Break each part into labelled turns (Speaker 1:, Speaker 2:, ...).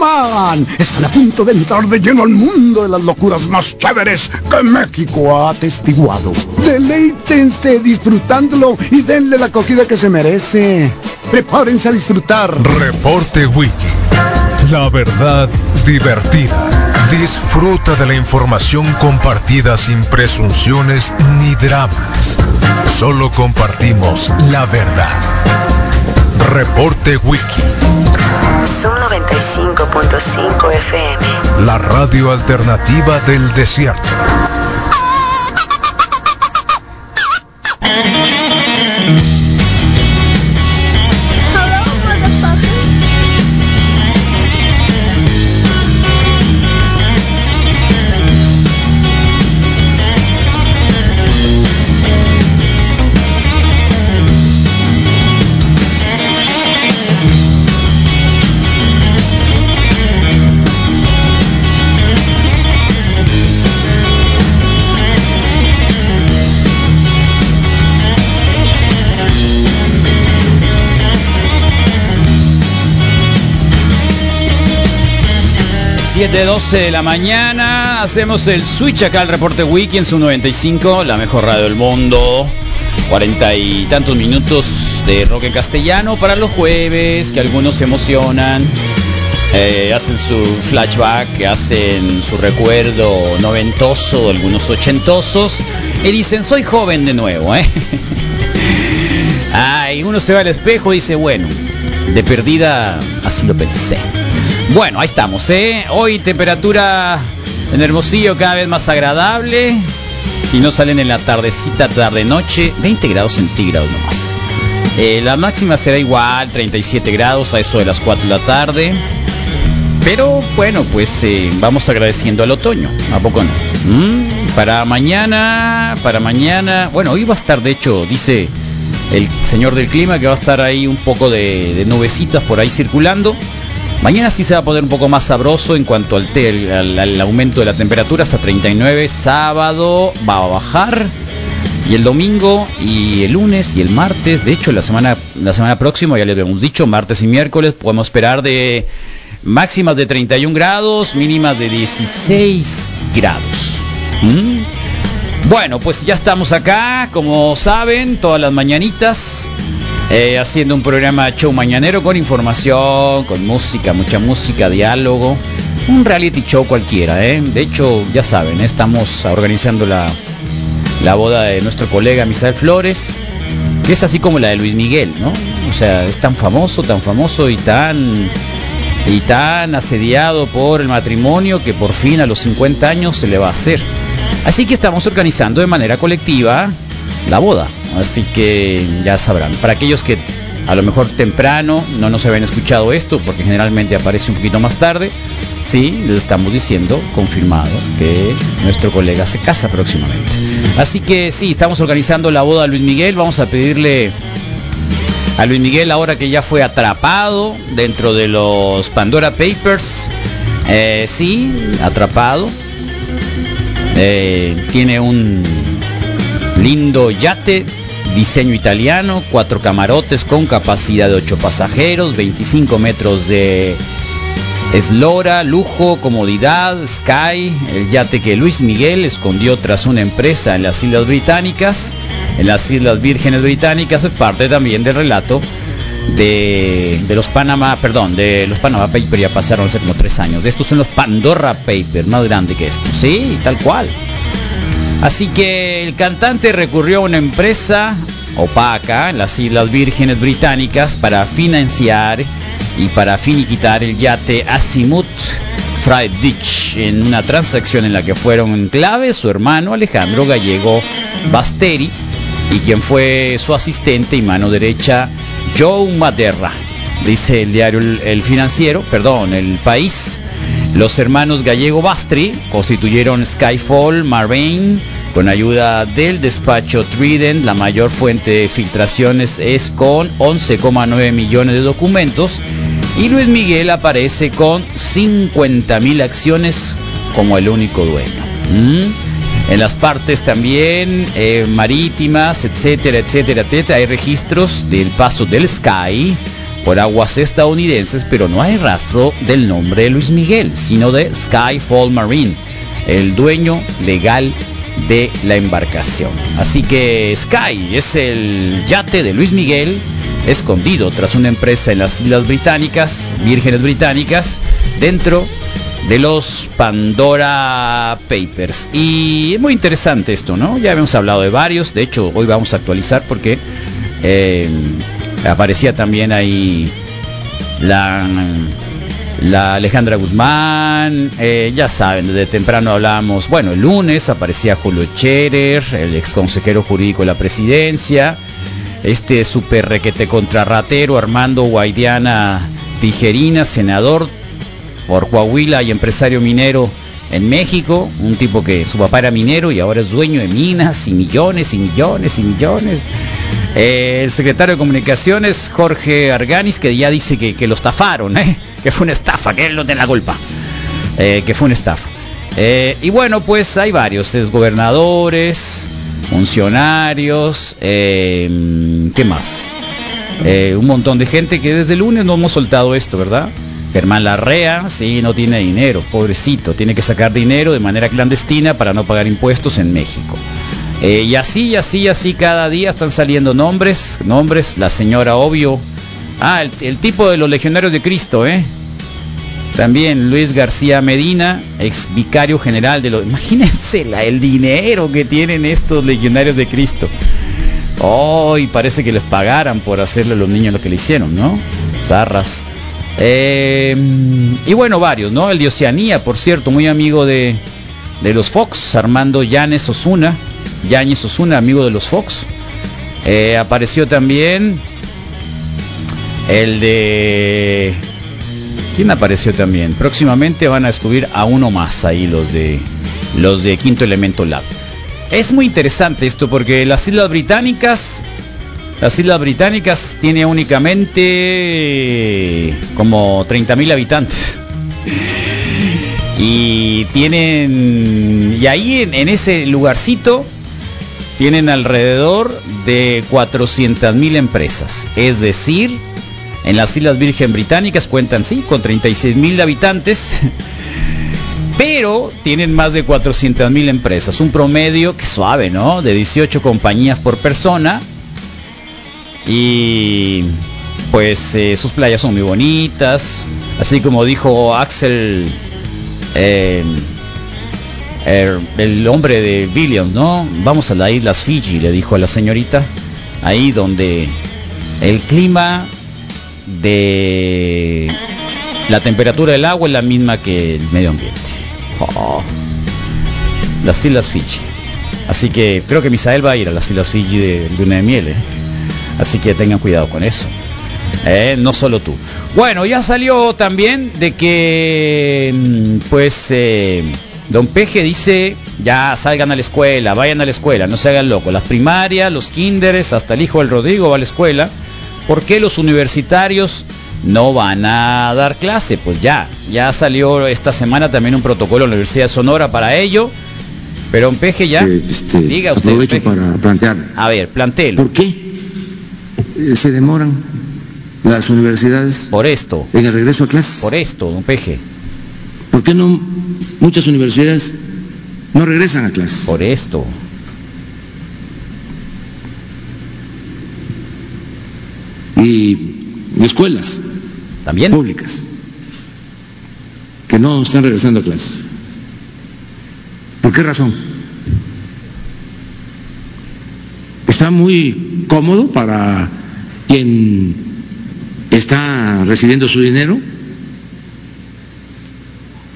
Speaker 1: Pagan están a punto de entrar de lleno al mundo de las locuras más chéveres que México ha atestiguado. Deleítense disfrutándolo y denle la acogida que se merece. Prepárense a disfrutar.
Speaker 2: Reporte Wiki. La verdad divertida. Disfruta de la información compartida sin presunciones ni dramas. Solo compartimos la verdad. Reporte Wiki.
Speaker 3: Son 95.5 FM.
Speaker 2: La radio alternativa del desierto.
Speaker 4: de 12 de la mañana. Hacemos el switch acá al reporte Wiki en su 95, la mejor radio del mundo. 40 y tantos minutos de rock en castellano para los jueves, que algunos se emocionan, eh, hacen su flashback, hacen su recuerdo noventoso, algunos ochentosos, y dicen, soy joven de nuevo. ¿eh? Ay, uno se va al espejo y dice, bueno, de perdida así lo pensé. Bueno, ahí estamos, ¿eh? Hoy temperatura en Hermosillo cada vez más agradable. Si no salen en la tardecita, tarde-noche, 20 grados centígrados nomás. Eh, la máxima será igual, 37 grados a eso de las 4 de la tarde. Pero bueno, pues eh, vamos agradeciendo al otoño, ¿a poco no? ¿Mm? Para mañana, para mañana, bueno, hoy va a estar, de hecho, dice el señor del clima que va a estar ahí un poco de, de nubecitas por ahí circulando. Mañana sí se va a poner un poco más sabroso en cuanto al, tel, al, al, aumento de la temperatura hasta 39. Sábado va a bajar. Y el domingo y el lunes y el martes. De hecho, la semana, la semana próxima, ya les hemos dicho, martes y miércoles, podemos esperar de máximas de 31 grados, mínimas de 16 grados. ¿Mm? Bueno, pues ya estamos acá, como saben, todas las mañanitas. Eh, haciendo un programa show mañanero con información, con música, mucha música, diálogo, un reality show cualquiera, ¿eh? De hecho, ya saben, estamos organizando la, la boda de nuestro colega Misael Flores, que es así como la de Luis Miguel, ¿no? O sea, es tan famoso, tan famoso y tan y tan asediado por el matrimonio que por fin a los 50 años se le va a hacer. Así que estamos organizando de manera colectiva la boda. Así que ya sabrán. Para aquellos que a lo mejor temprano no nos habían escuchado esto, porque generalmente aparece un poquito más tarde, sí, les estamos diciendo, confirmado, que nuestro colega se casa próximamente. Así que sí, estamos organizando la boda a Luis Miguel. Vamos a pedirle a Luis Miguel ahora que ya fue atrapado dentro de los Pandora Papers. Eh, sí, atrapado. Eh, tiene un lindo yate, diseño italiano, cuatro camarotes con capacidad de 8 pasajeros, 25 metros de eslora, lujo, comodidad, sky, el yate que Luis Miguel escondió tras una empresa en las Islas Británicas, en las Islas Vírgenes Británicas, es parte también del relato. De, de los Panamá, perdón, de los Panamá Papers ya pasaron hace como tres años. De estos son los Pandora Papers, más grande que estos, sí, tal cual. Así que el cantante recurrió a una empresa opaca en las Islas Vírgenes Británicas para financiar y para finiquitar el yate Azimuth Fried Ditch en una transacción en la que fueron clave su hermano Alejandro Gallego Basteri y quien fue su asistente y mano derecha Joe Maderra, dice el diario El Financiero, perdón, El País. Los hermanos Gallego Bastri constituyeron Skyfall Marine con ayuda del despacho Trident. La mayor fuente de filtraciones es con 11,9 millones de documentos y Luis Miguel aparece con 50 mil acciones como el único dueño. ¿Mm? En las partes también eh, marítimas, etcétera, etcétera, etcétera, hay registros del paso del Sky por aguas estadounidenses, pero no hay rastro del nombre de Luis Miguel, sino de Skyfall Marine, el dueño legal de la embarcación. Así que Sky es el yate de Luis Miguel, escondido tras una empresa en las Islas Británicas, Vírgenes Británicas, dentro de los Pandora Papers. Y es muy interesante esto, ¿no? Ya habíamos hablado de varios, de hecho hoy vamos a actualizar porque eh, aparecía también ahí la, la Alejandra Guzmán, eh, ya saben, desde temprano hablábamos, bueno, el lunes aparecía Julio Cherer, el ex consejero jurídico de la presidencia, este super requete contrarratero Armando Guaidiana Tijerina, senador por Coahuila y empresario minero en México, un tipo que su papá era minero y ahora es dueño de minas y millones y millones y millones. Eh, el secretario de Comunicaciones, Jorge Arganis, que ya dice que, que lo estafaron, ¿eh? que fue una estafa, que él no tiene la culpa, eh, que fue una estafa. y bueno, pues hay varios, es gobernadores, funcionarios, eh, ¿qué más? Eh, un montón de gente que desde el lunes no hemos soltado esto, ¿verdad? Germán Larrea, sí, no tiene dinero, pobrecito, tiene que sacar dinero de manera clandestina para no pagar impuestos en México. Eh, y así, y así, y así, cada día están saliendo nombres, nombres, la señora obvio. Ah, el, el, tipo de los legionarios de Cristo, ¿eh? También Luis García Medina, ex vicario general de los... Imagínense la, el dinero que tienen estos legionarios de Cristo. Oh, y parece que les pagaran por hacerle a los niños lo que le hicieron, ¿no? Zarras. Eh, y bueno, varios, ¿no? El de Oceanía, por cierto, muy amigo de, de los Fox, Armando Yanes Osuna. Yañez Osuna, amigo de los Fox. Eh, apareció también el de... ¿Quién apareció también? Próximamente van a descubrir a uno más ahí los de los de Quinto Elemento Lab. Es muy interesante esto porque las Islas Británicas las Islas Británicas tiene únicamente como 30.000 habitantes. Y tienen, y ahí en, en ese lugarcito tienen alrededor de 400.000 empresas. Es decir, en las Islas Virgen Británicas cuentan, sí, con 36.000 habitantes. Pero tienen más de 400.000 empresas. Un promedio que suave, ¿no? De 18 compañías por persona y pues eh, sus playas son muy bonitas así como dijo Axel eh, el, Er, el hombre de Williams no vamos a las islas Fiji le dijo a la señorita ahí donde el clima de la temperatura del agua es la misma que el medio ambiente oh, las islas Fiji así que creo que Misael va a ir a las islas Fiji de luna de miel ¿eh? Así que tengan cuidado con eso. Eh, no solo tú. Bueno, ya salió también de que, pues, eh, don Peje dice, ya salgan a la escuela, vayan a la escuela, no se hagan locos. Las primarias, los kinderes, hasta el hijo del Rodrigo va a la escuela. ¿Por qué los universitarios no van a dar clase? Pues ya, ya salió esta semana también un protocolo en la Universidad de Sonora para ello. Pero don Peje ya,
Speaker 5: este, diga usted. Aprovecho Peje. para plantear.
Speaker 4: A ver, planteelo.
Speaker 5: ¿Por qué? eh, se demoran las universidades
Speaker 4: por esto
Speaker 5: en el regreso a clases
Speaker 4: por e- esto don peje
Speaker 5: por qué no muchas universidades no regresan a clases
Speaker 4: por esto
Speaker 5: y escuelas
Speaker 4: también
Speaker 5: públicas que no están regresando a clases por qué razón está muy cómodo para quien está recibiendo su dinero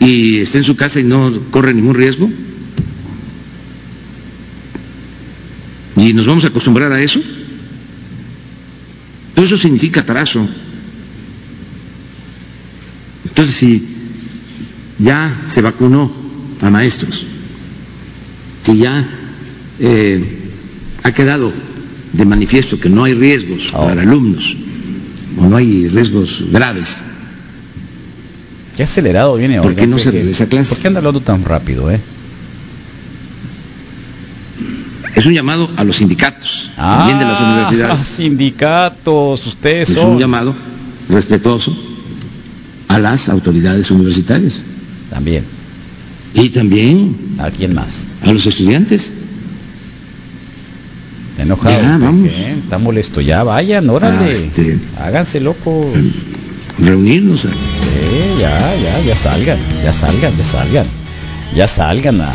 Speaker 5: y está en su casa y no corre ningún riesgo. ¿Y nos vamos a acostumbrar a eso? Todo eso significa atraso. Entonces, si ya se vacunó a maestros, si ya... Eh, ha quedado de manifiesto que no hay riesgos oh. para alumnos o no hay riesgos graves.
Speaker 4: Qué acelerado viene
Speaker 5: ahora. ¿Por qué no se regresa a clase?
Speaker 4: ¿Por qué anda hablando tan rápido, eh?
Speaker 5: Es un llamado a
Speaker 4: Ah,
Speaker 5: los sindicatos, ah, también de las universidades.
Speaker 4: sindicatos, ustedes
Speaker 5: Es
Speaker 4: son.
Speaker 5: un llamado respetuoso a las autoridades universitarias
Speaker 4: También.
Speaker 5: y también
Speaker 4: ¿A quién más?
Speaker 5: a los estudiantes.
Speaker 4: Está enojado.
Speaker 5: Ya,
Speaker 4: Pepe,
Speaker 5: vamos.
Speaker 4: ¿eh? Está molesto. Ya, vayan, órale.
Speaker 5: Ah, este.
Speaker 4: Háganse loco.
Speaker 5: Reunirnos.
Speaker 4: Sí, ya, ya, ya salgan. Ya salgan, ya salgan. Ya salgan. ah.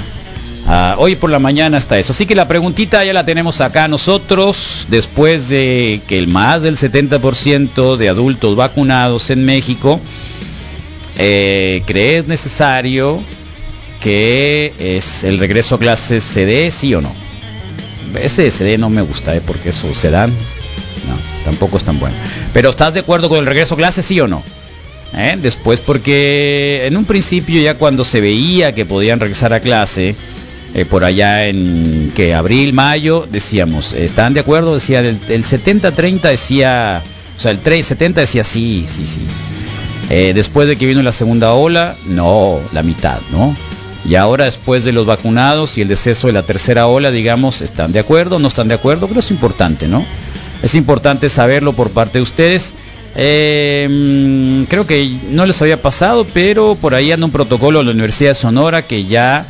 Speaker 4: Ah, hoy por la mañana está eso. Así que la preguntita ya la tenemos acá nosotros. Después de que el más del 70% de adultos vacunados en México, eh, ¿crees necesario que es el regreso a clases se dé, sí o no? Ese CD no me gusta, ¿eh? porque eso se dan. No, tampoco es tan bueno. Pero ¿estás de acuerdo con el regreso a clases, sí o no? ¿Eh? Después, porque en un principio ya cuando se veía que podían regresar a clase, eh, por allá en que abril, mayo, decíamos, ¿están de acuerdo? Decía el, el 70-30 decía, o sea, el 3-70 decía sí, sí, sí. Eh, después de que vino la segunda ola, no, la mitad, ¿no? Y ahora después de los vacunados y el deceso de la tercera ola, digamos, ¿están de acuerdo? ¿No están de acuerdo? Creo que es importante, ¿no? Es importante saberlo por parte de ustedes. Eh, mm, creo que no les había pasado, pero por ahí anda un protocolo de la Universidad de Sonora que ya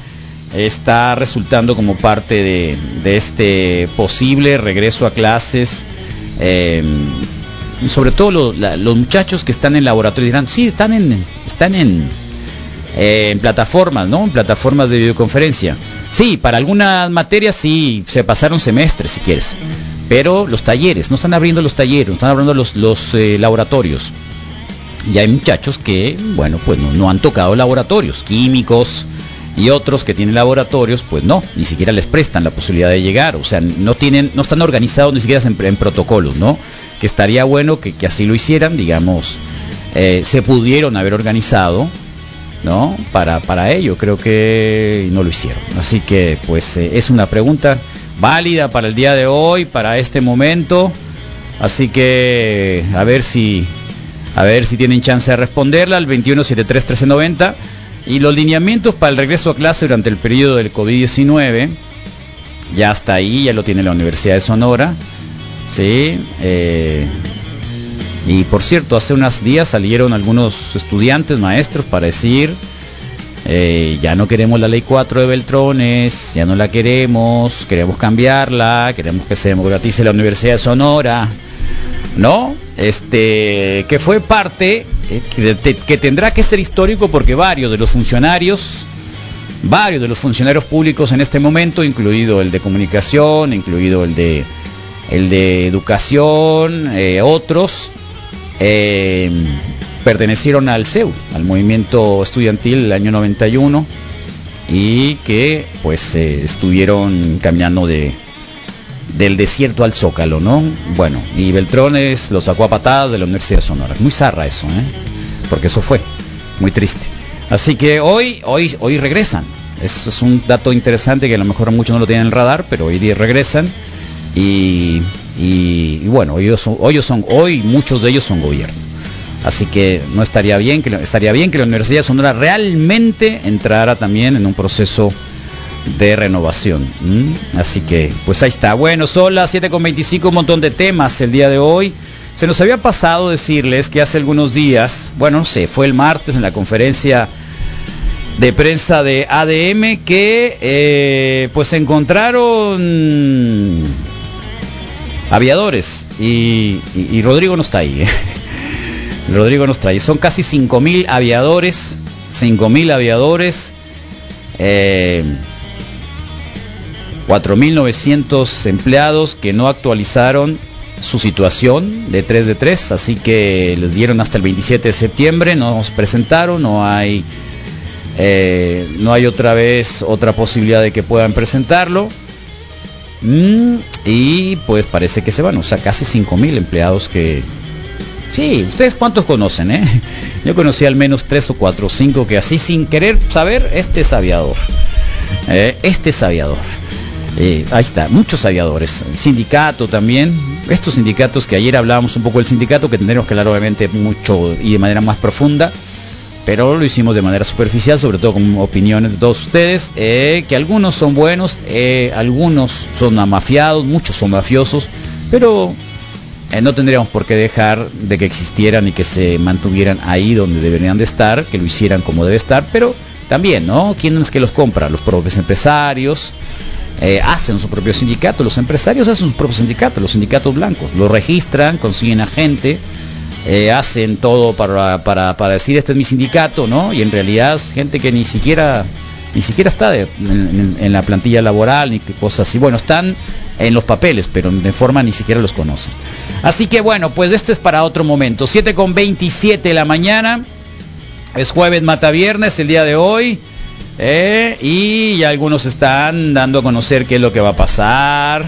Speaker 4: está resultando como parte de, de este posible regreso a clases. eh, sobre todo lo- la- los muchachos que están en laboratorio dirán, sí, están en, están en, eh, en plataformas, ¿no? En plataformas de videoconferencia. Sí, para algunas materias sí se pasaron semestres, si quieres. Pero los talleres, no están abriendo los talleres, no están abriendo los, los eh, laboratorios. Y hay muchachos que, bueno, pues no, no han tocado laboratorios, químicos y otros que tienen laboratorios, pues no, ni siquiera les prestan la posibilidad de llegar, o sea, no tienen, no están organizados ni siquiera en, en protocolos, ¿no? Que estaría bueno que, que así lo hicieran, digamos, eh, se pudieron haber organizado, ¿no? Para, para ello, creo que no lo hicieron. Así que, pues, eh, es una pregunta válida para el día de hoy, para este momento. Así que, a ver si, a ver si tienen chance de responderla al 2173-1390. Y los lineamientos para el regreso a clase durante el periodo del COVID-19, ya hasta ahí, ya lo tiene la Universidad de Sonora. Sí, Eh, y por cierto, hace unos días salieron algunos estudiantes, maestros, para decir, eh, ya no queremos la ley 4 de Beltrones, ya no la queremos, queremos cambiarla, queremos que se democratice la Universidad de Sonora, ¿no? Este, que fue parte, eh, que, te- que tendrá que ser histórico porque varios de los funcionarios, varios de los funcionarios públicos en este momento, incluido el de comunicación, incluido el de, el de educación, eh, otros, eh, pertenecieron al CEU, al movimiento estudiantil del año 91, y que pues eh, estuvieron caminando de, del desierto al zócalo, ¿no? Bueno, y Beltrones lo sacó a patadas de la Universidad de Sonora. Muy zarra eso, ¿eh? Porque eso fue, muy triste. Así que hoy, hoy, hoy regresan. Eso es un dato interesante que a lo mejor muchos no lo tienen en el radar, pero hoy día regresan. Y, y- y bueno, ellos son, ellos son, hoy muchos de ellos son gobierno. Así que no estaría bien que, la- estaría bien que la Universidad de Sonora realmente entrara también en un proceso de renovación. ¿m? Así que, pues ahí está. Bueno, son las 7.25, un montón de temas el día de hoy. Se nos había pasado decirles que hace algunos días, bueno, no sé, fue el martes en la conferencia de prensa de ADM que eh, pues encontraron aviadores y, y- y Rodrigo no está ahí. ¿eh? Rodrigo no está ahí. Son casi 5.000 aviadores, 5.000 aviadores. Eh, 4.900 empleados que no actualizaron su situación de 3 de 3, así que les dieron hasta el 27 de septiembre, no nos presentaron, no hay, eh, no hay otra vez otra posibilidad de que puedan presentarlo. Mm, y pues parece que se van, o sea, casi 5.000 empleados que... Sí, ustedes cuántos conocen, ¿eh? Yo conocí al menos 3 o 4 o 5 que así sin querer saber, este es aviador. Eh, este es aviador. Eh, ahí está, muchos aviadores. El sindicato también. Estos sindicatos que ayer hablábamos un poco del sindicato, que tendremos que hablar obviamente mucho y de manera más profunda, pero lo hicimos de manera superficial, sobre todo con opiniones de todos ustedes, eh, que algunos son buenos, eh, algunos son amafiados, muchos son mafiosos, pero eh, no tendríamos por qué dejar de que existieran y que se mantuvieran ahí donde deberían de estar, que lo hicieran como debe estar, pero también, ¿no? ¿Quién es que los compra? Los propios empresarios. eh, hacen su propio sindicato, los empresarios hacen sus propios sindicatos, los sindicatos blancos, los registran, consiguen a gente, eh, hacen todo para, para, para decir este es mi sindicato, ¿no? Y en realidad es gente que ni siquiera ni siquiera está de- en, en- en la plantilla laboral ni que cosas así. Bueno, están en los papeles, pero de forma ni siquiera los conocen. Así que bueno, pues este es para otro momento. 7 con 27 de la mañana. Es jueves mata viernes el día de hoy. eh, y ya algunos están dando a conocer qué es lo que va a pasar.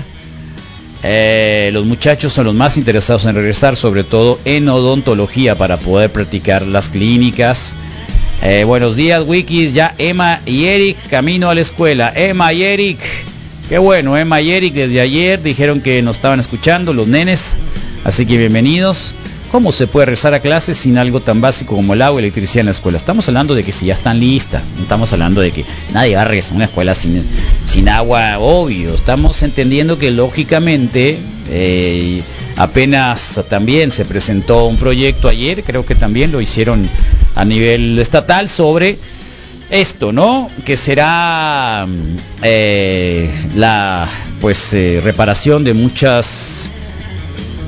Speaker 4: Eh, los muchachos son los más interesados en regresar, sobre todo en odontología, para poder practicar las clínicas. Eh, buenos días, Wikis. Ya Emma y Eric camino a la escuela. Emma y Eric. Qué bueno, Emma y Eric desde ayer dijeron que nos estaban escuchando, los nenes. Así que bienvenidos. ¿Cómo se puede regresar a clases sin algo tan básico como el agua y electricidad en la escuela? Estamos hablando de que si ya están listas, no estamos hablando de que nadie va a regresar a una escuela sin, sin agua, obvio. Estamos entendiendo que lógicamente eh, apenas también se presentó un proyecto ayer, creo que también lo hicieron a nivel estatal sobre esto, ¿no? Que será mm, eh, la pues eh, reparación de muchas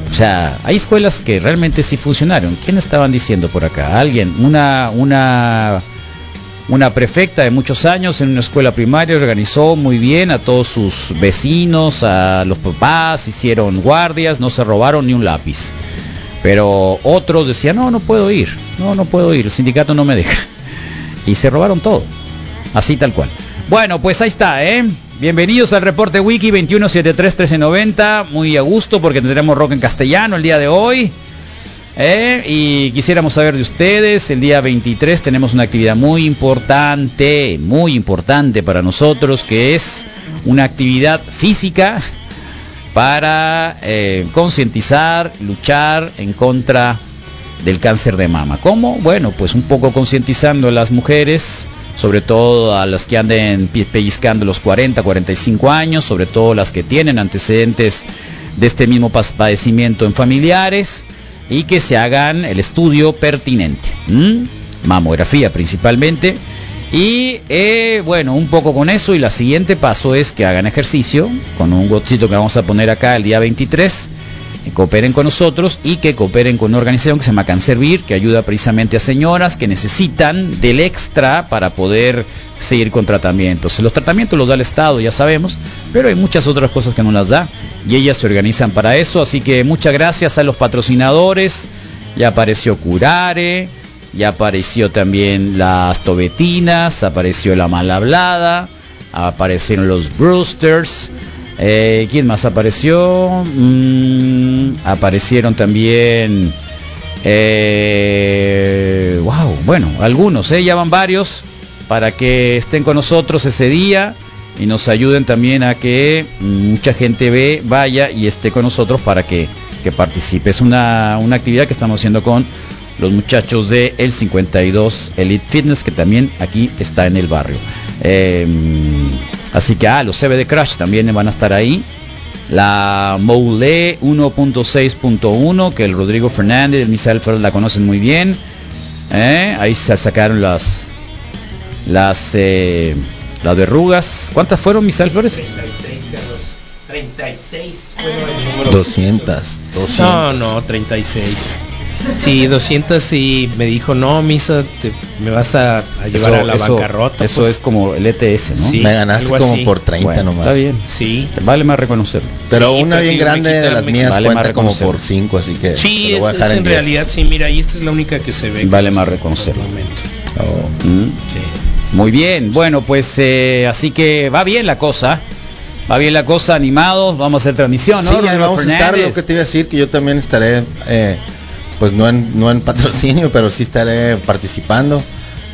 Speaker 4: o sea, hay escuelas que realmente sí funcionaron. ¿Quién estaban diciendo por acá? Alguien, una, una, una prefecta de muchos años en una escuela primaria organizó muy bien a todos sus vecinos, a los papás, hicieron guardias, no se robaron ni un lápiz. Pero otros decían, no, no puedo ir, no, no puedo ir, el sindicato no me deja. Y se robaron todo. Así tal cual. Bueno, pues ahí está, ¿eh? Bienvenidos al reporte Wiki 2173-1390. Muy a gusto porque tendremos rock en castellano el día de hoy. ¿eh? Y quisiéramos saber de ustedes. El día 23 tenemos una actividad muy importante, muy importante para nosotros, que es una actividad física para eh, concientizar, luchar en contra del cáncer de mama. ¿Cómo? Bueno, pues un poco concientizando a las mujeres, sobre todo a las que anden pi- pellizcando los 40, 45 años, sobre todo las que tienen antecedentes de este mismo pas- padecimiento en familiares y que se hagan el estudio pertinente. ¿m? Mamografía principalmente. Y eh, bueno, un poco con eso y la siguiente paso es que hagan ejercicio con un gotcito que vamos a poner acá el día 23 que cooperen con nosotros y que cooperen con una organización que se llama Canservir, que ayuda precisamente a señoras que necesitan del extra para poder seguir con tratamientos. Los tratamientos los da el Estado, ya sabemos, pero hay muchas otras cosas que no las da y ellas se organizan para eso, así que muchas gracias a los patrocinadores, ya apareció Curare, ya apareció también las tobetinas, apareció la mal hablada, aparecieron los Brewsters, eh, ¿Quién más apareció? Mm, aparecieron también... eh, wow, bueno, algunos, eh, ya van varios para que estén con nosotros ese día y nos ayuden también a que mm, mucha gente ve, vaya y esté con nosotros para que, que participe. Es una, una actividad que estamos haciendo con los muchachos de El 52 Elite Fitness, que también aquí está en el barrio. Eh, así que ah, los CBD Crash también van a estar ahí. La Moule 1.6.1, que el Rodrigo Fernández, el Misael Ferrer la conocen muy bien. Eh, Ahí se sacaron las, las eh, las verrugas. ¿Cuántas fueron mis alflores?
Speaker 6: 200, 200.
Speaker 7: No, no, 36. Sí, 200 y me dijo, no, misa, te- me vas a, a llevar a la bancarrota.
Speaker 4: eso
Speaker 7: pues".
Speaker 4: es como el ETS, ¿no?
Speaker 7: Sí,
Speaker 6: Me ganaste
Speaker 7: algo
Speaker 6: como
Speaker 7: así.
Speaker 6: por 30
Speaker 4: Bueno,
Speaker 6: nomás.
Speaker 4: Está bien.
Speaker 7: Sí.
Speaker 4: Vale más reconocerlo.
Speaker 6: Pero
Speaker 7: Sí,
Speaker 6: una
Speaker 7: pues,
Speaker 6: bien
Speaker 7: sí, me
Speaker 6: grande de
Speaker 7: quita-
Speaker 6: las
Speaker 7: me-
Speaker 6: mías
Speaker 4: vale más
Speaker 6: cuenta como
Speaker 4: reconocerlo.
Speaker 6: por 5, así que te
Speaker 7: Sí,
Speaker 6: lo
Speaker 7: es,
Speaker 6: voy a dejar
Speaker 7: es en,
Speaker 6: en 10.
Speaker 7: realidad, sí, mira, y esta es la única que se ve.
Speaker 4: Vale
Speaker 7: que
Speaker 4: más
Speaker 7: está
Speaker 4: reconocerlo.
Speaker 7: en el momento.
Speaker 6: Oh.
Speaker 4: Mm.
Speaker 7: Sí.
Speaker 4: Muy bien, bueno, pues eh, así que va bien la cosa. Va bien la cosa, animados, vamos a hacer transmisión, ¿no?
Speaker 6: Sí, ahí
Speaker 4: Rodrigo
Speaker 6: vamos a estar, lo
Speaker 4: Fernández?
Speaker 6: que te iba a decir, que yo también estaré, eh, pues no en, no en patrocinio, pero sí estaré participando.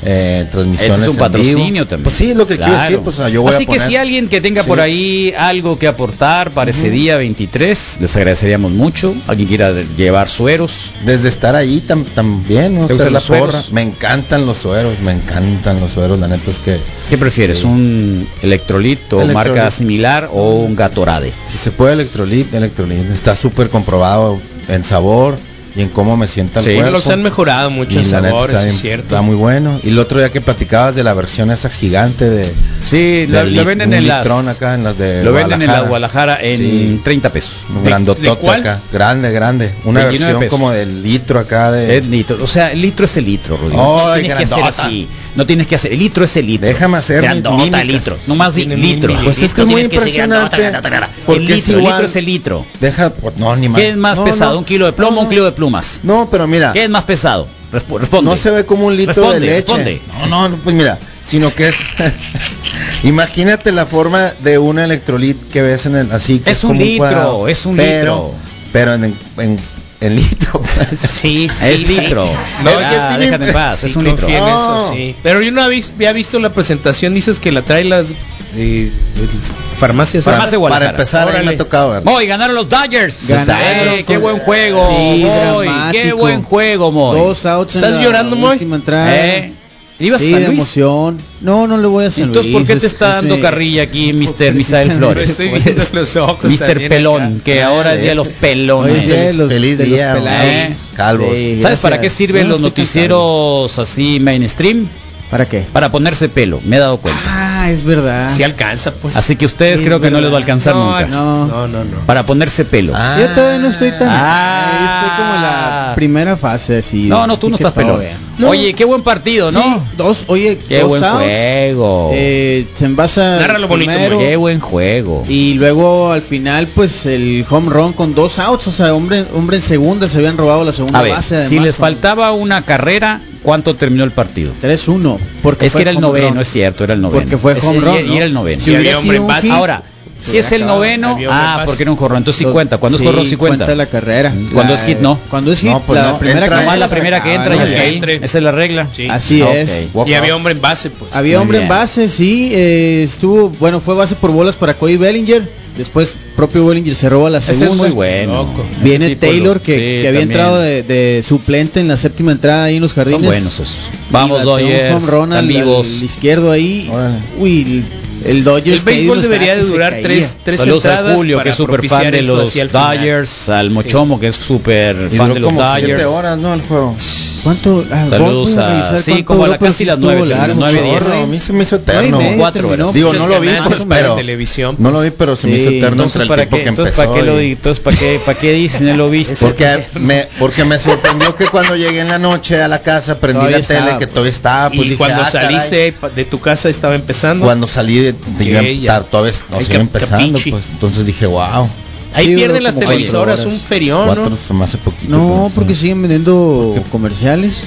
Speaker 6: Eh, transmisiones
Speaker 4: Ese es un
Speaker 6: en vivo.
Speaker 4: patrocinio también.
Speaker 6: Pues sí, es lo que quiero
Speaker 4: Claro.
Speaker 6: decir, pues ah, yo voy
Speaker 4: Así
Speaker 6: a poner.
Speaker 4: que si alguien que tenga
Speaker 6: Sí.
Speaker 4: por ahí algo que aportar para ese día 23, les agradeceríamos mucho. Alguien quiera de- llevar sueros,
Speaker 6: Desde estar ahí tam- también, ¿no?
Speaker 4: ¿Te
Speaker 6: Ser
Speaker 4: gustan
Speaker 6: la
Speaker 4: los sueros?
Speaker 6: porra. Me encantan los sueros, me encantan los sueros, la neta es que
Speaker 4: ¿Qué prefieres? ¿Un electrolito
Speaker 6: Electrolit.
Speaker 4: marca similar o un Gatorade?
Speaker 6: si se puede electrolit, electrolit, está súper comprobado, en sabor y en cómo me sienta el
Speaker 7: Sí,
Speaker 6: cuerpo.
Speaker 7: los han mejorado mucho
Speaker 6: pues, Y
Speaker 7: en
Speaker 6: la neta
Speaker 7: sabores,
Speaker 6: está bien-
Speaker 7: es cierto.
Speaker 6: Está muy bueno. Y el otro día que platicabas de la versión esa gigante de.
Speaker 4: Sí, lo,
Speaker 6: del
Speaker 4: lo
Speaker 6: lit-
Speaker 4: venden
Speaker 6: un
Speaker 4: en las.
Speaker 6: litrón acá en las de
Speaker 4: lo venden en la
Speaker 6: Guadalajara.
Speaker 4: Guadalajara en
Speaker 6: Sí.
Speaker 4: 30 pesos.
Speaker 6: Un
Speaker 7: ¿De-
Speaker 6: grandotote
Speaker 7: de cuál?
Speaker 6: acá. Grande, grande. Una
Speaker 4: 29
Speaker 6: versión
Speaker 4: pesos.
Speaker 6: como del litro acá de.
Speaker 4: El litro, o sea, el litro es el litro, Rodrigo. no
Speaker 6: Ay,
Speaker 4: tienes que hacer
Speaker 6: grandota.
Speaker 4: así. No tienes que hacer. El litro es el litro.
Speaker 6: Déjame hacer mis
Speaker 4: Grandota,
Speaker 6: mímicas.
Speaker 4: litro. No más di-
Speaker 7: Tiene
Speaker 4: litro.
Speaker 7: mil
Speaker 6: Pues es que es
Speaker 4: No
Speaker 6: muy
Speaker 4: tienes que decir grandota,
Speaker 6: impresionante.
Speaker 4: grandota, grandota.
Speaker 6: porque
Speaker 4: El
Speaker 6: es
Speaker 4: litro, el
Speaker 6: igual-
Speaker 4: litro es el litro.
Speaker 6: Deja, pues, no, ni
Speaker 4: ¿Qué es más
Speaker 6: No,
Speaker 4: pesado?
Speaker 6: no.
Speaker 4: ¿Un kilo de plomo
Speaker 6: No,
Speaker 4: o un kilo de plumas?
Speaker 6: No, pero
Speaker 8: Ah.
Speaker 6: mira.
Speaker 4: ¿Qué es más pesado? Resp- responde.
Speaker 6: No se ve como un litro
Speaker 4: Responde,
Speaker 6: de leche.
Speaker 4: responde.
Speaker 6: No, no, pues mira, sino que es. Imagínate la forma de un electrolit que ves en el así. que
Speaker 4: Es un
Speaker 6: como
Speaker 4: litro,
Speaker 6: cuadrado,
Speaker 4: es un
Speaker 6: pero-
Speaker 4: litro.
Speaker 6: Pero en, en, en litro. pues.
Speaker 7: Sí, sí.
Speaker 4: Es
Speaker 7: sí.
Speaker 4: litro.
Speaker 7: No,
Speaker 4: Ya,
Speaker 6: es que tiene-
Speaker 4: déjate en paz.
Speaker 7: Sí,
Speaker 4: es un
Speaker 7: confía
Speaker 4: litro.
Speaker 7: en
Speaker 6: No.
Speaker 7: eso, sí. Pero yo no habis- había visto la presentación, dices que la trae las eh, farmacias.
Speaker 6: para, para
Speaker 4: Farmacia Guadalajara.
Speaker 6: empezar, ahí me
Speaker 7: Órale.
Speaker 6: ha tocado ver.
Speaker 4: Moy, ganaron los Dodgers.
Speaker 8: Ganaron.
Speaker 4: Eh, qué buen juego.
Speaker 8: Sí,
Speaker 4: Moy, qué
Speaker 8: dramático.
Speaker 4: buen juego, Moy.
Speaker 8: Dos outs en
Speaker 7: ¿Estás
Speaker 8: la
Speaker 7: llorando, Moy?
Speaker 8: última entrada.
Speaker 4: Eh, ¿Ibas
Speaker 8: Sí,
Speaker 4: a
Speaker 8: de
Speaker 4: San Luis?
Speaker 8: emoción. No, no le voy a San
Speaker 4: Entonces, ¿por
Speaker 8: Luis,
Speaker 4: qué te
Speaker 8: es-
Speaker 4: está
Speaker 8: es
Speaker 4: dando
Speaker 8: mi-
Speaker 4: carrilla aquí Mr. Misael
Speaker 8: precisamente
Speaker 4: Flores?
Speaker 7: estoy viendo los ojos
Speaker 4: Mr.
Speaker 7: también
Speaker 4: Pelón,
Speaker 7: acá.
Speaker 4: que ahora es día de los pelones.
Speaker 8: Ah, eh. Hoy es día de los-
Speaker 6: Feliz
Speaker 8: de los
Speaker 6: día,
Speaker 8: pelados.
Speaker 4: Eh.
Speaker 6: Calvos.
Speaker 8: Sí,
Speaker 4: ¿Sabes
Speaker 8: gracias.
Speaker 4: para qué sirven
Speaker 8: Yo no
Speaker 4: los
Speaker 8: estoy
Speaker 4: noticieros así mainstream?
Speaker 8: cansado. ¿Para qué?
Speaker 4: Para ponerse pelo, me he dado cuenta.
Speaker 8: Ah, es verdad.
Speaker 7: Si alcanza, pues.
Speaker 4: Así que ustedes
Speaker 8: Ah, Sí,
Speaker 4: creo que no
Speaker 8: verdad.
Speaker 4: les va a alcanzar
Speaker 8: No,
Speaker 4: nunca.
Speaker 8: ah, No.
Speaker 7: No, no, no.
Speaker 4: Para ponerse pelo.
Speaker 6: Ah,
Speaker 8: Yo todavía no estoy tan.
Speaker 4: Ah.
Speaker 8: estoy como en la primera fase así.
Speaker 4: No, no, tú
Speaker 8: así
Speaker 4: no
Speaker 8: que
Speaker 4: estás
Speaker 8: todo
Speaker 4: pelón.
Speaker 8: bien.
Speaker 4: Oye, qué buen partido,
Speaker 8: Sí,
Speaker 4: ¿no?
Speaker 8: dos, oye,
Speaker 4: Qué
Speaker 8: dos
Speaker 4: buen
Speaker 8: outs.
Speaker 4: juego.
Speaker 8: Eh, se envasa
Speaker 7: Nárralo bonito,
Speaker 8: primero,
Speaker 4: Qué buen juego.
Speaker 8: y luego al final pues el home run con dos outs, o sea, hombre hombre en segunda se habían robado la segunda
Speaker 4: A ver,
Speaker 8: base además,
Speaker 4: si les
Speaker 8: con
Speaker 4: faltaba una carrera, ¿cuánto terminó el partido?
Speaker 8: 3-1, porque
Speaker 4: Es que
Speaker 8: fue
Speaker 4: era el
Speaker 8: home
Speaker 4: noveno,
Speaker 8: run.
Speaker 4: es cierto, era el noveno.
Speaker 8: Porque fue
Speaker 4: Es-
Speaker 8: home
Speaker 4: y-
Speaker 8: run,
Speaker 4: Y,
Speaker 8: ¿no?
Speaker 4: era el noveno.
Speaker 8: Si hubiera
Speaker 7: había hombre
Speaker 8: sido
Speaker 7: en
Speaker 8: un
Speaker 7: base.
Speaker 8: hit,
Speaker 4: Ahora, si es el
Speaker 8: acabado,
Speaker 4: noveno,
Speaker 7: había un
Speaker 4: ah,
Speaker 7: pase.
Speaker 4: porque era un jorrón, entonces sí
Speaker 8: Lo-
Speaker 4: cuenta. Cuando
Speaker 8: sí,
Speaker 4: es jorrón sí cuenta. Mm.
Speaker 8: la carrera.
Speaker 4: Cuando es hit, no.
Speaker 8: Cuando es hit,
Speaker 6: No, pues
Speaker 8: la
Speaker 6: no,
Speaker 8: primera
Speaker 6: entra-
Speaker 8: que
Speaker 4: Nomás
Speaker 8: entra
Speaker 4: la
Speaker 8: se
Speaker 4: primera que
Speaker 8: acaba,
Speaker 4: entra
Speaker 8: Ah, ¿no?
Speaker 4: ya está ahí.
Speaker 7: Entre.
Speaker 4: Esa es la regla.
Speaker 7: Sí.
Speaker 8: Así
Speaker 4: Ah,
Speaker 8: es.
Speaker 4: ok.
Speaker 7: Y había hombre en base, pues.
Speaker 8: Había
Speaker 4: Muy
Speaker 8: hombre en
Speaker 4: bien.
Speaker 8: base, sí, eh, estuvo, bueno, fue base por bolas para Cody Bellinger, después propio Bellinger se roba la
Speaker 4: Ese
Speaker 8: segunda.
Speaker 4: es muy bueno.
Speaker 7: Loco.
Speaker 4: Ese
Speaker 8: Viene
Speaker 4: tipo
Speaker 8: Taylor
Speaker 4: lo-
Speaker 8: que,
Speaker 4: sí,
Speaker 8: que había
Speaker 4: también.
Speaker 8: entrado de, de suplente en la séptima entrada ahí en los jardines.
Speaker 4: Son buenos esos. Vamos,
Speaker 8: Y bateó Un
Speaker 4: Dodgers.
Speaker 8: home run
Speaker 4: Están
Speaker 8: al,
Speaker 4: vivos.
Speaker 8: al izquierdo ahí.
Speaker 6: Órale.
Speaker 8: Uy, el, el Dodgers.
Speaker 7: El béisbol debería de durar
Speaker 8: tres
Speaker 7: tres, tres
Speaker 4: Saludos
Speaker 7: entradas
Speaker 4: a Julio, que
Speaker 7: para
Speaker 4: es súper
Speaker 7: propiciar
Speaker 4: fan de
Speaker 7: esto
Speaker 4: los
Speaker 7: hacia el final.
Speaker 4: Dodgers, al Mochomo, que es súper
Speaker 6: y
Speaker 4: fan
Speaker 6: duró
Speaker 4: de los
Speaker 6: como siete
Speaker 4: Dodgers.
Speaker 6: horas, ¿no? El juego.
Speaker 8: ¿Cuánto? Ah,
Speaker 4: Saludos
Speaker 8: voy
Speaker 4: a-
Speaker 8: revisar
Speaker 4: sí,
Speaker 8: cuánto
Speaker 4: como a la-
Speaker 8: duró, pero
Speaker 4: casi
Speaker 8: sí
Speaker 4: las
Speaker 8: estuvo
Speaker 4: nueve,
Speaker 8: largo,
Speaker 4: nueve,
Speaker 8: chorro.
Speaker 4: diez.
Speaker 6: Chorro, a mí se me hizo
Speaker 8: Nueve y
Speaker 6: eterno.
Speaker 8: media
Speaker 4: Cuatro
Speaker 8: terminó.
Speaker 4: horas.
Speaker 6: Digo, no lo vi,
Speaker 7: Muchas
Speaker 6: pues,
Speaker 7: ganancias para la
Speaker 6: pero.
Speaker 7: televisión,
Speaker 6: No lo vi, pero se me hizo
Speaker 8: Sí,
Speaker 6: eterno entre
Speaker 4: Entonces,
Speaker 6: el
Speaker 4: ¿para
Speaker 6: tiempo
Speaker 4: qué,
Speaker 6: que
Speaker 4: entonces, ¿para
Speaker 6: empezó.
Speaker 4: qué lo
Speaker 6: y-
Speaker 4: di? Entonces, ¿para qué, para qué dicen? ¿Lo viste?
Speaker 6: Porque me, porque me sorprendió que cuando llegué en la noche a la casa prendí
Speaker 8: Todavía
Speaker 6: la tele
Speaker 8: estaba,
Speaker 6: que
Speaker 8: pues.
Speaker 6: todavía estaba. Pues
Speaker 7: y
Speaker 6: dije,
Speaker 7: cuando
Speaker 6: "Ah, caray".
Speaker 7: saliste pa- de tu casa estaba empezando.
Speaker 6: cuando salí de, de
Speaker 7: Ok,
Speaker 6: iba a
Speaker 7: ya.
Speaker 6: estar todavía no,
Speaker 7: Ay,
Speaker 6: se
Speaker 7: que-
Speaker 6: iba empezando,
Speaker 7: capichi.
Speaker 6: pues entonces dije, wow.
Speaker 7: Ahí
Speaker 8: Sí,
Speaker 7: pierden
Speaker 8: duró
Speaker 7: las
Speaker 8: como cuatro
Speaker 7: televisoras un ferión,
Speaker 6: Cuatro,
Speaker 7: ¿no?
Speaker 6: se me hace poquito.
Speaker 8: No,
Speaker 6: pues,
Speaker 8: porque
Speaker 6: sí.
Speaker 8: siguen vendiendo comerciales.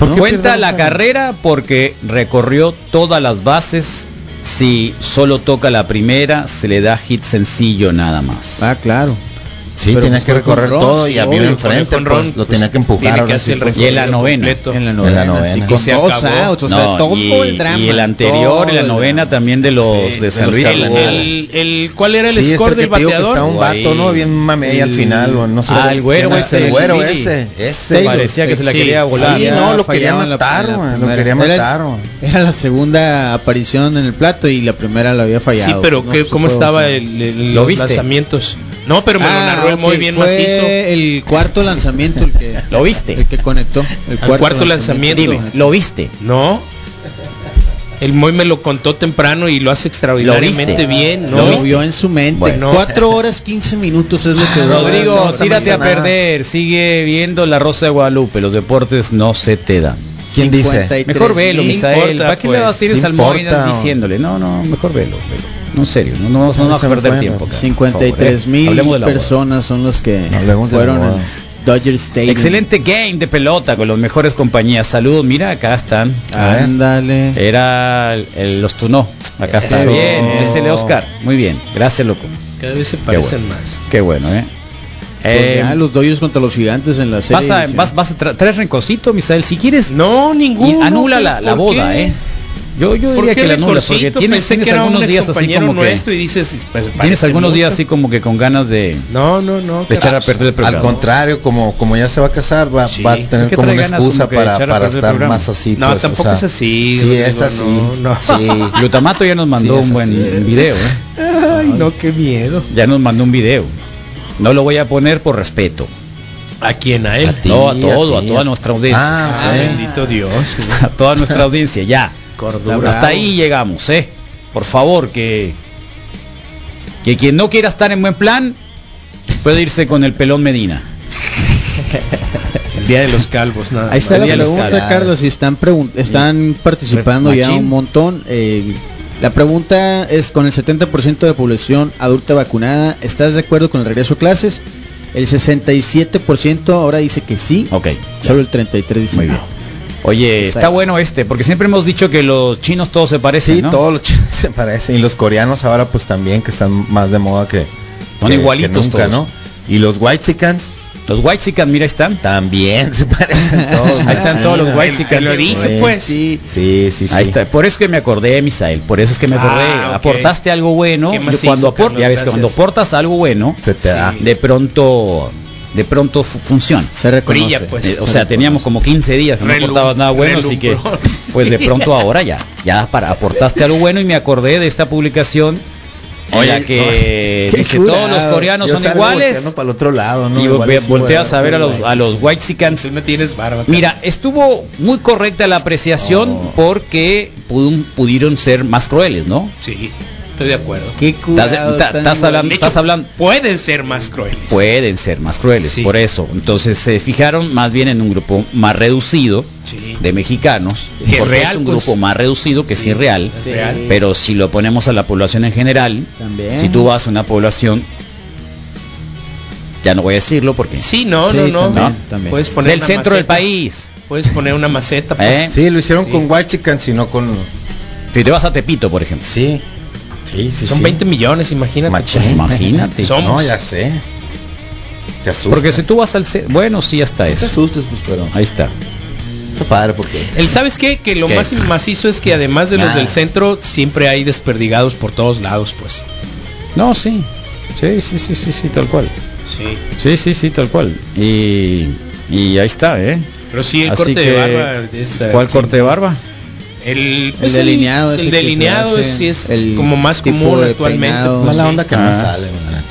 Speaker 8: ¿no?
Speaker 4: Cuenta la carrera porque recorrió todas las bases. Si solo toca la primera, se le da hit sencillo nada más.
Speaker 8: Ah, claro.
Speaker 6: Sí,
Speaker 8: Pero
Speaker 6: tenía
Speaker 8: pues
Speaker 6: que
Speaker 8: fue con
Speaker 6: recorrer
Speaker 8: Ron,
Speaker 6: todo y
Speaker 8: sí,
Speaker 6: había
Speaker 8: obvio,
Speaker 6: un
Speaker 8: con
Speaker 6: enfrente,
Speaker 7: Con
Speaker 6: pues,
Speaker 7: Ron,
Speaker 6: lo
Speaker 7: pues,
Speaker 6: tenía que empujar.
Speaker 7: Tiene que
Speaker 6: ahora sí,
Speaker 7: hacer el
Speaker 6: pues.
Speaker 4: Y en la
Speaker 7: recorrido
Speaker 4: novena.
Speaker 7: completo.
Speaker 8: En la
Speaker 6: novena,
Speaker 8: novena.
Speaker 6: sí,
Speaker 8: sí,
Speaker 6: con
Speaker 8: con
Speaker 7: se
Speaker 8: dos
Speaker 7: acabó.
Speaker 8: outs, o sea,
Speaker 4: No,
Speaker 8: todo
Speaker 4: y,
Speaker 8: el drama.
Speaker 4: y el
Speaker 8: todo
Speaker 4: anterior, la
Speaker 8: el
Speaker 4: novena
Speaker 8: drama.
Speaker 4: también de los
Speaker 6: Sí,
Speaker 4: de San
Speaker 6: de los
Speaker 4: Luis.
Speaker 7: El,
Speaker 6: Cardenales.
Speaker 7: el- el- ¿Cuál era el
Speaker 6: Sí, es
Speaker 7: score
Speaker 6: el que
Speaker 7: del
Speaker 6: te digo que
Speaker 7: bateador?
Speaker 6: está un vato,
Speaker 4: Ahí.
Speaker 6: ¿no? Bien mamey al final, o no sé.
Speaker 4: Ah, el güero
Speaker 6: quién era
Speaker 4: ese,
Speaker 6: el
Speaker 4: el
Speaker 6: güero
Speaker 4: Billy.
Speaker 6: ese. Ese.
Speaker 8: Taylor.
Speaker 4: Parecía que se la
Speaker 7: Sí.
Speaker 4: quería volar.
Speaker 6: Sí, no, lo quería
Speaker 8: fallaba en la-
Speaker 6: matar,
Speaker 8: en la
Speaker 6: güey, lo
Speaker 8: primera.
Speaker 6: quería
Speaker 8: Era-
Speaker 6: matar, güey.
Speaker 8: Era la segunda aparición en el plato y la primera la había fallado.
Speaker 7: Sí, pero
Speaker 8: No,
Speaker 7: ¿qué-
Speaker 8: pues,
Speaker 7: ¿cómo
Speaker 8: fue-
Speaker 7: estaba el, el-
Speaker 4: ¿Lo
Speaker 7: los
Speaker 4: viste?
Speaker 7: lanzamientos? No, pero me lo
Speaker 8: Ah,
Speaker 7: narró él muy
Speaker 8: ok,
Speaker 7: bien
Speaker 8: fue
Speaker 7: macizo.
Speaker 8: el cuarto lanzamiento el que
Speaker 4: ¿Lo viste?
Speaker 8: el que conectó el
Speaker 7: Al cuarto lanzamiento.
Speaker 4: Dime, ¿lo viste?
Speaker 7: No. El Moy me lo contó temprano y lo hace extraordinariamente
Speaker 4: ¿Lo viste?
Speaker 7: bien,
Speaker 8: lo
Speaker 7: ¿no?
Speaker 8: vio en su mente
Speaker 7: Bueno.
Speaker 8: 4 horas 15 minutos es lo que duró.
Speaker 4: Rodrigo,
Speaker 6: no, no
Speaker 4: tírate
Speaker 6: pasa
Speaker 4: a
Speaker 6: nada.
Speaker 4: perder. Sigue viendo la Rosa de Guadalupe. Los deportes no se te dan.
Speaker 6: ¿Quién dice?
Speaker 8: 53
Speaker 4: Mejor velo,
Speaker 8: mil.
Speaker 4: Misael.
Speaker 7: importa,
Speaker 4: ¿Para qué le
Speaker 7: pues,
Speaker 4: vas a ir
Speaker 6: sí
Speaker 4: a Salmoida
Speaker 6: importa.
Speaker 4: diciéndole? No, no, mejor velo. velo. No, en serio, no, no, no vas
Speaker 6: Se
Speaker 4: a
Speaker 6: me
Speaker 4: perder
Speaker 6: fue,
Speaker 4: tiempo. acá,
Speaker 8: 53
Speaker 4: por favor, eh. Hablemos de
Speaker 8: mil
Speaker 4: la
Speaker 8: personas son los que
Speaker 6: Hablemos de la
Speaker 8: fueron
Speaker 6: boda.
Speaker 8: al Dodger Stadium.
Speaker 4: Excelente game de pelota con las mejores compañías. Saludos, mira, acá están. Ah,
Speaker 8: Ándale.
Speaker 4: Era el- el- los Tunó. Acá está.
Speaker 6: Eso.
Speaker 4: Bien, es el de Oscar. Muy bien. Gracias, loco.
Speaker 7: Cada vez se parecen
Speaker 4: bueno.
Speaker 7: más.
Speaker 4: Qué bueno, ¿eh?
Speaker 8: Pues
Speaker 4: Eh,
Speaker 8: ya, los Dodgers contra los Gigantes en la serie.
Speaker 4: vas a,
Speaker 8: dice.
Speaker 4: vas, vas a tra- traes rencorcito, Misael. Si quieres,
Speaker 7: No,
Speaker 4: y
Speaker 7: ninguno.
Speaker 4: anula
Speaker 7: ¿por-
Speaker 4: la, la
Speaker 7: por
Speaker 4: boda,
Speaker 7: qué?
Speaker 4: ¿eh? Yo, yo
Speaker 7: ¿Por
Speaker 4: diría
Speaker 7: qué
Speaker 4: que la anula
Speaker 7: Recorcito?
Speaker 4: porque tienes,
Speaker 7: Pensé que
Speaker 4: tienes
Speaker 7: era
Speaker 4: algunos
Speaker 7: un
Speaker 4: días así
Speaker 7: excompañero
Speaker 4: como que
Speaker 7: nuestro y dices, pues,
Speaker 4: tienes
Speaker 7: parece
Speaker 4: algunos días
Speaker 7: mucho.
Speaker 4: así como que con ganas de
Speaker 7: No, no, no.
Speaker 4: de echar a
Speaker 7: carajo.
Speaker 4: perder el
Speaker 6: Al
Speaker 4: programa.
Speaker 6: contrario, como, como ya se va a casar, va,
Speaker 7: Sí.
Speaker 6: va a
Speaker 4: Es
Speaker 6: tener
Speaker 4: que
Speaker 6: como
Speaker 4: trae
Speaker 6: una
Speaker 4: ganas
Speaker 6: excusa
Speaker 4: como que de
Speaker 6: para,
Speaker 4: echar a
Speaker 6: para
Speaker 4: perder el
Speaker 6: estar
Speaker 4: programa.
Speaker 6: más así. pues,
Speaker 7: No, tampoco es así,
Speaker 6: Sí,
Speaker 7: Rodrigo,
Speaker 6: es así.
Speaker 7: no, no.
Speaker 6: Sí.
Speaker 4: Glutamato ya nos mandó
Speaker 6: Sí, es
Speaker 4: un buen
Speaker 6: así.
Speaker 4: video, ¿eh?
Speaker 7: Ay, no, qué miedo.
Speaker 4: Ya nos mandó un video. No lo voy a poner por respeto.
Speaker 7: ¿A quién? ¿A él?
Speaker 6: A ti,
Speaker 4: no, a todo, a,
Speaker 6: ti.
Speaker 4: toda nuestra audiencia.
Speaker 6: Ah,
Speaker 7: Ah,
Speaker 6: ok.
Speaker 7: bendito Dios. ¿eh?
Speaker 4: A toda nuestra audiencia, ya.
Speaker 7: Cordura.
Speaker 4: Hasta ahí llegamos, ¿eh? Por favor, que, que quien no quiera estar en buen plan puede irse con el pelón Medina.
Speaker 7: El día de los calvos, nada.
Speaker 8: Ahí está
Speaker 7: más.
Speaker 8: la
Speaker 4: Nadie lo
Speaker 8: pregunta,
Speaker 4: sabe.
Speaker 8: Carlos, si están, pregun- están participando ya
Speaker 4: Machín.
Speaker 8: un montón. eh, la pregunta es, con el 70% de población adulta vacunada, ¿estás de acuerdo con el regreso a clases? El 67% ahora dice que sí,
Speaker 4: Ok.
Speaker 8: solo el 33% dice
Speaker 4: Muy bien.
Speaker 8: no.
Speaker 6: Pues
Speaker 4: Oye, está bueno este, porque siempre hemos dicho que los chinos todos se parecen,
Speaker 6: Sí,
Speaker 4: ¿no?
Speaker 6: todos los chinos se parecen. Y los coreanos ahora pues también que están más de moda que...
Speaker 4: Son
Speaker 6: que-
Speaker 4: igualitos
Speaker 6: que nunca, ¿no?
Speaker 4: todos.
Speaker 6: Y los whitexicans
Speaker 4: Los white mira, ahí están.
Speaker 6: también se parecen todos.
Speaker 4: Ahí están todos los
Speaker 6: Imagínate.
Speaker 4: whitexicans. Lo dije, pues.
Speaker 6: Sí, sí, sí.
Speaker 4: Ahí está. Por eso que me acordé, Misael. Por eso es que me
Speaker 7: Ah,
Speaker 4: acordé.
Speaker 7: ok.
Speaker 4: Aportaste algo bueno.
Speaker 7: ¿Qué más
Speaker 4: y Cuando
Speaker 7: hizo,
Speaker 4: apor- ya
Speaker 7: Carlos?
Speaker 4: ves que cuando
Speaker 7: Gracias.
Speaker 4: aportas algo bueno,
Speaker 6: Se te da.
Speaker 4: de pronto, de pronto fu- funciona.
Speaker 8: Se reconoce.
Speaker 7: Brilla, pues.
Speaker 4: Eh, o sea, teníamos como 15 días, que no
Speaker 7: Relum-
Speaker 4: aportabas nada bueno, así que
Speaker 7: relumbró.
Speaker 4: pues de pronto ahora ya, ya para aportaste algo bueno y me acordé de esta publicación en la
Speaker 6: Oye,
Speaker 4: que
Speaker 6: Qué
Speaker 4: dice
Speaker 6: curado.
Speaker 4: todos los coreanos
Speaker 6: Yo
Speaker 4: son
Speaker 6: salgo
Speaker 4: iguales
Speaker 6: volteando Para el otro lado, ¿no?
Speaker 4: y
Speaker 6: Igual
Speaker 4: ve-
Speaker 6: es un
Speaker 4: volteas a
Speaker 6: güey,
Speaker 4: ver
Speaker 6: sí,
Speaker 4: a los
Speaker 6: güey.
Speaker 4: a los whitexicans.
Speaker 7: Tú no tienes barba.
Speaker 4: Mira, estuvo muy correcta la apreciación
Speaker 6: Oh.
Speaker 4: porque pudun- pudieron ser más crueles, ¿no?
Speaker 7: Sí, estoy de acuerdo.
Speaker 8: Qué
Speaker 4: Estás,
Speaker 8: curado,
Speaker 4: ta-
Speaker 8: están
Speaker 4: estás hablando,
Speaker 7: De hecho,
Speaker 4: estás hablando,
Speaker 7: Pueden ser más crueles.
Speaker 4: pueden ser más crueles,
Speaker 7: Sí.
Speaker 4: por eso. Entonces se fijaron más bien en un grupo más reducido
Speaker 7: Sí.
Speaker 4: de mexicanos,
Speaker 7: Que
Speaker 4: porque
Speaker 7: real,
Speaker 4: es un
Speaker 7: pues.
Speaker 4: grupo más reducido que sí, es real,
Speaker 7: Sí. Real.
Speaker 4: pero si lo ponemos a la población en general,
Speaker 8: También.
Speaker 4: si tú vas a una población, ya no voy a decirlo porque
Speaker 7: Sí, no,
Speaker 8: Sí,
Speaker 7: no, no.
Speaker 8: también,
Speaker 7: No.
Speaker 8: también.
Speaker 7: Puedes poner
Speaker 4: del
Speaker 7: una
Speaker 4: centro del
Speaker 7: maceta,
Speaker 4: país,
Speaker 7: Puedes poner una maceta. pues.
Speaker 4: ¿eh?
Speaker 6: Sí, lo hicieron
Speaker 7: Sí.
Speaker 6: con whitexicans y no con...
Speaker 4: si te vas a Tepito, por ejemplo,
Speaker 6: Sí. Sí, sí,
Speaker 7: Son
Speaker 6: sí.
Speaker 7: 20 millones, imagínate.
Speaker 6: Machín.
Speaker 4: ¿Eh?
Speaker 7: pues.
Speaker 4: imagínate.
Speaker 7: Somos.
Speaker 6: No, ya sé. Te asustas.
Speaker 4: porque si tú vas al ce- bueno, sí hasta
Speaker 6: te
Speaker 4: eso.
Speaker 6: asustas, pues, pero...
Speaker 4: Ahí está.
Speaker 6: Está padre porque...
Speaker 7: El, ¿Sabes qué? Que lo
Speaker 4: ¿Qué?
Speaker 7: más macizo es que además de los
Speaker 6: Nada.
Speaker 7: del centro, siempre hay desperdigados por todos lados, pues.
Speaker 4: No, sí. Sí, sí, sí, sí, sí, tal cual.
Speaker 7: Sí.
Speaker 4: Sí, sí, sí, tal cual. Y, y ahí está, ¿eh?
Speaker 7: Pero sí, el
Speaker 4: Así
Speaker 7: corte
Speaker 4: que,
Speaker 7: de barba es... eh,
Speaker 4: ¿Cuál
Speaker 7: sí.
Speaker 4: corte de barba?
Speaker 7: El,
Speaker 8: El
Speaker 7: pues,
Speaker 8: delineado
Speaker 7: El,
Speaker 8: ese
Speaker 7: el
Speaker 8: que se
Speaker 7: delineado
Speaker 8: hace,
Speaker 7: es, sí es
Speaker 8: el
Speaker 7: como más
Speaker 8: tipo
Speaker 7: común
Speaker 8: de
Speaker 7: actualmente.
Speaker 8: peinado,
Speaker 7: pues,
Speaker 6: Mala
Speaker 7: sí.
Speaker 6: onda que
Speaker 4: Ah.
Speaker 6: no sale, güey, la neta.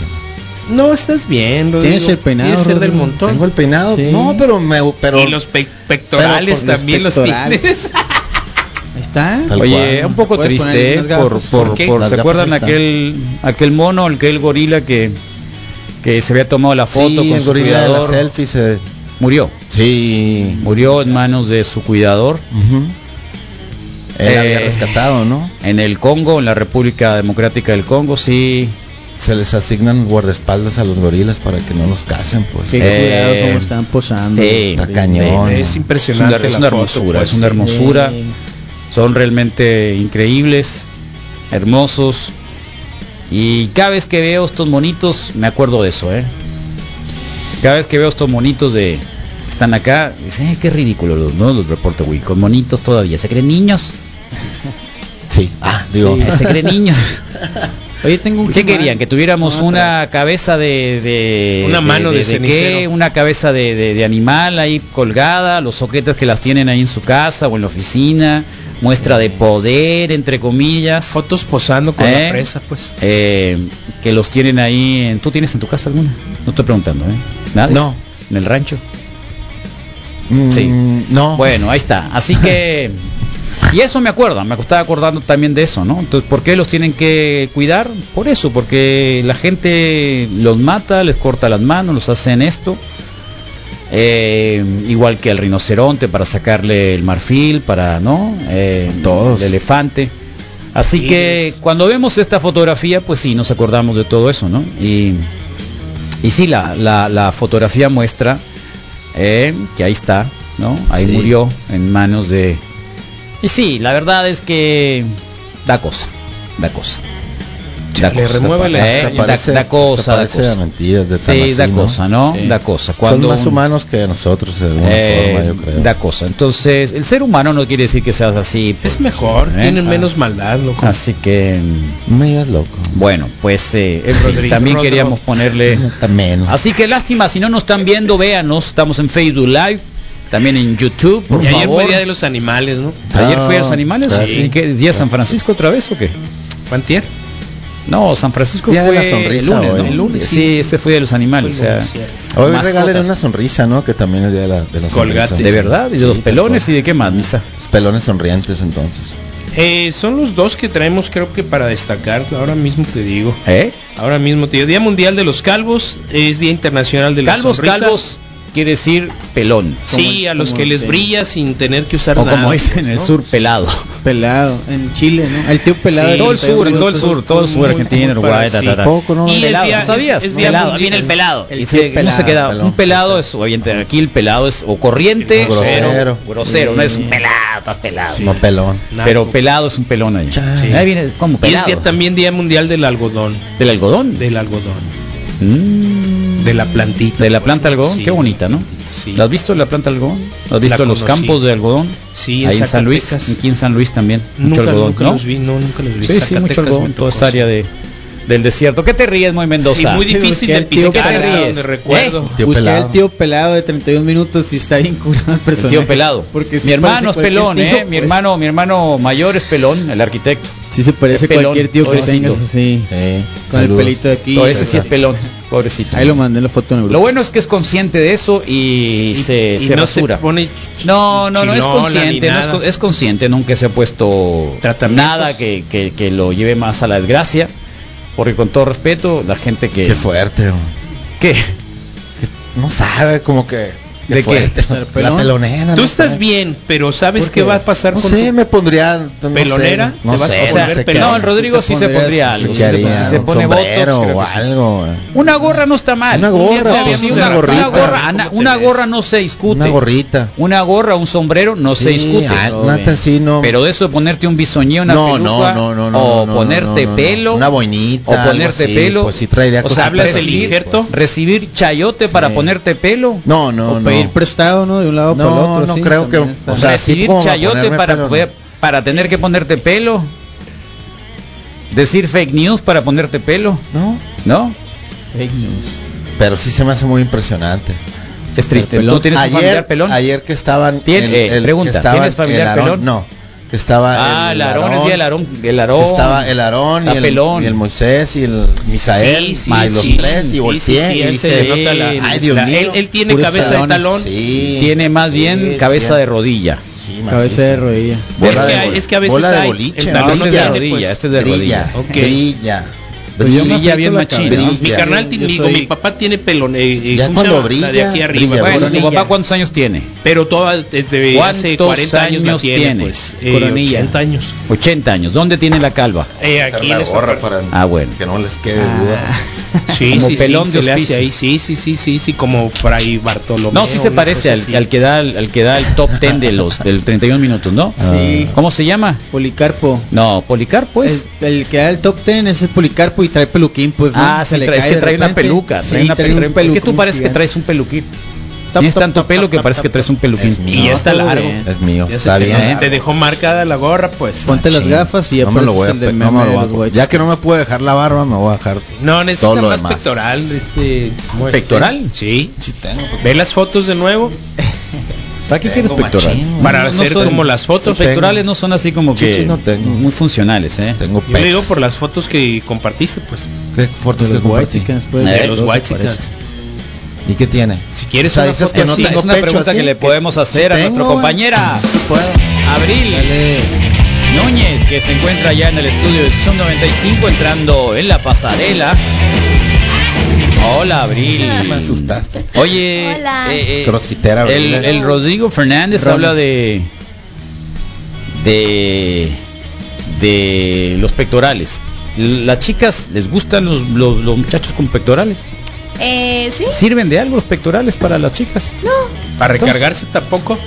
Speaker 7: No estás bien, Rodrigo.
Speaker 8: ¿Tienes el peinado,
Speaker 7: Quieres ser del
Speaker 8: Rodrigo?
Speaker 7: montón.
Speaker 6: Tengo el peinado.
Speaker 8: Sí.
Speaker 6: No, pero me... Pero...
Speaker 7: y los pe- pectorales
Speaker 8: Pero por-
Speaker 7: también
Speaker 8: los
Speaker 7: los,
Speaker 8: pectorales.
Speaker 7: tienes.
Speaker 8: Ahí está.
Speaker 6: Tal
Speaker 4: Oye,
Speaker 6: cual.
Speaker 4: un poco
Speaker 8: Puedes
Speaker 4: triste
Speaker 8: poner
Speaker 4: eh,
Speaker 8: unas
Speaker 4: por,
Speaker 8: gafas.
Speaker 4: por,
Speaker 7: ¿Por qué?
Speaker 4: por-
Speaker 6: Las
Speaker 4: ¿se
Speaker 6: gafas
Speaker 4: acuerdan
Speaker 6: están.
Speaker 4: aquel aquel mono, aquel gorila que que se había tomado la foto
Speaker 6: sí,
Speaker 4: con
Speaker 6: el
Speaker 4: su
Speaker 6: gorila de las
Speaker 4: cuidador?
Speaker 6: selfies. eh.
Speaker 4: Murió.
Speaker 6: Sí.
Speaker 4: Murió en manos de su cuidador
Speaker 6: Ujú. Él
Speaker 4: Eh,
Speaker 6: había rescatado, ¿no?
Speaker 4: en el Congo, en la República Democrática del Congo, sí.
Speaker 6: Se les asignan guardaespaldas a los gorilas para que no los casen, pues.
Speaker 8: Qué
Speaker 4: Eh,
Speaker 8: curado cómo están posando.
Speaker 4: sí.
Speaker 6: Está cañón.
Speaker 7: Es
Speaker 6: ¿no?
Speaker 4: Es una,
Speaker 7: impresionante.
Speaker 4: es
Speaker 7: la
Speaker 4: una
Speaker 7: foto,
Speaker 4: hermosura,
Speaker 7: pues,
Speaker 4: es una
Speaker 7: sí.
Speaker 4: hermosura. Son realmente increíbles, hermosos. Y cada vez que veo estos monitos, me acuerdo de eso, ¿eh? Cada vez que veo estos monitos de... Están acá, dicen, "Ay, qué ridículo los, ¿no? Los reportes, güey, con monitos todavía. ¿Se creen niños?
Speaker 6: Sí. Ah, digo.
Speaker 4: ¿Se creen niños?
Speaker 8: Oye, tengo un
Speaker 4: ¿Qué
Speaker 8: He-Man.
Speaker 4: querían? ¿Que tuviéramos
Speaker 8: No,
Speaker 4: una cabeza de, de-
Speaker 7: Una mano de
Speaker 4: qué?
Speaker 7: cenicero.
Speaker 4: Una cabeza de, de- de animal ahí colgada, los soquetes que las tienen ahí en su casa o en la oficina, muestra de poder, entre comillas,
Speaker 7: Fotos posando con
Speaker 4: ¿Eh?
Speaker 7: la presa, pues.
Speaker 4: eh, que los tienen ahí en... ¿Tú tienes en tu casa alguna? No estoy preguntando, ¿eh? ¿Nada?
Speaker 6: No.
Speaker 4: ¿En el rancho?
Speaker 6: Mm,
Speaker 4: Sí.
Speaker 6: No.
Speaker 4: Bueno, ahí está. Así que... Y eso me acuerda, me estaba acordando también de eso, ¿no? Entonces, ¿por qué los tienen que cuidar? Por eso, porque la gente los mata, les corta las manos, los hacen esto. Eh, igual que el rinoceronte para sacarle el marfil, para, ¿no? Eh,
Speaker 6: Todos.
Speaker 4: El elefante. Así
Speaker 7: Sí,
Speaker 4: que
Speaker 7: es.
Speaker 4: cuando vemos esta fotografía, pues sí, nos acordamos de todo eso, ¿no? Y, y sí, la, la, la fotografía muestra eh, que ahí está, ¿no? Ahí
Speaker 6: Sí.
Speaker 4: murió en manos de... Y sí, la verdad es que da cosa, da cosa. Da
Speaker 7: Chale, remuévele
Speaker 4: eh,
Speaker 7: hasta
Speaker 4: da- da,
Speaker 6: hasta
Speaker 4: cosa, da
Speaker 6: parece
Speaker 4: cosa.
Speaker 6: mentiras de tan
Speaker 4: Sí, da
Speaker 6: así, ¿no?
Speaker 4: cosa, ¿no? Da cosa. Cuando
Speaker 6: Son más
Speaker 4: un-
Speaker 6: humanos que nosotros, de alguna
Speaker 4: eh,
Speaker 6: forma, yo creo.
Speaker 4: da cosa. Entonces, el ser humano no quiere decir que seas así. pues,
Speaker 7: Es mejor,
Speaker 4: ¿eh?
Speaker 7: tienen
Speaker 4: Ah.
Speaker 7: menos maldad, loco.
Speaker 4: Así que, mm,
Speaker 6: No me digas loco.
Speaker 4: bueno, pues eh, en fin,
Speaker 7: Rodrigo,
Speaker 4: también
Speaker 7: Rodrigo.
Speaker 4: queríamos ponerle...
Speaker 6: Mm, También.
Speaker 4: Así que lástima, si no nos están viendo, véanos. Estamos en Facebook Live, también en YouTube, por
Speaker 7: y ayer
Speaker 4: favor.
Speaker 7: fue día de los animales, ¿no?
Speaker 4: Ayer fue a los
Speaker 6: Ah,
Speaker 4: animales.
Speaker 6: sí.
Speaker 4: ¿Y qué? ¿Día San Francisco otra vez o qué?
Speaker 7: Pantier.
Speaker 4: No, San Francisco
Speaker 6: Día de
Speaker 4: fue
Speaker 6: la sonrisa,
Speaker 4: el lunes,
Speaker 6: hoy.
Speaker 4: ¿no?
Speaker 6: El lunes,
Speaker 4: sí, ese fue de los animales.
Speaker 7: Fue el
Speaker 4: o sea,
Speaker 7: lunes, cierto.
Speaker 6: Hoy
Speaker 4: mascotas.
Speaker 6: regalen una sonrisa, ¿no? Que también es día de la, de la
Speaker 4: Colgate,
Speaker 6: sonrisa.
Speaker 4: de verdad, y de
Speaker 6: Sí,
Speaker 4: los
Speaker 6: pues,
Speaker 4: pelones y
Speaker 6: bueno.
Speaker 4: de qué más, misa.
Speaker 6: Pelones sonrientes, entonces.
Speaker 7: Eh, son los dos que traemos creo que para destacar, ahora mismo te digo.
Speaker 4: ¿Eh?
Speaker 7: Ahora mismo te digo, Día Mundial de los Calvos, es Día Internacional de la
Speaker 4: Calvos,
Speaker 7: Sonrisa.
Speaker 4: calvos quiere decir pelón.
Speaker 7: Sí, a los que les brilla sin tener que usar
Speaker 4: O
Speaker 7: nada.
Speaker 4: como dicen en
Speaker 7: pues,
Speaker 4: el
Speaker 7: ¿no?
Speaker 4: sur, pelado.
Speaker 8: Pelado, en Chile, ¿no? El tío pelado.
Speaker 7: Sí,
Speaker 8: de
Speaker 4: todo el
Speaker 8: 32
Speaker 4: sur, en todo el
Speaker 8: minutos.
Speaker 4: sur, todo el sur,
Speaker 7: Muy,
Speaker 4: Argentina,
Speaker 7: muy
Speaker 4: Uruguay, ta,
Speaker 7: parecido.
Speaker 4: ta, ta.
Speaker 8: Poco, ¿no?
Speaker 7: Y el
Speaker 4: pelado,
Speaker 7: día-
Speaker 4: ¿no sabías?
Speaker 7: es- es día
Speaker 4: pelado,
Speaker 7: mundial.
Speaker 4: viene el pelado.
Speaker 8: El
Speaker 4: Y
Speaker 8: tío
Speaker 4: se- ¿Cómo se
Speaker 8: pelado,
Speaker 4: queda?
Speaker 6: pelón.
Speaker 4: Un pelado es, obviamente, aquí el pelado es o
Speaker 6: O
Speaker 4: corriente,
Speaker 6: grosero.
Speaker 4: grosero, grosero, no es un pelado, estás pelado.
Speaker 6: No pelón.
Speaker 7: Naco.
Speaker 4: Pero pelado es un pelón ahí.
Speaker 6: Chale.
Speaker 4: Ahí viene como
Speaker 7: Y
Speaker 4: pelado.
Speaker 7: es día, también Día Mundial del Algodón.
Speaker 4: Del algodón.
Speaker 7: Del algodón.
Speaker 4: Mm.
Speaker 7: De la plantita.
Speaker 4: De la
Speaker 7: pues,
Speaker 4: planta algodón,
Speaker 7: sí,
Speaker 4: qué
Speaker 7: de la
Speaker 4: bonita, ¿no?
Speaker 7: plantita, sí.
Speaker 4: ¿La has visto la planta algodón? ¿La has visto
Speaker 7: La
Speaker 4: los
Speaker 7: conocí.
Speaker 4: campos de algodón?
Speaker 7: Sí, en
Speaker 4: Ahí en San Luis,
Speaker 7: Zacatecas.
Speaker 4: aquí en San Luis también.
Speaker 7: Nunca,
Speaker 4: mucho algodón,
Speaker 7: nunca
Speaker 4: ¿no?
Speaker 7: los vi, no, nunca los vi.
Speaker 4: Sí, sí,
Speaker 7: Zacatecas
Speaker 4: mucho
Speaker 7: me
Speaker 4: algodón,
Speaker 7: tocó,
Speaker 4: toda esta
Speaker 7: sí.
Speaker 4: área de, del desierto. ¿Qué te ríes, muy Mendoza?
Speaker 7: Y muy difícil de
Speaker 4: ¿Por qué Eh.
Speaker 7: pisar,
Speaker 4: te
Speaker 7: hasta
Speaker 4: ríes?
Speaker 7: donde recuerdo.
Speaker 6: Tío
Speaker 8: Busqué
Speaker 6: pelado.
Speaker 8: el tío pelado de 31 minutos y está bien curado el
Speaker 4: El
Speaker 8: personaje.
Speaker 4: tío pelado.
Speaker 8: Porque sí
Speaker 4: mi hermano es
Speaker 8: parece
Speaker 4: pelón,
Speaker 8: cualquier tío,
Speaker 4: ¿eh? Mi
Speaker 8: pues.
Speaker 4: hermano, mi hermano mayor es pelón, el arquitecto.
Speaker 8: Sí se parece a
Speaker 4: Es pelón,
Speaker 8: cualquier tío que
Speaker 4: pobrecito.
Speaker 8: tengas así.
Speaker 6: Sí,
Speaker 8: Con el
Speaker 6: saludos.
Speaker 8: pelito de aquí.
Speaker 4: No, ese sí es pelón, pobrecito.
Speaker 8: Ahí lo mandé en la foto en el
Speaker 4: Lo
Speaker 8: grupo.
Speaker 4: bueno es que es consciente de eso y,
Speaker 7: Y-
Speaker 4: se,
Speaker 7: y
Speaker 4: se
Speaker 7: no
Speaker 4: rasura.
Speaker 7: se pone
Speaker 4: No, no, no es
Speaker 7: chinola ni
Speaker 4: consciente, no es,
Speaker 7: nada.
Speaker 4: con- es consciente, nunca se ha puesto
Speaker 7: Tratamientos.
Speaker 4: nada que, que- que lo lleve más a la desgracia, porque con todo respeto, la gente que...
Speaker 6: Qué fuerte. hombre.
Speaker 4: ¿Qué?
Speaker 6: No sabe, como que.
Speaker 4: ¿De qué?
Speaker 8: ¿Del
Speaker 6: La
Speaker 8: pelón?
Speaker 6: pelonera.
Speaker 7: Tú
Speaker 6: no
Speaker 7: estás
Speaker 6: sabe.
Speaker 7: bien, pero ¿sabes
Speaker 6: ¿Por
Speaker 7: qué va a pasar
Speaker 6: no
Speaker 7: con
Speaker 6: sé,
Speaker 7: tu-
Speaker 6: me pondría. no
Speaker 7: ¿Pelonera?
Speaker 6: sé, No
Speaker 7: ¿Te vas a
Speaker 6: sé.
Speaker 4: O sea,
Speaker 7: poner
Speaker 6: se
Speaker 7: pelón?
Speaker 4: no, el Rodrigo
Speaker 8: ¿Tú te
Speaker 4: sí se
Speaker 8: pondrías-
Speaker 4: pondría
Speaker 8: se
Speaker 4: algo, sí
Speaker 6: ¿Qué
Speaker 4: se-
Speaker 6: haría?
Speaker 4: sí se
Speaker 6: ¿Un
Speaker 4: pone
Speaker 6: sombrero
Speaker 4: botox, creo
Speaker 6: o
Speaker 4: que sí.
Speaker 6: algo. eh, güey?
Speaker 4: Una gorra no está mal.
Speaker 6: Una
Speaker 4: Un día
Speaker 6: gorra,
Speaker 4: te habíamos-
Speaker 6: sí,
Speaker 4: una,
Speaker 6: una gorrita.
Speaker 4: gorra, ana- una gorra no se discute.
Speaker 6: Una gorrita.
Speaker 4: Una gorra, un sombrero no se
Speaker 6: Sí,
Speaker 4: discute.
Speaker 6: ah, nada así, no.
Speaker 4: Pero de eso de ponerte un bisoñé, una
Speaker 6: no, no,
Speaker 4: peluca,
Speaker 6: no, no, no, no,
Speaker 4: o
Speaker 6: no,
Speaker 4: ponerte
Speaker 6: no, no.
Speaker 4: pelo,
Speaker 6: Una boinita.
Speaker 4: o
Speaker 6: algo
Speaker 4: ponerte
Speaker 6: así,
Speaker 4: pelo,
Speaker 6: Pues sí traería
Speaker 4: o sea,
Speaker 6: cosas
Speaker 4: hablas
Speaker 6: así,
Speaker 4: del injerto,
Speaker 6: pues.
Speaker 4: recibir chayote para ponerte pelo,
Speaker 6: No, no,
Speaker 8: O
Speaker 6: no.
Speaker 8: pedir prestado, ¿no? De un lado
Speaker 6: No,
Speaker 8: para el otro.
Speaker 6: no
Speaker 8: sí,
Speaker 6: creo que-
Speaker 8: también está
Speaker 6: o
Speaker 8: bien.
Speaker 6: sea, sí
Speaker 4: recibir
Speaker 6: como
Speaker 4: chayote
Speaker 6: ponerme
Speaker 4: para
Speaker 6: pelo,
Speaker 4: poder, para tener que ponerte pelo, decir fake news para ponerte pelo,
Speaker 6: No,
Speaker 4: ¿no?
Speaker 8: Fake news.
Speaker 6: pero sí se me hace muy impresionante.
Speaker 4: Es triste.
Speaker 8: pelón.
Speaker 4: ¿Tú tienes un familiar
Speaker 6: Ayer,
Speaker 4: pelón?
Speaker 6: ayer que estaban.
Speaker 4: Tien- eh, pregunta,
Speaker 6: que estaban
Speaker 4: ¿tienes familiar
Speaker 6: el Aarón-
Speaker 4: pelón?
Speaker 6: No, que estaba.
Speaker 4: ah, el Aarón, es día el Aarón, el Aarón.
Speaker 6: Estaba el Aarón y
Speaker 4: Está
Speaker 6: el,
Speaker 4: pelón.
Speaker 6: y el Moisés y el Misael
Speaker 7: Sí, sí,
Speaker 6: y los
Speaker 7: sí,
Speaker 6: tres
Speaker 7: sí,
Speaker 6: y Voltier
Speaker 7: sí, sí,
Speaker 6: y
Speaker 7: él
Speaker 6: dije,
Speaker 7: se nota la-
Speaker 6: ay Dios
Speaker 7: la-
Speaker 6: mío,
Speaker 7: él- él tiene
Speaker 6: puros
Speaker 7: cabeza de
Speaker 6: pelones.
Speaker 7: talón.
Speaker 6: Sí,
Speaker 4: tiene más
Speaker 6: sí,
Speaker 4: bien cabeza
Speaker 6: tiene-
Speaker 4: de rodilla.
Speaker 6: sí,
Speaker 8: Cabeza
Speaker 6: macizo.
Speaker 8: de rodilla.
Speaker 7: Es
Speaker 6: Bola
Speaker 7: que,
Speaker 6: de
Speaker 7: hay-
Speaker 6: bol-
Speaker 7: es que a veces
Speaker 6: bola de
Speaker 7: hay,
Speaker 6: boliche,
Speaker 7: el
Speaker 6: ¿no?
Speaker 7: talón
Speaker 4: este
Speaker 7: no
Speaker 4: es de
Speaker 7: tiene,
Speaker 4: rodilla,
Speaker 7: pues.
Speaker 4: este es de
Speaker 6: brilla,
Speaker 4: rodilla.
Speaker 7: Ok.
Speaker 6: brilla,
Speaker 8: Pues yo me
Speaker 4: Brilla
Speaker 8: aprieto
Speaker 4: bien
Speaker 8: la
Speaker 4: machín,
Speaker 8: cabeza.
Speaker 4: ¿no?
Speaker 7: Mi
Speaker 6: Ya.
Speaker 7: carnal,
Speaker 8: Yo
Speaker 7: tiene- mi-
Speaker 8: soy-
Speaker 7: mi papá tiene pelón, eh, eh,
Speaker 6: Ya
Speaker 7: ¿cómo
Speaker 6: cuando
Speaker 7: se llama?
Speaker 6: brilla,
Speaker 7: la de aquí arriba,
Speaker 6: brilla,
Speaker 7: bueno,
Speaker 4: Bueno,
Speaker 7: sí,
Speaker 4: ¿tu
Speaker 6: Rodilla.
Speaker 4: papá cuántos años tiene?
Speaker 7: pero toda desde hace
Speaker 4: ¿Cuántos
Speaker 7: 40 años, la
Speaker 4: años
Speaker 7: tiene,
Speaker 4: tiene?
Speaker 7: pues, eh,
Speaker 4: Coronilla.
Speaker 7: 80 años.
Speaker 4: 80 años. ¿Dónde tiene la calva?
Speaker 7: Eh,
Speaker 6: Quitar
Speaker 7: aquí en
Speaker 6: la
Speaker 7: esta
Speaker 6: gorra
Speaker 7: parte.
Speaker 6: para
Speaker 4: Ah, bueno.
Speaker 6: que no les quede
Speaker 8: Ah,
Speaker 7: Ah,
Speaker 6: duda.
Speaker 7: Sí,
Speaker 4: Como
Speaker 7: sí,
Speaker 4: pelón
Speaker 7: sí,
Speaker 4: de
Speaker 7: se le hace
Speaker 4: hospicio.
Speaker 7: ahí, sí, sí, sí, sí, sí, como Fray Bartolomé.
Speaker 4: No, sí se
Speaker 7: una
Speaker 4: parece
Speaker 7: cosa
Speaker 4: al,
Speaker 7: así.
Speaker 4: al que da el, al que da el top 10 de los del 31 minutos, ¿no?
Speaker 8: Sí.
Speaker 4: ¿Cómo se llama?
Speaker 8: Policarpo.
Speaker 4: No, Policarpo pues.
Speaker 8: el, el que da el top ten es el Policarpo y trae peluquín, pues. ¿no?
Speaker 4: Ah,
Speaker 8: Se
Speaker 4: sí,
Speaker 8: le
Speaker 4: trae- es
Speaker 8: cae
Speaker 4: que
Speaker 8: de
Speaker 4: trae una
Speaker 8: repente.
Speaker 4: peluca, trae
Speaker 8: Sí,
Speaker 4: una
Speaker 8: trae
Speaker 4: pe-
Speaker 8: un
Speaker 4: trae- Es que tú
Speaker 8: peluquín
Speaker 4: parece que
Speaker 8: gigante.
Speaker 4: traes un peluquín.
Speaker 8: Tap,
Speaker 4: Tienes
Speaker 8: tap,
Speaker 4: tanto
Speaker 8: tap,
Speaker 4: pelo
Speaker 8: tap,
Speaker 4: que
Speaker 8: tap,
Speaker 4: parece que
Speaker 8: tap,
Speaker 4: traes un
Speaker 6: Es
Speaker 4: peluquín. este,
Speaker 6: mío.
Speaker 7: Y ya está
Speaker 8: todo
Speaker 7: largo.
Speaker 8: bien.
Speaker 6: Es mío,
Speaker 7: Ya se
Speaker 6: está
Speaker 7: te-
Speaker 6: bien.
Speaker 7: Te dejó marcada la gorra, pues.
Speaker 8: Ponte las
Speaker 6: Sí.
Speaker 8: gafas y
Speaker 6: no me lo
Speaker 8: apareces
Speaker 6: voy a,
Speaker 8: el de
Speaker 6: pe- no
Speaker 8: meme
Speaker 6: me lo
Speaker 8: de
Speaker 6: voy a
Speaker 8: los
Speaker 6: pe-
Speaker 8: White
Speaker 6: Ya
Speaker 8: Sox.
Speaker 6: que no me puedo dejar la barba, me voy a dejar.
Speaker 7: No, necesita
Speaker 6: Todo lo
Speaker 7: más
Speaker 6: demás.
Speaker 7: pectoral, este... ¿cómo es?
Speaker 4: ¿Pectoral?
Speaker 7: Sí.
Speaker 6: Sí tengo, porque-
Speaker 7: Ve las fotos de nuevo
Speaker 4: ¿Para qué quieres
Speaker 6: Tengo
Speaker 4: pectoral?
Speaker 6: machín,
Speaker 7: para
Speaker 4: No, no
Speaker 7: hacer
Speaker 4: son-
Speaker 7: como las fotos.
Speaker 4: Los pectorales no son así como que
Speaker 6: Chichis no tengo.
Speaker 4: muy funcionales, ¿eh?
Speaker 6: Tengo
Speaker 7: Yo le digo
Speaker 6: pecs.
Speaker 7: por las fotos que compartiste, pues.
Speaker 6: ¿Qué fotos que
Speaker 8: De los White
Speaker 6: compartí?
Speaker 8: Chickens, pues.
Speaker 4: Eh,
Speaker 7: de los
Speaker 6: los
Speaker 7: White
Speaker 6: aparece.
Speaker 7: Chicans.
Speaker 6: ¿Y qué tiene?
Speaker 7: Si quieres
Speaker 6: O sea,
Speaker 7: una
Speaker 6: dices
Speaker 7: foto
Speaker 6: que no
Speaker 7: así,
Speaker 6: tengo
Speaker 4: es una
Speaker 6: pecho
Speaker 4: pregunta
Speaker 6: así,
Speaker 4: que le
Speaker 6: que-
Speaker 4: podemos hacer a
Speaker 6: tengo,
Speaker 4: nuestra
Speaker 6: güey.
Speaker 4: compañera Abril
Speaker 8: Dale.
Speaker 4: Núñez, que se encuentra ya en el estudio de Zoom 95 entrando en la pasarela. Hola Abril.
Speaker 6: Me asustaste.
Speaker 4: Oye,
Speaker 9: Hola.
Speaker 4: eh, eh,
Speaker 6: Crossfitera, Abril,
Speaker 4: el,
Speaker 6: ¿eh?
Speaker 4: el Rodrigo Fernández
Speaker 8: Ron.
Speaker 4: habla de de de los pectorales. Las chicas les gustan los, los, los muchachos con pectorales.
Speaker 9: Eh, ¿sí?
Speaker 4: ¿Sirven de algo los pectorales para las chicas?
Speaker 9: No.
Speaker 7: Para recargarse tampoco.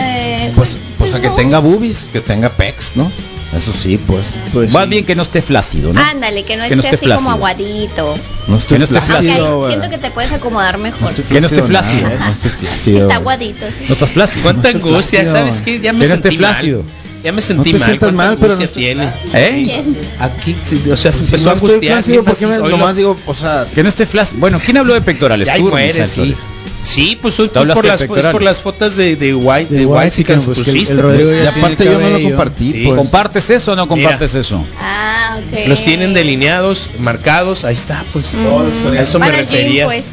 Speaker 9: Eh,
Speaker 6: Pues, pues a que
Speaker 9: no.
Speaker 6: tenga boobies, que tenga pecs, ¿no? Eso sí, pues.
Speaker 8: Pues
Speaker 4: Más
Speaker 8: sí.
Speaker 4: bien que no esté flácido, ¿no?
Speaker 9: Ándale, que Ah, no
Speaker 4: Que
Speaker 9: esté
Speaker 4: no esté
Speaker 9: así como
Speaker 4: flácido.
Speaker 9: aguadito.
Speaker 6: No estoy
Speaker 4: Que no esté
Speaker 9: Aunque ahí
Speaker 6: flácido, güey.
Speaker 9: siento que te puedes acomodar mejor.
Speaker 6: estoy
Speaker 4: Que no esté
Speaker 6: nada,
Speaker 4: flácido, ¿eh?
Speaker 6: No estoy flácido.
Speaker 9: Está
Speaker 6: güey.
Speaker 9: aguadito. sí.
Speaker 4: No estás flácido.
Speaker 7: Cuánta angustia, ¿sabes qué? Ya me
Speaker 4: Que no esté
Speaker 7: sentí mal.
Speaker 4: flácido.
Speaker 7: Ya me sentí
Speaker 6: te
Speaker 7: mal.
Speaker 6: sientas
Speaker 7: ¿cuánta
Speaker 6: mal, pero
Speaker 7: angustia
Speaker 6: no-
Speaker 7: tiene?
Speaker 4: ¿Eh?
Speaker 7: Aquí, sí, o sea, se
Speaker 6: Si
Speaker 7: empezó
Speaker 6: no
Speaker 7: a
Speaker 6: estoy
Speaker 7: angustiar.
Speaker 6: plácido,
Speaker 7: bien
Speaker 6: ¿por qué me-
Speaker 7: macizo. Hoy lo-
Speaker 6: nomás digo, o sea,
Speaker 4: Que no esté flash. Bueno, ¿quién habló de pectorales?
Speaker 7: Ya ahí
Speaker 4: Tú,
Speaker 7: muere,
Speaker 4: Luis
Speaker 7: sí.
Speaker 4: Álvarez.
Speaker 7: Sí, pues hoy
Speaker 4: hablaste
Speaker 7: por
Speaker 4: de
Speaker 7: las, es por
Speaker 4: pectorales.
Speaker 7: las fotos de, de White, de
Speaker 8: De
Speaker 7: White,
Speaker 8: White Chicken, pues, que el-
Speaker 7: pusiste.
Speaker 8: el
Speaker 7: pues.
Speaker 8: Rodrigo
Speaker 6: y
Speaker 8: ya tiene
Speaker 6: aparte yo no lo
Speaker 8: cabello.
Speaker 6: compartí,
Speaker 7: Sí.
Speaker 6: pues.
Speaker 4: ¿Compartes eso o no compartes eso?
Speaker 9: Ah, ok.
Speaker 7: Los tienen delineados, marcados, ahí está, pues.
Speaker 9: Ujú.
Speaker 7: A eso me
Speaker 9: Mm. Van al gym,
Speaker 7: refería.
Speaker 9: pues.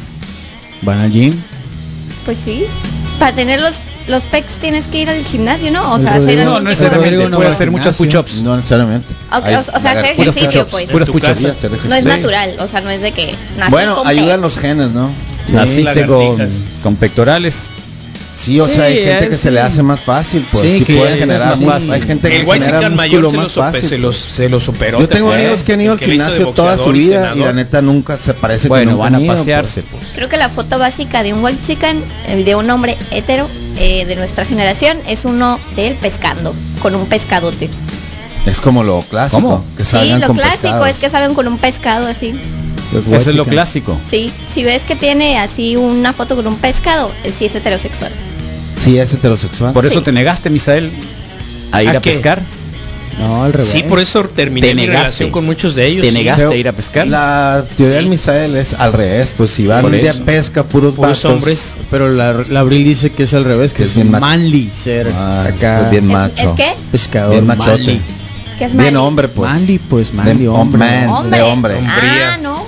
Speaker 8: Van al gym.
Speaker 9: Pues sí. Para tener los, los pecs tienes que ir al gimnasio, ¿no? O
Speaker 8: El
Speaker 9: sea, hacer
Speaker 8: Rodrigo-
Speaker 9: algún
Speaker 4: No,
Speaker 8: Rodrigo
Speaker 4: no
Speaker 9: tipo de-
Speaker 8: necesariamente,
Speaker 4: necesariamente.
Speaker 8: no va
Speaker 4: Puede
Speaker 8: al
Speaker 4: hacer muchas
Speaker 8: gimnasio.
Speaker 4: push-ups.
Speaker 6: No necesariamente.
Speaker 9: Ok,
Speaker 6: Hay-
Speaker 9: o- o sea,
Speaker 6: lagar-
Speaker 9: hacer
Speaker 6: puros
Speaker 9: ejercicio,
Speaker 6: push-ups.
Speaker 9: pues.
Speaker 4: Puros
Speaker 6: En tu
Speaker 4: push-ups.
Speaker 6: casa hacer
Speaker 9: No es
Speaker 6: ejercicio.
Speaker 9: natural, o sea, no es de que naces
Speaker 6: Bueno,
Speaker 9: con pec.
Speaker 6: ayudan los genes, ¿no?
Speaker 4: Naciste con,
Speaker 7: lagartijas.
Speaker 4: con pectorales.
Speaker 6: Sí, o sea, hay
Speaker 4: Sí,
Speaker 6: gente
Speaker 4: eh,
Speaker 6: que
Speaker 4: sí.
Speaker 6: se le hace más fácil, pues.
Speaker 8: Sí,
Speaker 6: Sí,
Speaker 8: que
Speaker 6: pueden
Speaker 8: es
Speaker 6: generar
Speaker 8: más
Speaker 6: más.
Speaker 8: fácil.
Speaker 6: Hay gente que
Speaker 7: el White
Speaker 6: genera
Speaker 7: Chicken mayor
Speaker 6: músculo
Speaker 7: se
Speaker 6: más
Speaker 7: los, ope- se
Speaker 6: fácil.
Speaker 7: los,
Speaker 4: pues.
Speaker 7: se los operó.
Speaker 6: Yo tengo
Speaker 7: ¿te acuerdas?
Speaker 6: amigos que han ido al
Speaker 7: El lo hizo de
Speaker 6: gimnasio toda su
Speaker 7: boxeador y
Speaker 6: vida y
Speaker 7: senador.
Speaker 6: la neta nunca se parece
Speaker 4: Bueno,
Speaker 6: nunca
Speaker 4: van
Speaker 6: han
Speaker 4: a
Speaker 6: ido,
Speaker 4: pasearse, pues.
Speaker 9: Creo que la foto básica de un white chicken, el de un hombre hetero eh, de nuestra generación, es uno de él pescando, con un pescadote.
Speaker 6: pues. Es como lo clásico,
Speaker 4: ¿Cómo?
Speaker 6: que
Speaker 9: Sí,
Speaker 6: salgan
Speaker 9: lo
Speaker 6: con
Speaker 9: clásico
Speaker 6: pescados.
Speaker 9: es que salgan con un pescado así.
Speaker 4: pues. Eso es lo clásico.
Speaker 9: Sí, si ves que tiene así una foto con un pescado, eh, sí es heterosexual.
Speaker 6: Ah, Sí, es heterosexual.
Speaker 4: Por eso
Speaker 9: Sí.
Speaker 4: te negaste, Misael, a ir
Speaker 7: ¿A
Speaker 4: a,
Speaker 7: qué?
Speaker 4: pescar.
Speaker 8: No, al revés.
Speaker 7: Sí, por eso terminé
Speaker 4: ¿eh? Te
Speaker 7: mi
Speaker 4: negaste.
Speaker 7: relación con muchos de ellos.
Speaker 4: Te
Speaker 7: sí.
Speaker 4: negaste
Speaker 6: O sea,
Speaker 4: a ir a pescar.
Speaker 6: La teoría del Misael es al revés, pues si van
Speaker 4: Por
Speaker 6: un día
Speaker 4: eso.
Speaker 6: a pesca puros,
Speaker 7: Puros
Speaker 6: vatos,
Speaker 7: hombres.
Speaker 8: Pero la, la Abril dice que es al revés, que
Speaker 6: Que
Speaker 8: es
Speaker 6: es bien macho.
Speaker 8: manly ser
Speaker 6: Ah,
Speaker 8: acá.
Speaker 6: es bien
Speaker 9: ¿Es-
Speaker 6: macho.
Speaker 9: es qué?
Speaker 8: pescador.
Speaker 6: Bien machote.
Speaker 8: manly.
Speaker 9: Que es
Speaker 6: Bien
Speaker 9: mal-
Speaker 6: hombre, pues.
Speaker 8: Manly, pues, manly,
Speaker 6: De-
Speaker 8: hombre.
Speaker 6: man.
Speaker 9: hombre.
Speaker 6: de hombre.
Speaker 9: Ah,
Speaker 7: Hombría.
Speaker 9: no.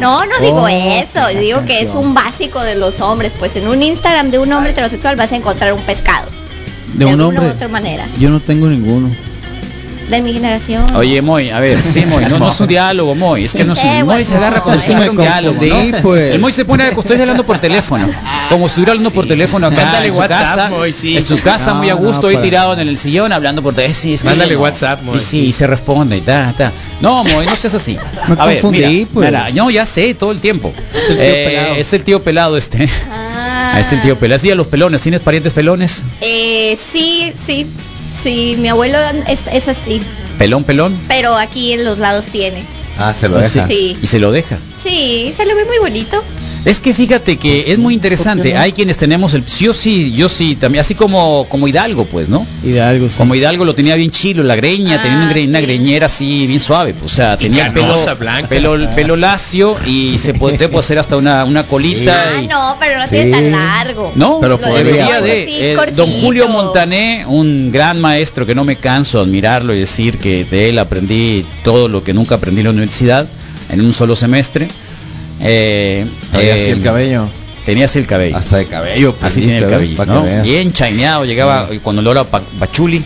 Speaker 9: No, no digo
Speaker 6: Oh,
Speaker 9: eso,
Speaker 6: la
Speaker 9: digo que es
Speaker 6: canción.
Speaker 9: un básico de los hombres, pues en un Instagram de un hombre heterosexual vas a encontrar un pescado.
Speaker 8: De un
Speaker 9: alguna
Speaker 8: hombre.
Speaker 9: u otra manera.
Speaker 8: Yo no tengo ninguno.
Speaker 9: De mi generación.
Speaker 4: Oye, Moy, a ver, sí, Moy, no, no es un diálogo, Moy. Es que no es un,
Speaker 9: Eh,
Speaker 4: Moy se
Speaker 9: bueno,
Speaker 4: agarra como
Speaker 9: es
Speaker 4: si
Speaker 9: que
Speaker 4: fuera
Speaker 8: me
Speaker 4: un diálogo,
Speaker 8: confundí,
Speaker 4: ¿no?
Speaker 8: pues.
Speaker 4: El Moy se pone, estoy hablando por teléfono. Como si estuviera hablando por teléfono acá
Speaker 7: Mándale
Speaker 4: en su
Speaker 7: WhatsApp,
Speaker 4: casa.
Speaker 7: Moy, sí.
Speaker 4: En su casa,
Speaker 8: No,
Speaker 4: muy a gusto,
Speaker 8: no,
Speaker 4: ahí
Speaker 8: para
Speaker 4: tirado
Speaker 8: nada.
Speaker 4: en el sillón, hablando por teléfono. Sí, es que
Speaker 7: Mándale
Speaker 4: no.
Speaker 7: WhatsApp, Moy,
Speaker 4: Y sí, y se responde y ta, ta. No, Moy, no seas así.
Speaker 8: Me
Speaker 4: a ver,
Speaker 8: confundí,
Speaker 4: mira,
Speaker 8: pues.
Speaker 4: mira, no, ya sé, todo el tiempo.
Speaker 8: el tío
Speaker 4: Eh,
Speaker 8: pelado.
Speaker 4: es el tío pelado este.
Speaker 9: Ah.
Speaker 4: Ah, este el tío pelado. Sí, a los pelones. ¿Tienes parientes pelones?
Speaker 9: Eh, sí, sí, sí, mi abuelo es, es así,
Speaker 4: Pelón, pelón.
Speaker 9: pero aquí en los lados tiene.
Speaker 6: Ah, se lo
Speaker 8: Pues sí.
Speaker 6: deja.
Speaker 9: Sí,
Speaker 4: Y se lo deja.
Speaker 9: sí, se le ve muy bonito.
Speaker 4: Es que fíjate
Speaker 9: Pues
Speaker 4: que es muy interesante. Hay quienes tenemos el sí o sí, yo sí también, así como como Hidalgo, pues, ¿no?
Speaker 8: Y de algo, sí.
Speaker 4: Como Hidalgo lo tenía bien chilo, la greña,
Speaker 9: Ah,
Speaker 4: tenía una, gre- una
Speaker 9: sí.
Speaker 4: greñera así bien suave, pues, o sea, tenía el pelo,
Speaker 7: canosa, blanca.
Speaker 4: pelo pelo lacio y se puede, te puede hacer hasta una, una colita.
Speaker 9: Ah,
Speaker 4: y-
Speaker 9: no, pero no
Speaker 6: Sí.
Speaker 9: tiene tan largo.
Speaker 4: No,
Speaker 6: Pero
Speaker 9: Lo
Speaker 6: podría.
Speaker 4: debería
Speaker 9: Hidalgo
Speaker 4: de
Speaker 9: sí,
Speaker 4: eh,
Speaker 9: cortito.
Speaker 4: Don Julio Montané, un gran maestro que no me canso de admirarlo y decir que de él aprendí todo lo que nunca aprendí en la universidad en un solo semestre. Eh,
Speaker 6: Traía
Speaker 4: eh,
Speaker 6: así el cabello.
Speaker 4: Tenía así el cabello.
Speaker 6: Hasta de cabello, pues,
Speaker 4: Así tiene el
Speaker 6: ¿viste?
Speaker 4: cabello,
Speaker 6: Para
Speaker 4: ¿no?
Speaker 6: que veas.
Speaker 4: Bien chaineado, llegaba con olor a pa- pachuli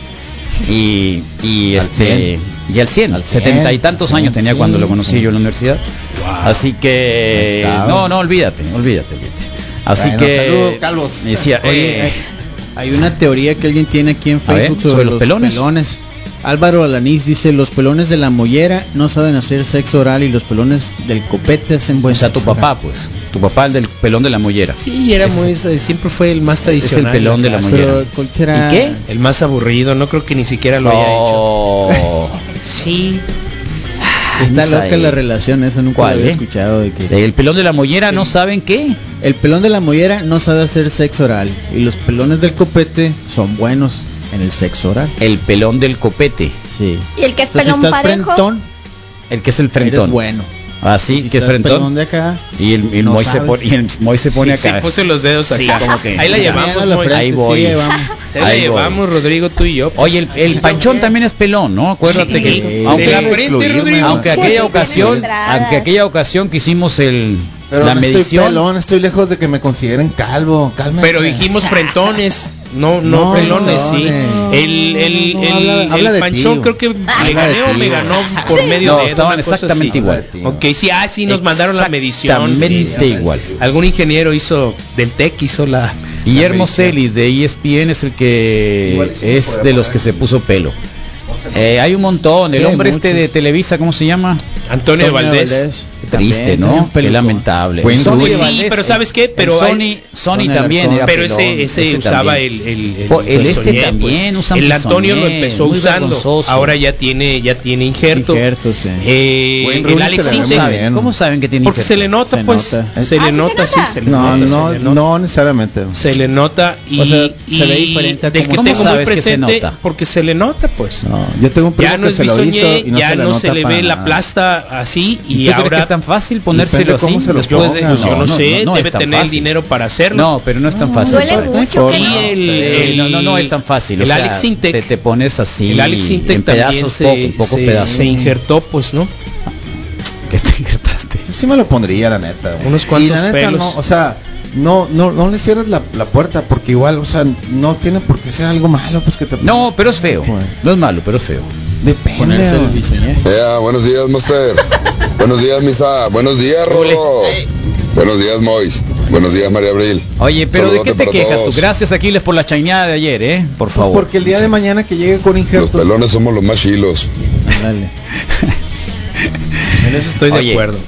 Speaker 4: y, y
Speaker 6: Al
Speaker 4: este
Speaker 6: cien.
Speaker 4: y al 100,
Speaker 6: Al cien.
Speaker 4: setenta y tantos
Speaker 6: Sí,
Speaker 4: años tenía
Speaker 6: sí,
Speaker 4: cuando lo conocí
Speaker 6: sí.
Speaker 4: yo en la universidad. Así
Speaker 6: Ahí
Speaker 4: que
Speaker 6: estaba.
Speaker 4: no, no, olvídate, olvídate. olvídate. Así
Speaker 6: Bueno,
Speaker 4: que
Speaker 6: saludo, calvos.
Speaker 4: decía,
Speaker 8: Oye,
Speaker 4: eh,
Speaker 8: hay, hay una teoría que alguien tiene aquí en
Speaker 4: A ver,
Speaker 8: Facebook sobre,
Speaker 4: sobre los
Speaker 8: los
Speaker 4: pelones.
Speaker 8: pelones. Álvaro Alanís dice, los pelones de la mollera no saben hacer sexo oral y los pelones del copete hacen buen
Speaker 4: o sea, tu
Speaker 8: sexo
Speaker 4: papá
Speaker 8: oral".
Speaker 4: pues, tu papá el del pelón de la mollera.
Speaker 7: Sí, era
Speaker 4: Es-
Speaker 7: muy, eh, siempre fue el más tradicional.
Speaker 4: pelón de la
Speaker 7: casa.
Speaker 4: mollera.
Speaker 8: Pero ¿cuál será?
Speaker 4: ¿Y qué?
Speaker 7: El más aburrido, no creo que ni siquiera lo
Speaker 4: Oh,
Speaker 7: haya hecho. Sí.
Speaker 8: Está
Speaker 4: Esa
Speaker 8: loca
Speaker 4: es.
Speaker 8: la relación, esa nunca
Speaker 4: ¿Cuál,
Speaker 8: la había
Speaker 4: eh?
Speaker 8: escuchado de que
Speaker 4: el pelón de la mollera no saben qué.
Speaker 8: el pelón de la mollera no sabe hacer sexo oral y los pelones del copete son buenos en el sexo oral.
Speaker 4: El pelón del copete,
Speaker 8: Sí.
Speaker 9: Y el que es
Speaker 8: O sea, si
Speaker 9: pelón
Speaker 8: estás
Speaker 9: parejo.
Speaker 8: frentón,
Speaker 4: el que es el
Speaker 8: eres
Speaker 4: frentón.
Speaker 8: bueno.
Speaker 4: Así
Speaker 8: Si
Speaker 4: que es
Speaker 8: estás
Speaker 4: frentón.
Speaker 8: pelón de acá,
Speaker 4: Y el, y el
Speaker 8: No
Speaker 4: Moy se
Speaker 8: sabes.
Speaker 4: pone, y el Moy se pone
Speaker 7: Sí,
Speaker 4: acá.
Speaker 7: sí, puso los dedos
Speaker 4: Sí,
Speaker 7: acá.
Speaker 4: como que-
Speaker 7: Ahí la
Speaker 4: Ya,
Speaker 7: llevamos,
Speaker 8: a la
Speaker 7: Moy.
Speaker 8: frente,
Speaker 4: Ahí
Speaker 8: sí,
Speaker 4: voy.
Speaker 8: este, vamos.
Speaker 7: Se la
Speaker 4: Ahí voy.
Speaker 7: llevamos, Rodrigo, tú y yo. pues.
Speaker 4: Oye, el, el panchón también es pelón, ¿no? Acuérdate
Speaker 7: Sí.
Speaker 4: que
Speaker 8: Sí.
Speaker 7: De la
Speaker 4: aunque,
Speaker 7: frente,
Speaker 6: incluirme,
Speaker 7: Rodrigo.
Speaker 4: aunque
Speaker 9: Sí,
Speaker 4: aquella
Speaker 9: tiene
Speaker 4: ocasión,
Speaker 9: entradas.
Speaker 4: aunque aquella ocasión que hicimos el
Speaker 6: Pero
Speaker 4: la
Speaker 6: no estoy
Speaker 4: medición,
Speaker 6: pelón, estoy lejos de que me consideren calvo. Cálmense.
Speaker 7: Pero dijimos frentones, no, no,
Speaker 6: Ah. No,
Speaker 7: pelones,
Speaker 6: no,
Speaker 7: sí.
Speaker 6: no,
Speaker 7: El, el,
Speaker 6: no,
Speaker 7: el,
Speaker 6: habla-
Speaker 7: el
Speaker 6: habla de
Speaker 7: panchón
Speaker 6: ti.
Speaker 7: creo que me
Speaker 6: Habla de
Speaker 7: ganó,
Speaker 6: ti.
Speaker 7: me ganó por medio
Speaker 4: No,
Speaker 7: de
Speaker 4: estaban exactamente igual.
Speaker 7: Ok, sí, ah, sí, nos mandaron la medición.
Speaker 4: Exactamente
Speaker 7: Sí, sí, sí.
Speaker 4: igual.
Speaker 7: Algún ingeniero hizo, del TEC hizo la... la
Speaker 4: Guillermo
Speaker 7: medición.
Speaker 4: Celis de E ESPN es el que
Speaker 6: Igual sí me
Speaker 4: es
Speaker 6: podría
Speaker 4: de los
Speaker 6: poner.
Speaker 4: que se puso pelo. Eh, hay un montón, el
Speaker 8: Sí,
Speaker 4: hombre este
Speaker 8: muchos.
Speaker 4: de Televisa, ¿cómo se llama?
Speaker 7: Antonio, Valdés.
Speaker 4: Triste,
Speaker 8: También,
Speaker 4: ¿no?
Speaker 8: también
Speaker 4: Qué
Speaker 8: peludo.
Speaker 4: lamentable.
Speaker 8: Buen
Speaker 4: Sony
Speaker 8: Ruiz.
Speaker 7: Sí,
Speaker 4: Valdés,
Speaker 7: pero
Speaker 4: eh,
Speaker 7: ¿sabes qué?
Speaker 4: el
Speaker 7: Pero
Speaker 4: Sony,
Speaker 7: hay-
Speaker 4: Sony
Speaker 8: Sony
Speaker 4: también
Speaker 8: Alarcón.
Speaker 4: era
Speaker 7: Pero
Speaker 4: pelón,
Speaker 7: ese, ese, usaba el, el,
Speaker 4: Po- el
Speaker 7: pues,
Speaker 4: este
Speaker 7: soñé,
Speaker 4: también usa
Speaker 7: El
Speaker 4: un
Speaker 7: Antonio lo
Speaker 4: soñé,
Speaker 7: empezó
Speaker 4: muy
Speaker 7: usando.
Speaker 4: vergonzoso.
Speaker 7: Ahora ya tiene, ya tiene injerto.
Speaker 8: Injerto, sí.
Speaker 7: Eh,
Speaker 6: Buen
Speaker 7: el
Speaker 6: Ruiz
Speaker 7: Alex
Speaker 6: se ve muy
Speaker 7: Intec,
Speaker 6: bien.
Speaker 4: ¿Cómo saben que tiene
Speaker 7: Porque
Speaker 4: injerto?
Speaker 7: se le nota,
Speaker 8: Se
Speaker 7: pues.
Speaker 8: nota.
Speaker 7: Se
Speaker 9: Ah,
Speaker 7: le
Speaker 9: ¿sí se
Speaker 7: nota, sí,
Speaker 9: nota?
Speaker 7: se le
Speaker 6: No,
Speaker 7: nota.
Speaker 6: no,
Speaker 7: se le nota.
Speaker 6: no necesariamente.
Speaker 7: Se le nota y,
Speaker 8: O sea, se ve
Speaker 7: y
Speaker 8: diferente a
Speaker 7: del
Speaker 8: como-
Speaker 7: que
Speaker 4: ¿Cómo
Speaker 7: tengo muy
Speaker 4: sabes que se
Speaker 7: presente
Speaker 4: nota?
Speaker 7: porque se le nota pues.
Speaker 6: No, yo tengo un primo
Speaker 7: ya no
Speaker 6: que
Speaker 7: es
Speaker 6: se lo hizo
Speaker 7: bisoñé,
Speaker 6: y no
Speaker 7: ya
Speaker 6: se le
Speaker 7: no
Speaker 6: nota
Speaker 7: se le
Speaker 6: para
Speaker 7: ve la
Speaker 6: nada.
Speaker 7: plasta así y
Speaker 4: ¿Y tú crees que
Speaker 7: ahora
Speaker 4: es tan fácil ponérselo
Speaker 6: Depende
Speaker 4: así?
Speaker 6: cómo se lo
Speaker 4: después de-
Speaker 6: pongan,
Speaker 4: pues
Speaker 7: yo no,
Speaker 6: No,
Speaker 7: sé,
Speaker 4: no
Speaker 7: debe
Speaker 4: es tan
Speaker 7: tener el
Speaker 4: fácil.
Speaker 7: dinero para hacerlo.
Speaker 4: No, pero no es tan fácil.
Speaker 9: Duele
Speaker 4: Pero-
Speaker 9: mucho que no.
Speaker 6: forma.
Speaker 7: Y el- eh,
Speaker 4: Sí, no, no, no es tan fácil.
Speaker 7: El
Speaker 4: o sea,
Speaker 7: Alex Intec.
Speaker 4: Te, te pones así.
Speaker 7: el Alex Intec
Speaker 4: en pedazos,
Speaker 7: también
Speaker 4: poco, poco
Speaker 7: se,
Speaker 4: pedazos.
Speaker 7: se injertó, pues, ¿no?
Speaker 4: Que te injertaste.
Speaker 6: Yo sí me lo pondría, la neta. güey.
Speaker 7: Unos cuantos
Speaker 6: Y la neta,
Speaker 7: pelos.
Speaker 6: no, o sea, no, no, no le cierres la, la puerta porque igual, o sea, no tiene por qué ser algo malo, pues que te
Speaker 4: No, pero es feo.
Speaker 6: Joder.
Speaker 4: No es malo, pero es feo.
Speaker 6: depende.
Speaker 8: Ponerse el
Speaker 6: güey.
Speaker 8: bisoñé.
Speaker 10: Ea, buenos días, Master. buenos días, Misa. Buenos días, Rolo. buenos días, Mois. Buenos días, María Abril.
Speaker 4: Oye, pero ¿de
Speaker 10: Saludote
Speaker 4: qué te
Speaker 10: para
Speaker 4: quejas
Speaker 10: todos.
Speaker 4: tú? Gracias, Aquiles, por la chañada de ayer, ¿eh? Por
Speaker 6: Pues
Speaker 4: favor.
Speaker 6: porque el día de mañana que llegue con
Speaker 10: Los
Speaker 6: injertos.
Speaker 10: pelones somos los más chilos.
Speaker 8: Ándale.
Speaker 7: En eso estoy
Speaker 4: Oye.
Speaker 7: de acuerdo.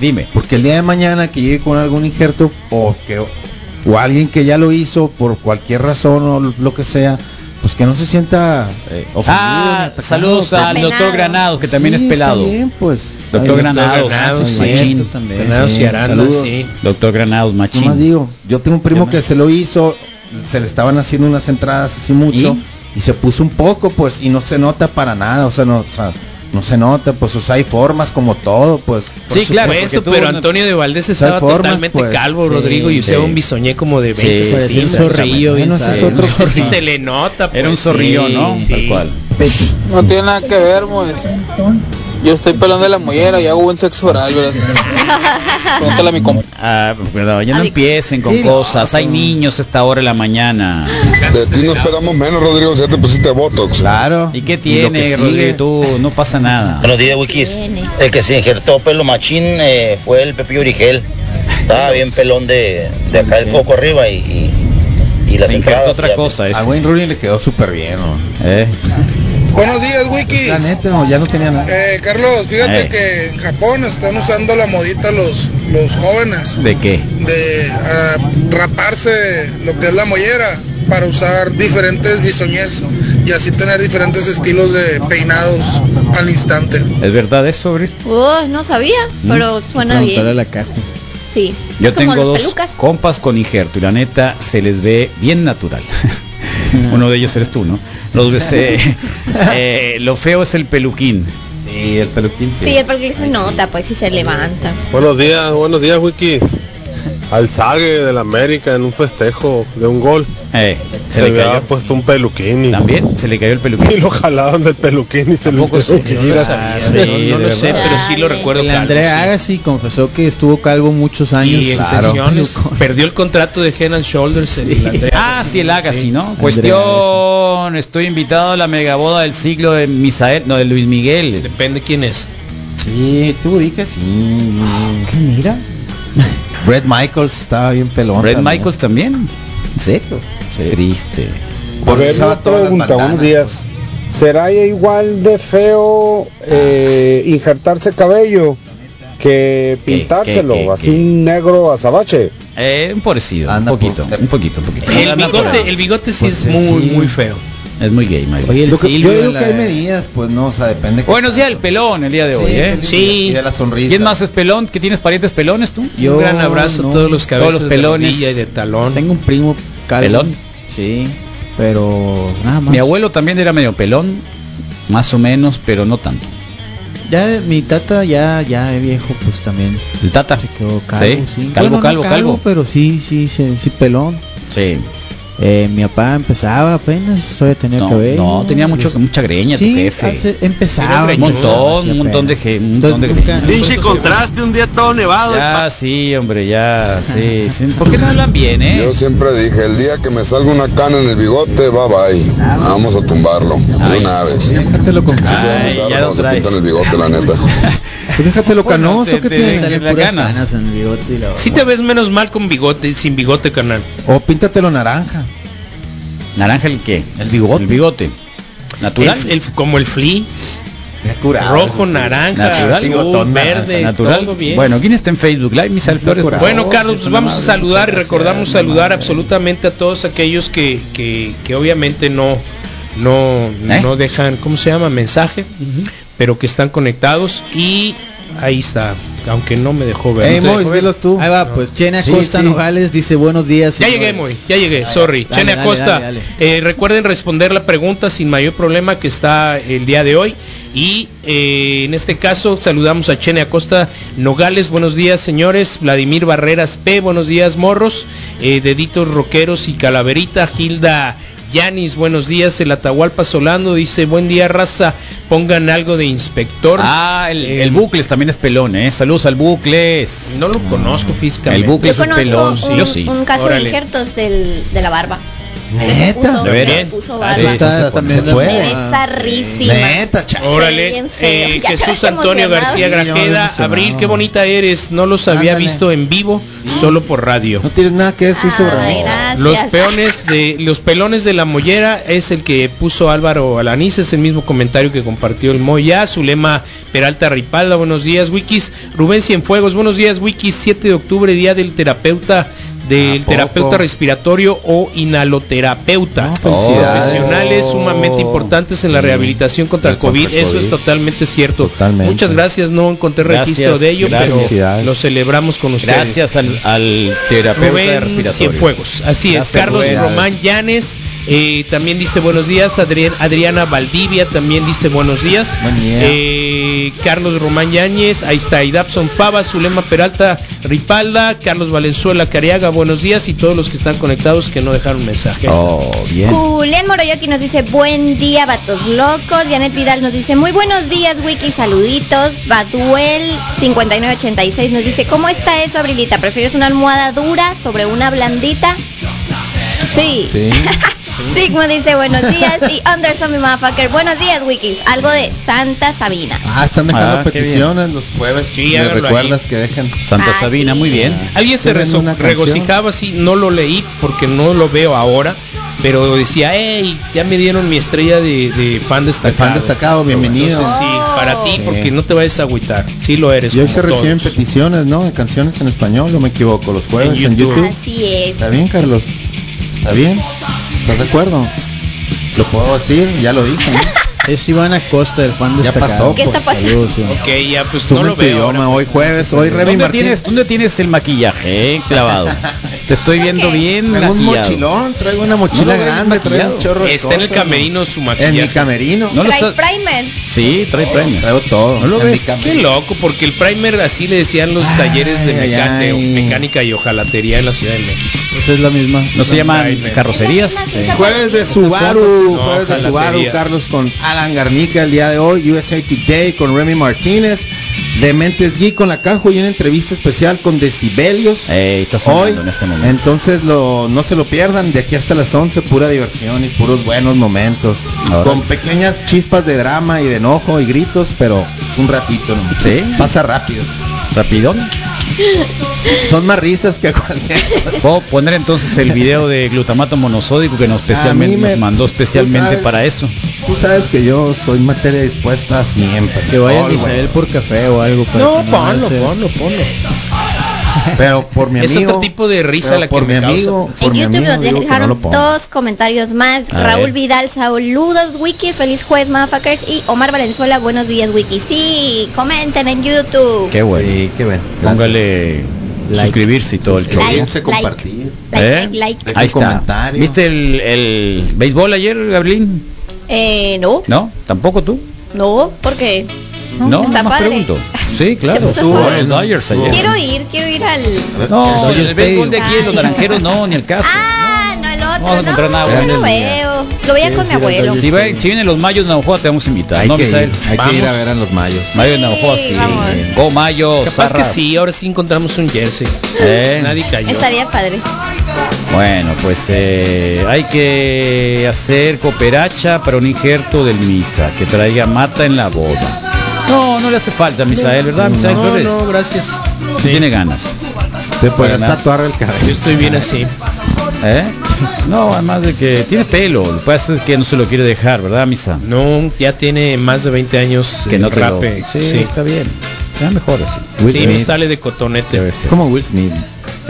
Speaker 4: Dime.
Speaker 6: Porque el día de mañana que llegue con algún injerto o que o alguien que ya lo hizo por cualquier razón o lo que sea, pues que no se sienta eh, ofendido. ni
Speaker 4: Ah,
Speaker 6: atacado, pues,
Speaker 4: saludos
Speaker 6: pero-
Speaker 4: al
Speaker 9: Apenado.
Speaker 4: doctor Granados, que también
Speaker 6: Sí,
Speaker 4: es
Speaker 6: está
Speaker 4: pelado.
Speaker 6: bien, pues.
Speaker 4: Doctor
Speaker 6: Ay,
Speaker 4: Granados,
Speaker 7: Granados,
Speaker 4: sí,
Speaker 7: sí,
Speaker 4: machín.
Speaker 8: también.
Speaker 7: Fernando
Speaker 6: sí,
Speaker 7: Ciaranda,
Speaker 6: saludos.
Speaker 7: sí.
Speaker 4: Doctor Granados,
Speaker 6: Nomás
Speaker 4: machín.
Speaker 6: digo, yo tengo un primo que se lo hizo, se le estaban haciendo unas entradas así mucho y se puso un poco, pues, y no se nota para nada, o sea, no, o sea, no se nota, pues, o sea, hay formas como todo, pues.
Speaker 4: Sí, claro,
Speaker 7: Por supuesto,
Speaker 4: porque tú
Speaker 7: pero
Speaker 4: no-
Speaker 7: Antonio de Valdés estaba
Speaker 6: formas,
Speaker 7: totalmente
Speaker 6: pues.
Speaker 7: calvo,
Speaker 6: Sí,
Speaker 7: Rodrigo, y usaba
Speaker 4: sí.
Speaker 7: un bisoñé como de 20
Speaker 4: Sí,
Speaker 8: Pues
Speaker 4: sí,
Speaker 8: es un
Speaker 7: centímetros.
Speaker 8: zorrillo, bien
Speaker 6: Bueno, ese es
Speaker 8: sabido.
Speaker 6: otro-
Speaker 7: Sí, sí se le nota.
Speaker 4: Era un
Speaker 7: pues,
Speaker 4: zorrillo,
Speaker 7: sí,
Speaker 4: ¿no?
Speaker 7: sí.
Speaker 4: Tal cual.
Speaker 11: Pues, No tiene nada que ver, pues. Yo estoy pelando la mollera y hago buen sexo oral, ¿verdad? Pregúntale a mi compa.
Speaker 4: Ah, perdón, ya no
Speaker 9: Ay,
Speaker 4: empiecen con cosas. Hay niños a esta hora de la mañana.
Speaker 10: De ti no esperamos menos, Rodrigo, si ya te pusiste Botox.
Speaker 6: Claro.
Speaker 4: ¿Y qué
Speaker 6: lo que
Speaker 4: tiene,
Speaker 6: sigue.
Speaker 4: Rodrigo? Tú, no pasa nada.
Speaker 12: Buenos días, Wikis.
Speaker 9: Tiene.
Speaker 12: El que se injertó pelo machín eh, fue el Pepillo Origel. Estaba bien pelón de, de acá el coco arriba y, y, y las
Speaker 4: Se
Speaker 12: entradas,
Speaker 4: injertó otra
Speaker 12: ya-
Speaker 4: cosa.
Speaker 6: A
Speaker 4: ese.
Speaker 6: Wayne Rooney le quedó súper bien, ¿no?
Speaker 4: ¿Eh?
Speaker 11: Buenos días, Wiki.
Speaker 6: La neta, no, ya no tenía nada.
Speaker 11: Eh, Carlos, fíjate
Speaker 4: Eh.
Speaker 11: que en Japón están usando la modita los, los jóvenes
Speaker 4: ¿De qué?
Speaker 11: de ah, raparse lo que es la mollera para usar diferentes bisoñez y así tener diferentes estilos de peinados al instante.
Speaker 4: ¿Es verdad eso, Brit?
Speaker 9: Oh, no sabía, pero suena
Speaker 8: Preguntarle a
Speaker 9: bien.
Speaker 8: la caja.
Speaker 9: Sí.
Speaker 4: Yo
Speaker 9: Es como
Speaker 4: tengo
Speaker 9: las
Speaker 4: dos
Speaker 9: pelucas.
Speaker 4: compas con injerto y la neta se les ve bien natural. Uno de ellos eres tú, ¿no? Los ves, eh, eh, lo feo es el peluquín.
Speaker 6: Sí, el peluquín sí.
Speaker 9: Sí, porque se nota, pues si se levanta.
Speaker 11: Buenos días, buenos días, Wiki. Al Sague de la América en un festejo de un gol.
Speaker 4: Eh, se le cayó.
Speaker 11: puesto un peluquín
Speaker 4: También se le cayó el peluquín.
Speaker 11: lo jalaron del peluquín y se lo hicieron
Speaker 7: Ah,
Speaker 4: Sí,
Speaker 7: no,
Speaker 4: de
Speaker 7: no lo
Speaker 4: verdad.
Speaker 7: sé, pero sí lo
Speaker 9: Dale.
Speaker 7: recuerdo.
Speaker 8: El
Speaker 7: calvo, sí.
Speaker 8: Andrea Agassi confesó que estuvo calvo muchos años.
Speaker 7: y extensiones. Perdió el contrato de Head and Shoulders. el Andrea
Speaker 4: Ah,
Speaker 7: Agassi.
Speaker 4: sí, el Agassi,
Speaker 7: Sí.
Speaker 4: ¿no? Cuestión, estoy invitado a la megaboda del siglo de Misael, no, de Luis Miguel.
Speaker 7: Depende quién es.
Speaker 6: Sí, tú di que sí.
Speaker 4: Ah, ¿Qué mira?
Speaker 6: Brett Michaels estaba bien pelón.
Speaker 4: Red
Speaker 6: también.
Speaker 4: Michaels también. ¿En serio? Triste.
Speaker 6: A ver, Usaba una todas las pregunta, bandanas. buenos días.
Speaker 11: ¿Será igual de feo injertarse cabello que
Speaker 4: pintárselo? qué, qué, Así qué?
Speaker 11: un negro azabache.
Speaker 4: Eh, un parecido,
Speaker 6: Anda
Speaker 4: un poquito,
Speaker 6: por-
Speaker 4: un poquito, un poquito.
Speaker 7: El
Speaker 4: Anda por
Speaker 7: bigote,
Speaker 4: ahí.
Speaker 7: el bigote sí
Speaker 6: Pues
Speaker 7: es muy,
Speaker 6: sí.
Speaker 7: muy feo.
Speaker 4: Es muy gay, Mario.
Speaker 8: Oye, el
Speaker 6: Yo, que- yo
Speaker 8: Silvio
Speaker 6: digo
Speaker 8: la-
Speaker 6: que hay medidas, pues no, o sea, depende. que-
Speaker 4: Buenos días, el pelón el día de
Speaker 6: Sí,
Speaker 4: hoy, ¿eh?
Speaker 6: feliz día. Y de la sonrisa.
Speaker 4: ¿Quién más es pelón? ¿Que tienes parientes pelones tú?
Speaker 8: Yo
Speaker 7: un gran abrazo
Speaker 8: no.
Speaker 7: a todos los cabezas
Speaker 4: Todos los
Speaker 7: de
Speaker 4: pelones.
Speaker 7: rodilla y de talón.
Speaker 8: Tengo un primo calvo.
Speaker 4: ¿Pelón?
Speaker 8: Sí, pero nada más.
Speaker 4: Mi abuelo también era medio pelón, más o menos, pero no tanto.
Speaker 8: Ya mi tata ya ya de viejo pues también
Speaker 4: El Tata.
Speaker 8: se quedó calvo,
Speaker 4: Sí,
Speaker 8: sí.
Speaker 4: calvo,
Speaker 8: no
Speaker 4: calvo, calvo.
Speaker 8: pero sí, sí, sí, sí, pelón.
Speaker 4: Sí.
Speaker 8: Eh, mi papá empezaba apenas, todavía tenía
Speaker 4: No,
Speaker 8: cabello. Este,
Speaker 4: no, tenía mucho, mucha greña
Speaker 8: Sí,
Speaker 4: tu jefe.
Speaker 8: hace- empezaba.
Speaker 4: Un montón, un montón de ge- un montón de greña.
Speaker 8: Pinche
Speaker 4: Ya, sí, hombre, ya, sí, sí. ¿Por qué no hablan bien, eh?
Speaker 10: Yo siempre dije, el día que me salga una cana en el bigote, bye bye. Vamos a tumbarlo, de una vez. Sí
Speaker 8: Déjatelo
Speaker 4: Ah.
Speaker 8: con
Speaker 10: se va a
Speaker 4: Ay,
Speaker 10: usar
Speaker 4: ya lo
Speaker 10: cuando se
Speaker 4: traes.
Speaker 10: pintan el bigote, la neta.
Speaker 6: Pues déjatelo
Speaker 4: Bueno,
Speaker 6: canoso
Speaker 4: te-
Speaker 6: que
Speaker 4: te-
Speaker 6: tiene.
Speaker 4: sale
Speaker 8: salen
Speaker 4: las
Speaker 8: puras
Speaker 4: ganas.
Speaker 8: ganas en el bigote y la
Speaker 7: Si te ves menos mal con bigote, sin bigote, carnal.
Speaker 6: O píntatelo naranja.
Speaker 4: ¿Naranja el qué?
Speaker 6: El bigote.
Speaker 4: El bigote. ¿Natural?
Speaker 7: El- el- como el flea.
Speaker 6: curado,
Speaker 7: Rojo,
Speaker 6: sí.
Speaker 7: naranja,
Speaker 4: Natural, Uh,
Speaker 7: azul,
Speaker 4: botón naranja,
Speaker 7: verde,
Speaker 4: natural.
Speaker 7: todo bien.
Speaker 4: Bueno, ¿quién está en Facebook Live? Misael Flores. por
Speaker 7: Bueno,
Speaker 4: favor.
Speaker 7: Carlos,
Speaker 4: Es
Speaker 7: pues
Speaker 4: una
Speaker 7: vamos a
Speaker 4: madre,
Speaker 7: saludar y
Speaker 4: muchas gracias,
Speaker 7: recordamos
Speaker 4: una
Speaker 7: saludar
Speaker 4: madre.
Speaker 7: absolutamente a todos aquellos que, que, que obviamente no, no,
Speaker 4: ¿Eh?
Speaker 7: no dejan, ¿cómo se llama? Mensaje, pero que están conectados y ahí está, aunque no me dejó
Speaker 4: Eh,
Speaker 7: ver.
Speaker 8: Ey,
Speaker 7: No te
Speaker 8: Mois,
Speaker 7: dejó ver.
Speaker 8: dilos tú. Ahí va, pues Chene
Speaker 7: Sí,
Speaker 8: Acosta
Speaker 7: sí.
Speaker 8: Nogales dice buenos días.
Speaker 7: Ya
Speaker 8: señores".
Speaker 7: llegué, Moy, ya llegué, sorry.
Speaker 8: dale,
Speaker 7: Chene
Speaker 8: dale,
Speaker 7: Acosta,
Speaker 8: dale,
Speaker 7: eh, recuerden responder la pregunta sin mayor problema que está el día de hoy. Y eh, en este caso saludamos a Chene Acosta Nogales, buenos días señores, Vladimir Barreras P, buenos días morros, eh, Deditos Roqueros y Calaverita, Gilda Yanis, buenos días, el Atahualpa Solano dice, buen día raza, pongan algo de inspector. Eh,
Speaker 4: Ah, el, el Bucles también es pelón, ¿eh? Saludos al Bucles.
Speaker 7: No lo conozco físicamente.
Speaker 4: El Bucles
Speaker 9: Yo
Speaker 4: es pelón,
Speaker 9: conozco
Speaker 4: sí.
Speaker 9: un,
Speaker 4: Yo sí.
Speaker 9: un caso
Speaker 7: Órale.
Speaker 9: de injertos del, de la barba.
Speaker 6: Neta.
Speaker 4: ¿De veras?
Speaker 9: puso
Speaker 4: Ah,
Speaker 9: barba.
Speaker 4: sí, sí,
Speaker 6: Está-
Speaker 4: se puede,
Speaker 6: también
Speaker 4: se
Speaker 6: de-
Speaker 4: puede.
Speaker 9: Está rísima.
Speaker 6: Neta, chaval.
Speaker 9: Sí,
Speaker 7: Órale,
Speaker 9: bien feo.
Speaker 7: eh,
Speaker 9: Ya
Speaker 7: Jesús
Speaker 9: quedaste
Speaker 7: Antonio
Speaker 9: emocionado.
Speaker 7: García
Speaker 6: Sí, ya me
Speaker 7: Grajeda,
Speaker 6: emocionado.
Speaker 7: Abril, qué bonita eres, no los había
Speaker 6: Ándale.
Speaker 7: visto en vivo, solo por radio.
Speaker 6: No tienes nada que decir sobre
Speaker 9: Ay,
Speaker 6: mí.
Speaker 9: gracias.
Speaker 7: Los peones de los pelones de la mollera es el que puso Álvaro Alaniz, es el mismo comentario que compartió el Moya, Zulema Peralta Ripalda, buenos días Wikis, Rubén Cienfuegos, buenos días Wikis, 7 de octubre, día del terapeuta
Speaker 6: ¿A
Speaker 7: del
Speaker 6: poco?
Speaker 7: terapeuta respiratorio o inhaloterapeuta. Oh,
Speaker 6: Felicidades.
Speaker 7: Profesionales sumamente importantes en la
Speaker 6: Sí.
Speaker 7: rehabilitación contra el
Speaker 6: Contra
Speaker 7: COVID,
Speaker 6: el
Speaker 7: eso es
Speaker 6: COVID.
Speaker 7: totalmente cierto.
Speaker 6: Totalmente.
Speaker 7: Muchas gracias, no encontré
Speaker 4: Gracias,
Speaker 7: registro de ello,
Speaker 4: gracias.
Speaker 7: pero
Speaker 6: Felicidades.
Speaker 7: lo celebramos con ustedes.
Speaker 4: Gracias al, al terapeuta
Speaker 7: Rubén
Speaker 4: respiratorio.
Speaker 7: Cienfuegos. Así
Speaker 4: Gracias,
Speaker 7: es, Carlos
Speaker 4: Rubén.
Speaker 7: Román Llanes. eh, también dice buenos días, Adrián, Adriana Valdivia también dice buenos días.
Speaker 6: Buen día.
Speaker 7: Eh, Carlos Román Yáñez, ahí está, Idapson Fava, Zulema Peralta Ripalda, Carlos Valenzuela Cariaga, buenos días y todos los que están conectados que no dejaron mensajes.
Speaker 6: Oh, bien.
Speaker 9: Julián Moroyoki nos dice buen día, vatos locos. Janet Vidal nos dice muy buenos días, Wiki, saluditos. Baduel 5986 nos dice, ¿cómo está eso, Abrilita? ¿Prefieres una almohada dura sobre una blandita? Sí.
Speaker 6: Sí.
Speaker 9: Sigma dice buenos días y Anderson mi motherfucker, buenos días Wikis, algo de Santa Sabina.
Speaker 6: Ah, están dejando
Speaker 4: Ah, qué
Speaker 6: peticiones los jueves.
Speaker 7: Sí,
Speaker 6: Les
Speaker 7: háganlo
Speaker 6: recuerdas
Speaker 7: ahí.
Speaker 6: que dejen.
Speaker 4: Santa
Speaker 9: Ah,
Speaker 4: Sabina,
Speaker 9: sí.
Speaker 4: muy bien.
Speaker 7: Alguien se
Speaker 6: Tienen
Speaker 7: rezo-
Speaker 6: una canción.
Speaker 7: regocijaba así, no lo leí porque no lo veo ahora, pero decía, hey, ya me dieron mi estrella de, de fan
Speaker 6: El
Speaker 7: destacado.
Speaker 6: fan destacado, bienvenido.
Speaker 7: Entonces, sí,
Speaker 9: Oh.
Speaker 7: para ti,
Speaker 6: Sí.
Speaker 7: porque no te vayas a agüitar. Sí lo eres.
Speaker 6: y hoy
Speaker 7: como
Speaker 6: se reciben
Speaker 7: todos.
Speaker 6: peticiones, ¿no? De canciones en español, no me equivoco. Los jueves en YouTube.
Speaker 9: Así es.
Speaker 6: ¿Está bien, Carlos? ¿Está bien? ¿Estás de acuerdo? Lo puedo decir, ya lo dije. ¿no?
Speaker 8: Es Iván Acosta, el fan
Speaker 6: Ya
Speaker 8: destacado.
Speaker 6: pasó.
Speaker 9: ¿Qué
Speaker 6: pues,
Speaker 9: está pasando?
Speaker 8: Saludos, Iván.
Speaker 7: Ok, ya pues
Speaker 6: Tú
Speaker 7: no
Speaker 6: me
Speaker 7: lo
Speaker 6: tu
Speaker 7: veo.
Speaker 6: idioma,
Speaker 7: ahora.
Speaker 6: hoy jueves, hoy Remy
Speaker 4: ¿Dónde
Speaker 6: Martín.
Speaker 4: tienes, dónde tienes el maquillaje eh, clavado? Te estoy viendo bien
Speaker 6: Traigo un
Speaker 4: maquillado.
Speaker 6: mochilón, traigo una
Speaker 4: No
Speaker 6: mochila
Speaker 4: lo ves
Speaker 6: grande, traigo
Speaker 4: maquillado.
Speaker 6: un chorro de
Speaker 7: Está en el
Speaker 6: cosas,
Speaker 7: camerino su
Speaker 6: ¿no? En mi
Speaker 7: maquillaje.
Speaker 6: camerino.
Speaker 4: No lo
Speaker 9: Trae
Speaker 4: estás-
Speaker 9: primer.
Speaker 4: Sí, trae premio.
Speaker 6: Traigo todo.
Speaker 4: No lo
Speaker 6: En mi
Speaker 4: ves.
Speaker 6: camerino.
Speaker 7: Qué loco, porque el primer así le decían los
Speaker 6: Ay,
Speaker 7: talleres de
Speaker 6: ay,
Speaker 7: meca- de
Speaker 6: ay.
Speaker 7: mecánica y hojalatería en la Ciudad de México.
Speaker 8: Esa es la misma.
Speaker 4: ¿No se llaman
Speaker 7: Primer.
Speaker 4: carrocerías? Eh,
Speaker 6: Jueves de Subaru,
Speaker 7: No,
Speaker 6: jueves de Subaru,
Speaker 7: jalatería.
Speaker 6: Carlos con Alan Garnica el día de hoy, USA Today con Remy Martínez, Dementes Geek con la Cajo y una entrevista especial con Decibelios.
Speaker 4: Ey, eh, está sonando
Speaker 6: hoy,
Speaker 4: en este momento.
Speaker 6: entonces lo, no se lo pierdan, de aquí hasta las 11, pura diversión y puros buenos momentos,
Speaker 4: Ahora.
Speaker 6: con pequeñas chispas de drama y de enojo y gritos, pero es un ratito, ¿no?
Speaker 4: Sí.
Speaker 6: pasa rápido.
Speaker 4: Rapidón.
Speaker 6: Son más risas que cualquier.
Speaker 4: Puedo poner entonces el video de glutamato monosódico que nos, especialmente,
Speaker 6: A mí me-
Speaker 4: nos mandó
Speaker 6: tú
Speaker 4: especialmente
Speaker 6: sabes.
Speaker 4: para eso.
Speaker 6: Tú sabes que yo soy materia dispuesta siempre.
Speaker 8: Que vaya
Speaker 6: Always.
Speaker 8: Misael por café o algo. para que
Speaker 7: No,
Speaker 8: no
Speaker 7: ponlo,
Speaker 8: se-
Speaker 7: ponlo, ponlo.
Speaker 6: Pero por mi
Speaker 7: Es
Speaker 6: amigo.
Speaker 7: otro tipo de risa
Speaker 6: pero
Speaker 7: la que
Speaker 6: por mi
Speaker 7: me causa.
Speaker 6: amigo.
Speaker 9: En
Speaker 6: por mi
Speaker 9: YouTube
Speaker 6: amigo
Speaker 9: nos
Speaker 6: digo que no
Speaker 9: dejaron
Speaker 6: lo pongo.
Speaker 9: dos comentarios más.
Speaker 4: A
Speaker 9: Raúl
Speaker 4: ver.
Speaker 9: Vidal, saludos wikis, feliz jueves motherfuckers y Omar Valenzuela, buenos días wikis. Sí, comenten en YouTube.
Speaker 4: Qué bueno.
Speaker 6: Sí, qué bueno. Gracias.
Speaker 4: Póngale suscribirse y todo el show.
Speaker 9: Like,
Speaker 6: Suscribirse,
Speaker 9: like,
Speaker 6: compartir.
Speaker 9: Like,
Speaker 4: ¿Eh?
Speaker 9: like, like.
Speaker 6: Deja
Speaker 4: Ahí
Speaker 6: un
Speaker 4: está.
Speaker 6: comentario.
Speaker 4: ¿Viste el, el béisbol ayer, Gabrielín?
Speaker 9: Eh, no,
Speaker 4: ¿No? ¿Tampoco tú?
Speaker 9: no, porque
Speaker 4: No,
Speaker 9: está
Speaker 4: nomás
Speaker 9: padre.
Speaker 4: pregunto. Sí, claro.
Speaker 9: Se puso
Speaker 4: Estuvo
Speaker 9: padre.
Speaker 4: el Dodgers ayer.
Speaker 9: quiero ir, Ah. quiero ir al...
Speaker 4: No,
Speaker 8: Dodgers
Speaker 4: el béisbol
Speaker 8: Stadium.
Speaker 4: de aquí, los naranjeros, no, ni el caso.
Speaker 9: Ah, no, el
Speaker 4: vamos a
Speaker 9: otro,
Speaker 4: encontrar nada
Speaker 9: no, yo
Speaker 4: bueno.
Speaker 9: lo veo. Lo voy a con mi abuelo.
Speaker 4: Si, va- si vienen los mayos de Navajo, te vamos a invitar.
Speaker 6: Hay,
Speaker 4: no,
Speaker 6: que ir,
Speaker 4: Misael.
Speaker 6: hay que ir a
Speaker 4: Vamos.
Speaker 6: ver a los mayos.
Speaker 4: Mayo de Navajo,
Speaker 9: Sí,
Speaker 4: sí.
Speaker 9: vamos.
Speaker 4: Go Mayo,
Speaker 7: Capaz que
Speaker 4: Zarra.
Speaker 7: sí, ahora sí encontramos un jersey.
Speaker 4: Eh,
Speaker 7: Nadie cayó.
Speaker 9: Estaría padre.
Speaker 4: Bueno, pues eh, hay que hacer cooperacha para un injerto del misa que traiga mata en la boda. No, no le hace falta a Misael, ¿verdad, Misael
Speaker 7: No,
Speaker 4: Flores?
Speaker 7: no, gracias.
Speaker 4: Sí tiene ganas.
Speaker 6: Te podrás
Speaker 4: Para nada.
Speaker 6: tatuar el cabello.
Speaker 7: Yo estoy bien así.
Speaker 4: ¿Eh? No, además de que tiene pelo. Lo que pasa es que no se lo quiere dejar, ¿verdad, Misa?
Speaker 7: No, ya tiene más de 20 años
Speaker 4: Que
Speaker 7: eh,
Speaker 4: no te lo-
Speaker 7: rape.
Speaker 4: Sí,
Speaker 7: sí.
Speaker 4: está bien. Ya mejor así.
Speaker 6: Will
Speaker 7: Sí, me
Speaker 6: Smith.
Speaker 7: sale de cotonete.
Speaker 6: Como Will Smith.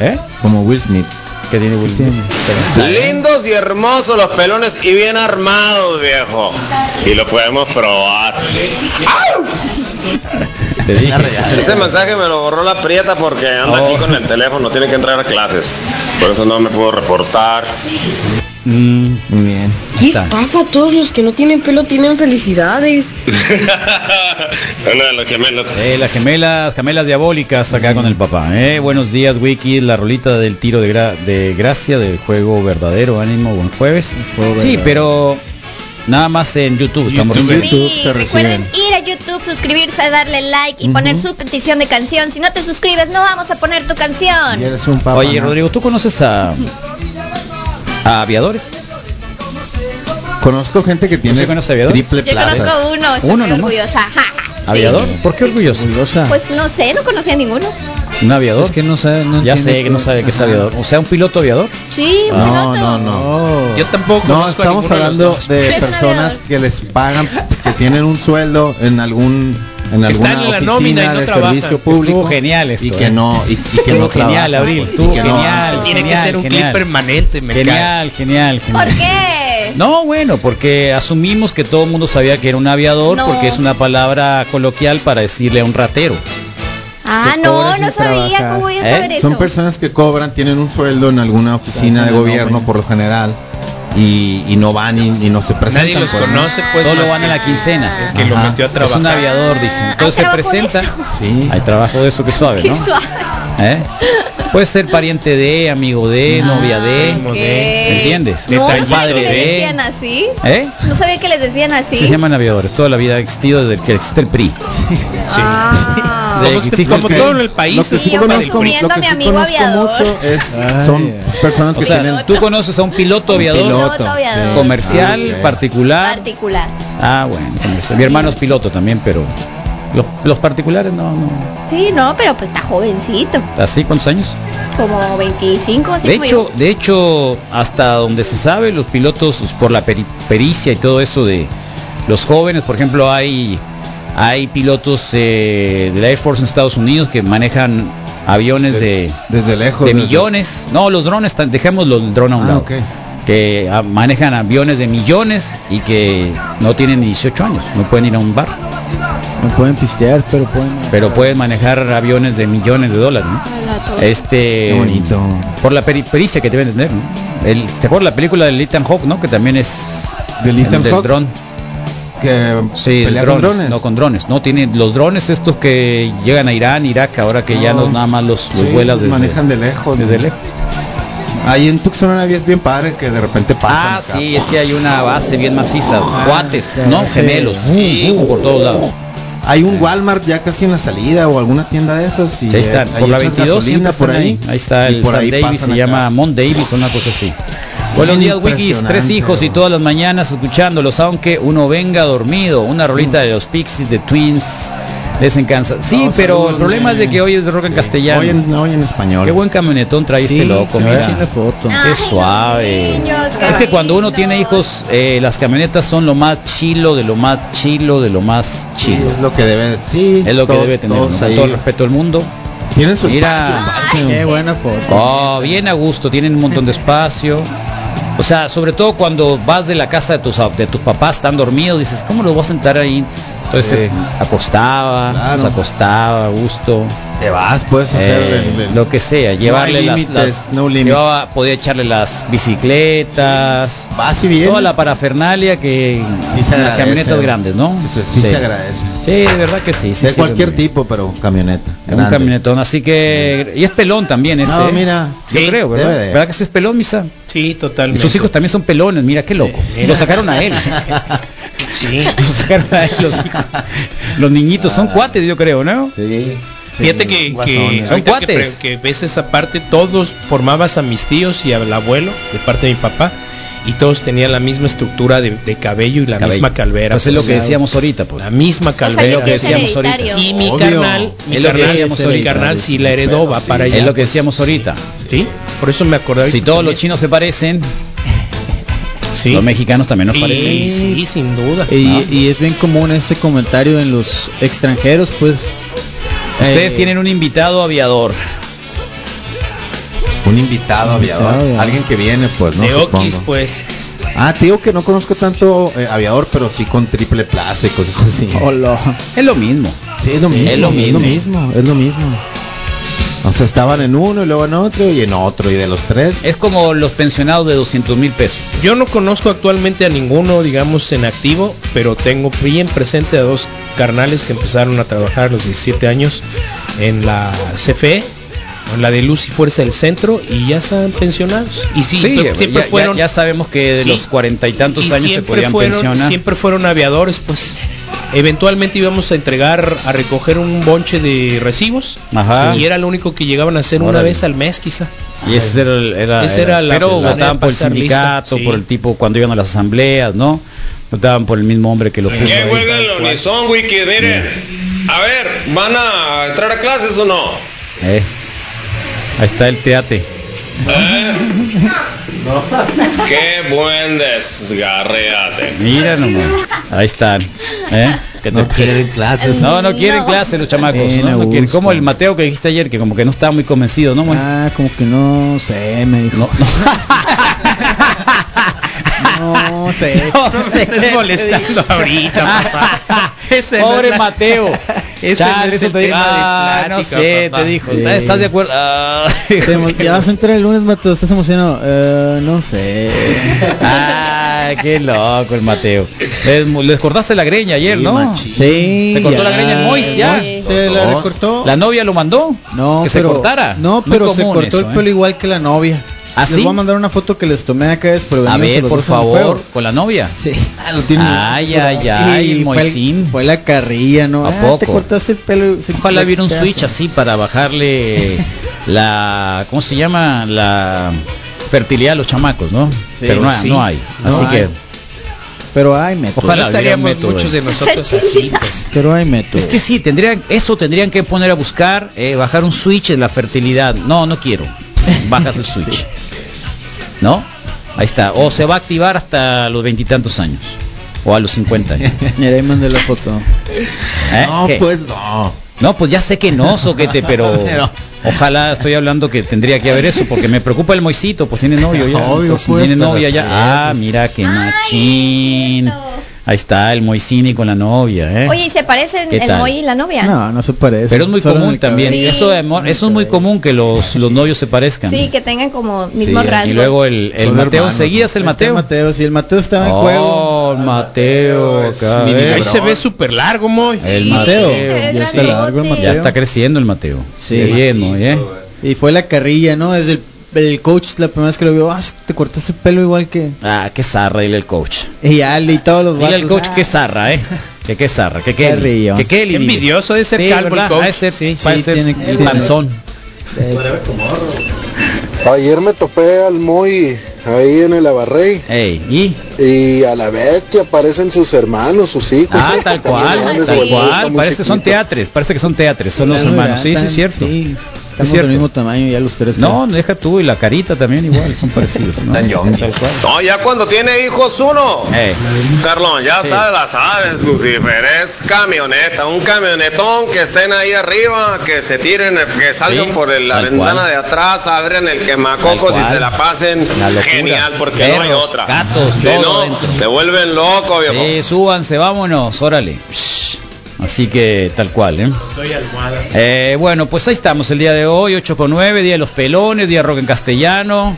Speaker 4: ¿Eh?
Speaker 6: Como Will Smith.
Speaker 4: Que tiene Will Smith.
Speaker 13: Lindos y hermosos los pelones y bien armados, viejo. Y lo podemos probar.
Speaker 4: Te dije.
Speaker 13: Ese mensaje me lo borró la prieta porque anda aquí con el teléfono, tiene que entrar a clases. Por eso no me puedo reportar.
Speaker 4: Mm,
Speaker 6: Muy bien.
Speaker 14: ¿Qué les pasa? Todos los que no tienen pelo tienen felicidades.
Speaker 13: Una de las gemelas.
Speaker 4: Eh, las gemelas, gemelas diabólicas acá con el papá. Eh, buenos días, Wiki. La rolita del tiro de, gra- de gracia del juego verdadero. Ánimo, buen jueves. Sí,
Speaker 6: verdadero.
Speaker 4: pero nada más en YouTube. Estamos
Speaker 6: YouTube.
Speaker 4: recibiendo.
Speaker 6: YouTube se
Speaker 9: Recuerden
Speaker 6: reciben.
Speaker 9: ir a YouTube, suscribirse, darle like y poner su petición de canción. Si no te suscribes, no vamos a poner tu canción.
Speaker 6: Y eres un papá.
Speaker 4: Oye, Rodrigo, ¿tú conoces a, a aviadores?
Speaker 6: Conozco gente que tiene
Speaker 4: ¿Usted conoce aviadores?
Speaker 6: triple
Speaker 9: Yo
Speaker 6: plaza.
Speaker 9: conozco uno, estoy
Speaker 4: Uno
Speaker 9: muy
Speaker 4: nomás.
Speaker 9: orgullosa. ajá.
Speaker 4: ¿Aviador? ¿Por qué orgulloso?
Speaker 9: Pues no sé, no conocía a ninguno.
Speaker 4: ¿Un aviador?
Speaker 8: Es que no sabe, no
Speaker 4: ya
Speaker 8: entiendo
Speaker 4: sé que no
Speaker 8: qué-
Speaker 4: sabe que es
Speaker 8: Ajá.
Speaker 4: aviador. O sea, un piloto aviador.
Speaker 9: Sí, un
Speaker 6: No,
Speaker 9: piloto.
Speaker 6: no, no.
Speaker 4: Oh.
Speaker 7: Yo tampoco.
Speaker 6: No,
Speaker 7: conozco a
Speaker 6: estamos
Speaker 7: ninguno los
Speaker 6: hablando
Speaker 7: dos.
Speaker 6: de
Speaker 9: Tres
Speaker 6: personas
Speaker 9: aviadores.
Speaker 6: que les pagan, que tienen un sueldo en algún en alguna
Speaker 7: Están en la
Speaker 6: oficina
Speaker 7: nómina y no
Speaker 6: de
Speaker 7: trabajan.
Speaker 6: servicio público.
Speaker 4: Estuvo genial esto,
Speaker 6: Y que
Speaker 4: eh.
Speaker 6: no, y, y que
Speaker 4: Estuvo
Speaker 6: no
Speaker 4: genial,
Speaker 6: trabajan,
Speaker 4: Abril,
Speaker 6: pues, y
Speaker 4: estuvo
Speaker 6: que no
Speaker 4: genial.
Speaker 6: avanzan.
Speaker 7: Tiene que
Speaker 4: Genial,
Speaker 7: ser un clip
Speaker 4: genial.
Speaker 7: permanente, me cae.
Speaker 4: Genial, genial, genial.
Speaker 9: ¿Por qué?
Speaker 4: No, bueno, porque asumimos que todo el mundo sabía que era un aviador
Speaker 9: No.
Speaker 4: porque es una palabra coloquial para decirle a un ratero.
Speaker 9: Ah,
Speaker 6: que
Speaker 9: no,
Speaker 6: cobran
Speaker 9: no
Speaker 6: sin
Speaker 9: sabía
Speaker 6: trabajar.
Speaker 9: cómo voy a
Speaker 4: ¿Eh?
Speaker 9: saber
Speaker 6: Son
Speaker 9: eso.
Speaker 6: personas que cobran, tienen un sueldo en alguna oficina de
Speaker 4: en la
Speaker 6: gobierno
Speaker 4: nómina.
Speaker 6: por lo general y, y no van y, y no se presentan.
Speaker 7: Nadie los
Speaker 9: Ah.
Speaker 6: pues, ¿no?
Speaker 7: conoce, pues.
Speaker 4: Solo
Speaker 7: más
Speaker 4: van a
Speaker 7: que-
Speaker 4: la quincena.
Speaker 7: Que lo
Speaker 6: Ajá.
Speaker 7: metió a
Speaker 4: Es
Speaker 7: trabajar.
Speaker 4: un aviador, dicen.
Speaker 9: Ah,
Speaker 4: Entonces se
Speaker 9: hay trabajo de
Speaker 4: presenta.
Speaker 9: eso.
Speaker 6: Sí.
Speaker 4: Hay trabajo de eso que es suave,
Speaker 9: Qué
Speaker 4: ¿no?
Speaker 9: suave.
Speaker 4: ¿Eh? Puede ser pariente de, amigo de, novia de.
Speaker 7: Como
Speaker 9: Ah, Ok.
Speaker 7: de-
Speaker 4: ¿me entiendes?
Speaker 9: No,
Speaker 4: Letal
Speaker 9: no sabía
Speaker 4: padre
Speaker 9: que
Speaker 4: de-
Speaker 9: les decían así.
Speaker 4: ¿Eh?
Speaker 9: No sabía que les decían así.
Speaker 4: Se llaman aviadores. Toda la vida ha existido desde que existe el PRI.
Speaker 9: Ah.
Speaker 7: Como
Speaker 4: De-
Speaker 7: este-
Speaker 4: existe el
Speaker 7: como
Speaker 4: PRI.
Speaker 7: todo el país.
Speaker 6: Lo que sí
Speaker 9: yo
Speaker 6: conozco,
Speaker 9: conociendo
Speaker 6: lo que
Speaker 9: a mi
Speaker 6: sí
Speaker 9: amigo
Speaker 6: conozco
Speaker 9: aviador.
Speaker 6: mucho es son personas
Speaker 4: O
Speaker 6: que tienen
Speaker 4: sea, tú conoces a un piloto aviador
Speaker 9: piloto. aviador.
Speaker 4: comercial,
Speaker 6: Ah, ok.
Speaker 4: particular.
Speaker 9: Particular.
Speaker 4: Ah, bueno, comercial. Mi hermano es piloto también, pero los, los particulares no, no.
Speaker 9: Sí, no, pero pues está jovencito.
Speaker 4: ¿Así cuántos años?
Speaker 9: Como 25, así
Speaker 4: De
Speaker 9: como
Speaker 4: hecho,
Speaker 9: yo.
Speaker 4: de hecho, hasta donde se sabe, los pilotos pues, por la peri- pericia y todo eso de los jóvenes, por ejemplo, hay hay pilotos eh, de la Air Force en Estados Unidos que manejan aviones de,
Speaker 6: desde lejos
Speaker 4: de
Speaker 6: desde-
Speaker 4: millones. No, los drones, tan- dejemos los drones a un
Speaker 6: Ah,
Speaker 4: lado.
Speaker 6: ok.
Speaker 4: Que ah, manejan aviones de millones y que no tienen ni 18 años, no pueden ir a un bar,
Speaker 8: No pueden pistear, pero pueden.
Speaker 4: pero pueden manejar aviones de millones de dólares. ¿no? Este
Speaker 6: Qué bonito.
Speaker 4: por la peri- pericia que deben tener. ¿no? El, ¿Te acuerdas la película de Ethan Hawk, no? Que también es
Speaker 6: ¿Del
Speaker 4: el-
Speaker 6: Ethan
Speaker 4: del
Speaker 6: Hawke?
Speaker 4: dron.
Speaker 6: que
Speaker 4: Sí,
Speaker 6: pelea
Speaker 4: drones,
Speaker 6: con drones.
Speaker 4: no con drones, no tienen los drones estos que llegan a Irán, Irak, ahora que ya
Speaker 6: No.
Speaker 4: no nada más los, los
Speaker 6: Ah. Sí,
Speaker 4: vuelas desde
Speaker 6: manejan de lejos.
Speaker 4: desde
Speaker 6: ¿no?
Speaker 4: lejos.
Speaker 6: Ahí en Tucson Arabia es bien padre que de repente pasa.
Speaker 4: Ah, sí, es que hay una base bien maciza,
Speaker 6: Ah,
Speaker 4: cuates, no
Speaker 8: sí.
Speaker 4: gemelos, uh, uh, por todos lados.
Speaker 6: Hay un Walmart ya casi en la salida o alguna tienda de esos y
Speaker 4: Sí, ahí están,
Speaker 6: eh, ahí
Speaker 4: por la
Speaker 6: echas
Speaker 4: 22 siempre
Speaker 6: gasolina
Speaker 4: están
Speaker 6: por ahí.
Speaker 4: Ahí está
Speaker 6: y
Speaker 4: el San Davis,
Speaker 6: pasan
Speaker 4: se llama
Speaker 6: acá.
Speaker 4: Mont Davis, una cosa así. Buenos días, Wikis. Tres
Speaker 6: impresionante,
Speaker 4: hijos y
Speaker 6: bro.
Speaker 4: todas las mañanas escuchándolos, aunque uno venga dormido. Una rolita de los Pixies, de Twins, les encanta. Sí,
Speaker 6: No,
Speaker 4: pero
Speaker 6: saludos,
Speaker 4: el problema es de que hoy es de rock en
Speaker 6: Sí.
Speaker 4: castellano.
Speaker 6: Hoy en, hoy en español.
Speaker 4: Qué buen camionetón traíste,
Speaker 8: Sí,
Speaker 4: loco,
Speaker 8: te voy a
Speaker 4: mira.
Speaker 8: echar la foto.
Speaker 9: Ah.
Speaker 4: Qué
Speaker 9: Ay,
Speaker 4: suave.
Speaker 9: los niños, qué
Speaker 4: es que cuando uno
Speaker 9: lindos.
Speaker 4: tiene hijos, eh, las camionetas son lo más chilo, de lo más chilo, de lo más
Speaker 6: Sí,
Speaker 4: chilo.
Speaker 6: es lo que debe, sí,
Speaker 4: Es lo que
Speaker 6: todos-
Speaker 4: debe tener, ¿no?
Speaker 6: todos
Speaker 4: con
Speaker 6: ahí
Speaker 4: todo el respeto del mundo.
Speaker 6: Tienen su
Speaker 4: Mira.
Speaker 6: espacio,
Speaker 8: Qué buena foto.
Speaker 4: Oh, bien a gusto, tienen un montón de espacio. O sea, sobre todo cuando vas de la casa de tus, de tus papás, están dormidos, dices, ¿cómo los voy a sentar ahí? Entonces
Speaker 6: Sí.
Speaker 4: se acostaba,
Speaker 6: Claro.
Speaker 4: se acostaba a gusto,
Speaker 6: te vas, pues, puedes hacer
Speaker 4: eh,
Speaker 6: el- el-
Speaker 4: lo que sea, llevarle
Speaker 6: hay
Speaker 4: las,
Speaker 6: límites,
Speaker 4: las-
Speaker 6: no límites.
Speaker 4: llevaba, podía echarle las bicicletas,
Speaker 6: vas y vienes.
Speaker 4: toda la parafernalia que
Speaker 6: Sí se
Speaker 4: en las
Speaker 6: agradece.
Speaker 4: camionetas grandes, ¿no?
Speaker 6: Sí, sí se agradece.
Speaker 4: Sí, de verdad que sí. sí
Speaker 6: de
Speaker 4: sirve
Speaker 6: cualquier
Speaker 4: muy bien.
Speaker 6: tipo, pero camioneta.
Speaker 4: Un
Speaker 6: grande.
Speaker 4: camionetón, así que y es pelón también este.
Speaker 6: No, mira.
Speaker 4: Yo
Speaker 7: Sí,
Speaker 4: creo, ¿verdad?
Speaker 6: debe de.
Speaker 4: ¿Verdad que sí es pelón, Misa?
Speaker 7: Sí,
Speaker 4: Y
Speaker 7: totalmente.
Speaker 4: sus hijos también son pelones, mira qué loco. Lo sacaron a él.
Speaker 7: Sí.
Speaker 4: Lo sacaron a él los hijos. Los niñitos son cuates, yo creo, ¿no?
Speaker 6: Sí.
Speaker 7: Fíjate que, que,
Speaker 4: Este, Son
Speaker 7: ahorita que,
Speaker 4: cuates.
Speaker 7: pre- que ves esa parte, todos formabas a mis tíos y al abuelo de parte de mi papá. y todos tenían la misma estructura de, de cabello y la
Speaker 4: Cabello.
Speaker 7: misma calvera.
Speaker 4: Pues es lo que
Speaker 7: Claro.
Speaker 4: decíamos ahorita, pues.
Speaker 7: La misma calvera.
Speaker 4: Es lo que decíamos ahorita.
Speaker 7: Y mi
Speaker 4: Obvio.
Speaker 7: carnal, mi
Speaker 4: Es lo que
Speaker 7: carnal,
Speaker 4: decíamos
Speaker 7: mi
Speaker 4: ahorita.
Speaker 7: carnal sí la heredó,
Speaker 4: Pero
Speaker 7: va
Speaker 4: sí.
Speaker 7: para allá.
Speaker 4: Es lo que decíamos ahorita.
Speaker 7: Sí, por eso me acordaba.
Speaker 4: Si todos los chinos se parecen, los mexicanos también nos
Speaker 7: Sí,
Speaker 4: parecen.
Speaker 7: sí, sin duda. Ah.
Speaker 8: Y, y es bien común ese comentario en los extranjeros, pues.
Speaker 4: Ustedes
Speaker 8: eh,
Speaker 4: tienen un invitado aviador.
Speaker 6: Un invitado aviador.
Speaker 8: aviador.
Speaker 6: Alguien que viene, pues, ¿no?
Speaker 7: de Oquis,
Speaker 6: Supongo.
Speaker 7: pues.
Speaker 6: Ah, te digo que no conozco tanto eh, aviador, pero sí con triple plaza y cosas así.
Speaker 4: Hola. Es lo mismo.
Speaker 6: Sí, es lo
Speaker 4: Sí,
Speaker 6: mismo.
Speaker 4: es lo mismo.
Speaker 6: Es lo mismo. O sea, estaban en uno y luego en otro y en otro y de los tres.
Speaker 4: Es como los pensionados de 200 mil pesos.
Speaker 7: Yo no conozco actualmente a ninguno, digamos, en activo, pero tengo bien presente a dos carnales que empezaron a trabajar a los 17 años en la CFE, en la de Luz y Fuerza del Centro, y ya están pensionados. Y sí,
Speaker 4: Sí,
Speaker 7: pero
Speaker 4: ya-
Speaker 7: siempre
Speaker 4: ya,
Speaker 7: fueron...
Speaker 4: ya sabemos que de
Speaker 7: Sí.
Speaker 4: los cuarenta y tantos
Speaker 7: y
Speaker 4: años se
Speaker 7: siempre
Speaker 4: podían
Speaker 7: fueron,
Speaker 4: pensionar.
Speaker 7: Siempre fueron aviadores, pues. Eventualmente íbamos a entregar, a recoger un bonche de recibos.
Speaker 4: Ajá.
Speaker 7: Y era lo único que llegaban a hacer una
Speaker 4: Órale.
Speaker 7: vez al mes, quizá.
Speaker 4: Y ese era, el- era-
Speaker 7: Esa era
Speaker 4: era-
Speaker 7: la- la
Speaker 4: pero
Speaker 7: manera
Speaker 4: votaban
Speaker 7: de
Speaker 4: por el
Speaker 7: pasar
Speaker 4: sindicato,
Speaker 7: lista, sí.
Speaker 4: por el tipo cuando iban a las asambleas, ¿no? Votaban por el mismo hombre que lo puso. ahí.
Speaker 13: ni son, Wiki, miren. A ver, ¿van a entrar a clases o no?
Speaker 4: Eh. Ahí está el teate.
Speaker 13: ¿Eh? Qué buen desgarreate.
Speaker 4: Mira nomás. Ahí están. ¿Eh? ¿Qué te
Speaker 6: No
Speaker 4: parece?
Speaker 6: quieren clases.
Speaker 4: No, no quieren
Speaker 9: No.
Speaker 4: clase los chamacos.
Speaker 8: Bien
Speaker 4: ¿no?
Speaker 8: a
Speaker 4: No quieren.
Speaker 8: gusto.
Speaker 4: Como el Mateo que dijiste ayer, que como que no estaba muy convencido, ¿no? Bueno,
Speaker 8: Ah, como que no sé, me dijo. No, sé.
Speaker 4: No sé.
Speaker 7: estés molestando ahorita, papá. Ese no
Speaker 4: Pobre
Speaker 7: es la-
Speaker 4: Mateo.
Speaker 7: Ese no
Speaker 4: Chale,
Speaker 7: es
Speaker 4: eso
Speaker 7: el
Speaker 4: te digo.
Speaker 7: tema de
Speaker 4: Ah, no
Speaker 7: plática,
Speaker 4: sé,
Speaker 7: papá.
Speaker 4: te dijo.
Speaker 8: Sí.
Speaker 4: ¿Estás de acuerdo? Ah,
Speaker 8: Te emo- ya vas a entrar el lunes, Mateo. ¿Estás emocionado? Eh, no sé.
Speaker 4: Ah, qué loco el Mateo. Les, les cortaste la greña ayer, ¿no?
Speaker 8: Sí.
Speaker 4: Se cortó
Speaker 8: ya.
Speaker 4: la greña Mois ya.
Speaker 9: Sí.
Speaker 8: Se la
Speaker 6: Dos.
Speaker 8: recortó.
Speaker 4: La novia lo mandó.
Speaker 8: No,
Speaker 4: que
Speaker 8: pero,
Speaker 4: se cortara.
Speaker 8: No,
Speaker 4: Muy
Speaker 8: pero se
Speaker 4: común
Speaker 8: cortó el
Speaker 4: eso, ¿eh?
Speaker 8: pelo igual que la novia.
Speaker 4: ¿Ah,
Speaker 8: Les
Speaker 4: sí? Ah.
Speaker 8: voy a mandar una foto que les tomé acá después.
Speaker 4: A ver, por favor, con la novia.
Speaker 8: Sí.
Speaker 6: Ah, lo tiene.
Speaker 4: Ay, ay, ay, el
Speaker 8: fue, el-
Speaker 4: Moisín.
Speaker 8: fue la carrilla, ¿no?
Speaker 4: ¿A
Speaker 8: Ah,
Speaker 4: poco?
Speaker 8: te cortaste el pelo. se-
Speaker 4: Ojalá hubiera un
Speaker 8: se-
Speaker 4: switch así para bajarle la, ¿cómo se llama? La fertilidad a los chamacos, ¿no?
Speaker 8: Sí,
Speaker 4: Pero no,
Speaker 8: sí.
Speaker 4: no hay.
Speaker 8: No
Speaker 4: así
Speaker 8: hay.
Speaker 4: que
Speaker 8: Pero ay, me
Speaker 4: Ojalá
Speaker 7: No
Speaker 4: hubiera
Speaker 7: estaríamos
Speaker 4: un método
Speaker 7: muchos
Speaker 4: ahí.
Speaker 7: de nosotros así, pues.
Speaker 8: Pero ay, me
Speaker 4: es que sí, tendrían, eso tendrían que poner a buscar, eh, bajar un switch en la fertilidad. No, no quiero. Bajas el switch. ¿No? Ahí está. O se va a activar hasta los veintitantos años. O a los 50 años.
Speaker 8: Mira, ahí mandé la foto.
Speaker 4: ¿Eh?
Speaker 6: No,
Speaker 4: ¿Qué?
Speaker 6: pues no.
Speaker 4: No, pues ya sé que no, soquete, pero
Speaker 6: Pero-
Speaker 4: ojalá estoy hablando que tendría que haber eso, porque me preocupa el Moisito, pues tiene novio ya.
Speaker 6: Obvio,
Speaker 4: entonces,
Speaker 6: pues,
Speaker 4: tiene
Speaker 6: pero
Speaker 4: novia ya.
Speaker 6: sí,
Speaker 4: Ah,
Speaker 6: pues.
Speaker 4: mira qué
Speaker 9: Ay,
Speaker 4: machín.
Speaker 9: eso.
Speaker 4: Ahí está el Moisini con la novia, ¿eh?
Speaker 9: Oye, ¿y se parecen
Speaker 4: ¿Qué
Speaker 9: el
Speaker 4: tal?
Speaker 9: Moy y la novia?
Speaker 8: No, no se parece.
Speaker 4: pero es muy
Speaker 8: Solo en
Speaker 4: común
Speaker 8: el
Speaker 4: también.
Speaker 9: cabello.
Speaker 4: Eso, de amor, eso es muy común que los, los novios se parezcan.
Speaker 9: Sí, que tengan como mismos
Speaker 6: Sí, y
Speaker 9: rasgos.
Speaker 4: y luego el, el
Speaker 6: Son
Speaker 4: Mateo,
Speaker 6: hermanos,
Speaker 4: enseguida es el
Speaker 8: Ahí está
Speaker 4: Mateo.
Speaker 8: Mateo, sí, el Mateo estaba en juego.
Speaker 4: Oh, el Mateo,
Speaker 6: Es
Speaker 4: acá,
Speaker 6: mini
Speaker 4: ¿ves?
Speaker 7: Ahí
Speaker 6: cabrón.
Speaker 7: se ve súper largo, Moy.
Speaker 4: El
Speaker 9: Sí,
Speaker 4: Mateo.
Speaker 9: se ve
Speaker 8: Ya
Speaker 9: grandote.
Speaker 8: está largo el
Speaker 4: Ya
Speaker 8: Mateo.
Speaker 4: está creciendo el Mateo.
Speaker 8: Sí.
Speaker 4: Qué bien, Moy, ¿eh?
Speaker 8: Y fue la carrilla, ¿no? Desde el, el coach la primera vez que lo vio, ah, te cortaste el pelo igual que...
Speaker 4: Ah, qué zarra, dile el coach.
Speaker 8: Y Ale y todos los
Speaker 4: Dile al
Speaker 8: vatos,
Speaker 4: coach
Speaker 8: ah,
Speaker 4: que zarra, ¿eh? Que que zarra, que
Speaker 8: Qué
Speaker 4: Kelly.
Speaker 8: río.
Speaker 4: Que Kelly.
Speaker 7: Qué
Speaker 4: dile.
Speaker 7: envidioso de ser
Speaker 4: Sí,
Speaker 7: calvo el
Speaker 4: ¿verdad?
Speaker 7: coach.
Speaker 4: Ha de ser,
Speaker 8: Sí, sí,
Speaker 4: parece
Speaker 8: tiene- tiene-
Speaker 4: panzón.
Speaker 8: eh,
Speaker 11: Ayer me topé al Moy ahí en el Abarrey
Speaker 4: Ey, y
Speaker 11: y a la vez que aparecen sus hermanos, sus hijos.
Speaker 4: ah, tal cual, tal cual, parece que son teatres, parece que son teatres, son los
Speaker 8: Claro, ¿verdad?
Speaker 4: hermanos, sí, sí,
Speaker 8: Están-
Speaker 4: es cierto.
Speaker 8: sí, estamos del
Speaker 4: cierto.
Speaker 8: mismo tamaño ya los tres.
Speaker 4: No, deja tú y la carita también igual, son parecidos, ¿no?
Speaker 6: Tan young.
Speaker 4: Tal cual.
Speaker 13: No, ya cuando tiene hijos uno.
Speaker 4: Ey,
Speaker 13: Carlón, ya
Speaker 4: Sí.
Speaker 13: sabes, la sabes, Lucifer, es camioneta, un camionetón que estén ahí arriba, que se tiren, que salgan
Speaker 4: Sí,
Speaker 13: por el- la
Speaker 4: tal
Speaker 13: ventana
Speaker 4: cual.
Speaker 13: de atrás, abren el
Speaker 4: Tal
Speaker 13: quemacocos
Speaker 4: cual.
Speaker 13: y se la pasen
Speaker 4: La locura.
Speaker 13: genial, porque no hay
Speaker 4: Perros,
Speaker 13: otra.
Speaker 4: gatos,
Speaker 13: si
Speaker 4: todo
Speaker 13: no,
Speaker 4: dentro.
Speaker 13: te vuelven loco, viejo.
Speaker 4: Sí, súbanse, vámonos, órale. Así que tal cual, ¿eh? Eh, bueno, pues ahí estamos el día de hoy, 8 con 9, día de los pelones, día de rock en castellano.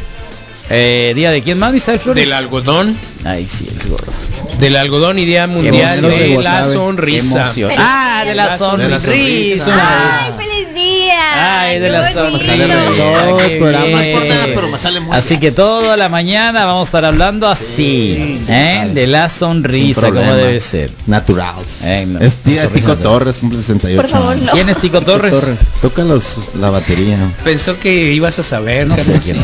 Speaker 4: Eh, día de quién más, Isabel Flores.
Speaker 7: Del algodón,
Speaker 4: Ay, sí, el gordo.
Speaker 7: del algodón y día mundial
Speaker 4: emoción,
Speaker 7: de
Speaker 4: qué
Speaker 7: la
Speaker 4: wasabi, qué
Speaker 7: sonrisa.
Speaker 4: emoción.
Speaker 9: Pero-
Speaker 4: Ah, de la
Speaker 6: De la
Speaker 4: sonrisa.
Speaker 6: sonrisa.
Speaker 9: ¡Ay, feliz día!
Speaker 4: Ay, de
Speaker 9: ¡Qué
Speaker 4: la
Speaker 9: bonito!
Speaker 4: sonrisa.
Speaker 8: Todo el
Speaker 4: qué
Speaker 8: programa.
Speaker 4: bien.
Speaker 6: No es por nada, pero me sale muy
Speaker 4: Así
Speaker 6: bien.
Speaker 4: que toda la mañana vamos a estar hablando así, ¿eh? de la sonrisa,
Speaker 6: Sin
Speaker 4: como
Speaker 6: problema.
Speaker 4: debe ser.
Speaker 6: Natural.
Speaker 4: Eh, no,
Speaker 6: es tía
Speaker 4: no se
Speaker 6: Tico
Speaker 4: rían de-
Speaker 6: Torres, cumple 68.
Speaker 9: Por favor, no.
Speaker 4: ¿Quién es Tico Torres?
Speaker 6: Toca los, la batería.
Speaker 7: Pensó que ibas a saber,
Speaker 4: No sé
Speaker 7: Carlos.
Speaker 4: quién.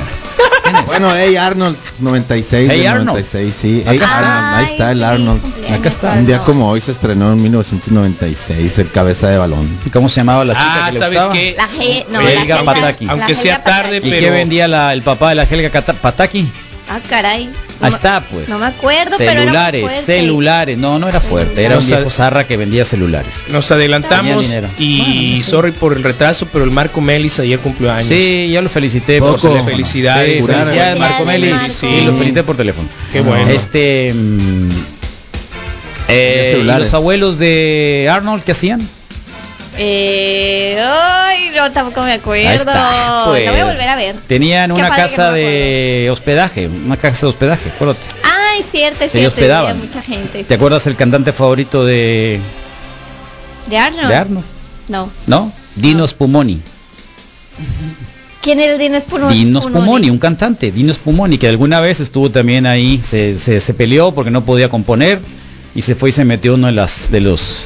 Speaker 6: Bueno, hey Arnold 96
Speaker 4: Hey
Speaker 6: del
Speaker 4: Arnold.
Speaker 6: 96, sí.
Speaker 4: Acá
Speaker 6: Hey
Speaker 4: está.
Speaker 6: Arnold, ahí está el Arnold.
Speaker 4: Acá está.
Speaker 6: Un día como hoy se estrenó en 1996 el cabeza de balón.
Speaker 4: ¿Cómo se llamaba la chica
Speaker 7: Ah,
Speaker 4: que le
Speaker 7: ¿sabes
Speaker 4: gustaba?
Speaker 7: qué?
Speaker 9: La G, no,
Speaker 4: Helga
Speaker 9: la Helga-
Speaker 4: Pataki.
Speaker 9: la
Speaker 7: Aunque sea
Speaker 9: Helga Pataki.
Speaker 7: tarde,
Speaker 4: ¿Y
Speaker 7: pero-
Speaker 4: qué vendía la- el papá de la Helga Cata- Pataki?
Speaker 9: Ah, caray. No
Speaker 4: Ahí
Speaker 9: me-
Speaker 4: está, pues.
Speaker 9: No me acuerdo, pero era muy
Speaker 4: celulares,
Speaker 9: fuerte.
Speaker 4: celulares. No, no era fuerte. Era
Speaker 7: No
Speaker 4: un
Speaker 7: sabe-
Speaker 4: viejo zarra que vendía celulares.
Speaker 7: Nos adelantamos
Speaker 4: Tenía dinero.
Speaker 7: y sorry por el retraso, pero el Marco Melis ayer cumplió años.
Speaker 4: Sí, ya lo felicité
Speaker 7: Poco.
Speaker 4: por teléfono.
Speaker 7: Felicidades.
Speaker 4: Sí, felicidades,
Speaker 7: Felicidades,
Speaker 4: Marco
Speaker 7: Marco.
Speaker 4: Melis.
Speaker 7: Sí.
Speaker 4: Sí, lo felicité por teléfono.
Speaker 7: Qué bueno.
Speaker 4: Este. mm, eh,
Speaker 7: Ya
Speaker 4: ¿y
Speaker 7: celulares.
Speaker 4: los abuelos de Arnold qué hacían?
Speaker 9: Eh, ay, no, tampoco me acuerdo.
Speaker 4: Ahí está, pues.
Speaker 9: La voy a volver a ver.
Speaker 4: Tenían
Speaker 9: Qué
Speaker 4: una
Speaker 9: padre que
Speaker 4: casa
Speaker 9: no me
Speaker 4: de hospedaje, una casa de hospedaje, acuérdate.
Speaker 9: Ay, cierto, es
Speaker 4: Se
Speaker 9: cierto. vivía
Speaker 4: hospedaban.
Speaker 9: mucha gente.
Speaker 4: ¿Te acuerdas el cantante favorito de,
Speaker 9: ¿De Arnold?
Speaker 4: de Arnold?
Speaker 9: No.
Speaker 4: ¿No? Dino Spumoni.
Speaker 9: ¿Quién era el Dino Spumoni?
Speaker 4: Dino Spumoni, un cantante, Dino Spumoni, que alguna vez estuvo también ahí, se, se- se peleó porque no podía componer y se fue y se metió uno de las de los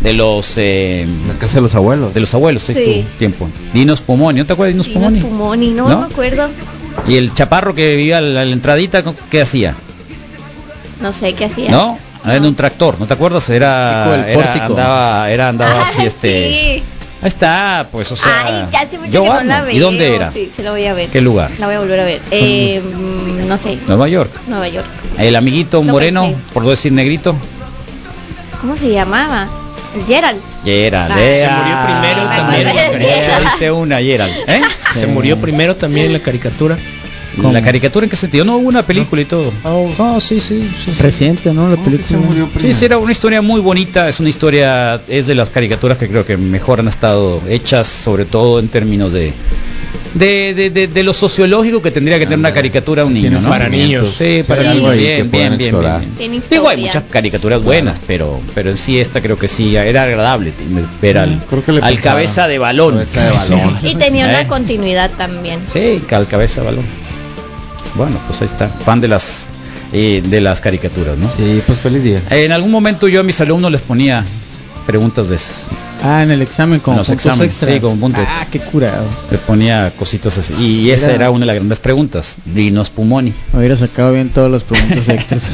Speaker 4: de los eh,
Speaker 6: La casa de los abuelos.
Speaker 4: de los abuelos, ahí
Speaker 9: Sí.
Speaker 4: estuvo tiempo. Dino Spumoni, ¿no te acuerdas de Dino
Speaker 9: Dino
Speaker 4: Spumoni?
Speaker 9: Spumoni, no,
Speaker 4: ¿No?
Speaker 9: no me acuerdo.
Speaker 4: Y el chaparro que vivía a la, a la entradita, ¿cómo- ¿qué hacía?
Speaker 9: No sé qué hacía.
Speaker 4: ¿No? Era en un tractor, ¿no te acuerdas? Era,
Speaker 8: Chico del
Speaker 4: era
Speaker 8: pórtico.
Speaker 4: andaba, era andaba así este.
Speaker 9: Ah, Sí.
Speaker 4: Ahí está, pues o sea,
Speaker 9: Ay, ya hace mucho
Speaker 4: yo
Speaker 9: que no la
Speaker 4: Arnold.
Speaker 9: veo.
Speaker 4: ¿Y dónde era?
Speaker 9: Sí, se la voy a ver.
Speaker 4: ¿Qué lugar?
Speaker 9: La voy a volver a ver. Eh, mm, no sé,
Speaker 4: Nueva York.
Speaker 9: Nueva York.
Speaker 4: El amiguito
Speaker 9: No
Speaker 4: moreno,
Speaker 9: pensé.
Speaker 4: por no decir negrito,
Speaker 9: ¿Cómo se llamaba? Gerald.
Speaker 4: Gerald.
Speaker 9: Ah.
Speaker 4: eh,
Speaker 9: Se murió primero
Speaker 4: ah,
Speaker 7: también
Speaker 4: eh,
Speaker 7: la caricatura.
Speaker 4: Viste una Gerald, ¿eh?
Speaker 7: Se murió primero también la caricatura.
Speaker 4: La caricatura en que sentido, no hubo una película y todo. Oh, sí, sí, sí, sí.
Speaker 8: Reciente, ¿no? La película.
Speaker 4: Sí, sí, era una historia muy bonita, es una historia, es de las caricaturas que creo que mejor han estado hechas, sobre todo en términos de de, de, de- de lo sociológico que tendría que tener una caricatura a un niño,
Speaker 6: tiene
Speaker 4: ¿no?
Speaker 6: Para niños.
Speaker 4: Sí,
Speaker 6: Sí,
Speaker 4: para
Speaker 6: hay
Speaker 4: niños.
Speaker 6: algo ahí que
Speaker 4: Bien,
Speaker 6: puedan
Speaker 4: bien, bien,
Speaker 6: explorar.
Speaker 4: bien.
Speaker 9: Tiene
Speaker 4: Digo, hay
Speaker 9: historia.
Speaker 4: muchas caricaturas buenas, pero pero en sí esta creo que sí era agradable ver al,
Speaker 6: Creo que le
Speaker 4: al
Speaker 6: pensaron.
Speaker 4: cabeza de balón.
Speaker 6: Cabeza de balón.
Speaker 9: Y tenía
Speaker 4: Eh.
Speaker 9: una continuidad también.
Speaker 4: Sí, al cabeza de balón. Bueno, pues ahí está, fan de las eh, de las caricaturas, ¿no?
Speaker 6: Sí, pues feliz día.
Speaker 4: En algún momento yo a mis alumnos les ponía preguntas de esas.
Speaker 8: Ah, en el examen con
Speaker 4: En los
Speaker 8: puntos
Speaker 4: exámenes,
Speaker 8: extras.
Speaker 4: sí, con puntos.
Speaker 8: Ah, qué curado.
Speaker 4: Les ponía cositas así. Y esa
Speaker 8: Mira.
Speaker 4: era una de las grandes preguntas. Dinos Pumoni.
Speaker 8: Me hubiera sacado bien todos los preguntas extras.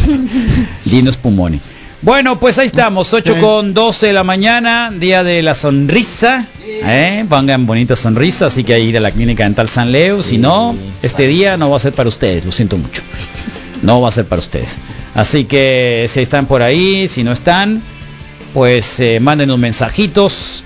Speaker 4: Dinos Pumoni. Bueno, pues ahí estamos, 8 con 12 de la mañana, día de la sonrisa. ¿eh? Pongan bonita sonrisa, así que a ir a la clínica dental San Leo. Si no, este día no va a ser para ustedes, lo siento mucho. No va a ser para ustedes. Así que si están por ahí, si no están, pues eh, manden unos mensajitos.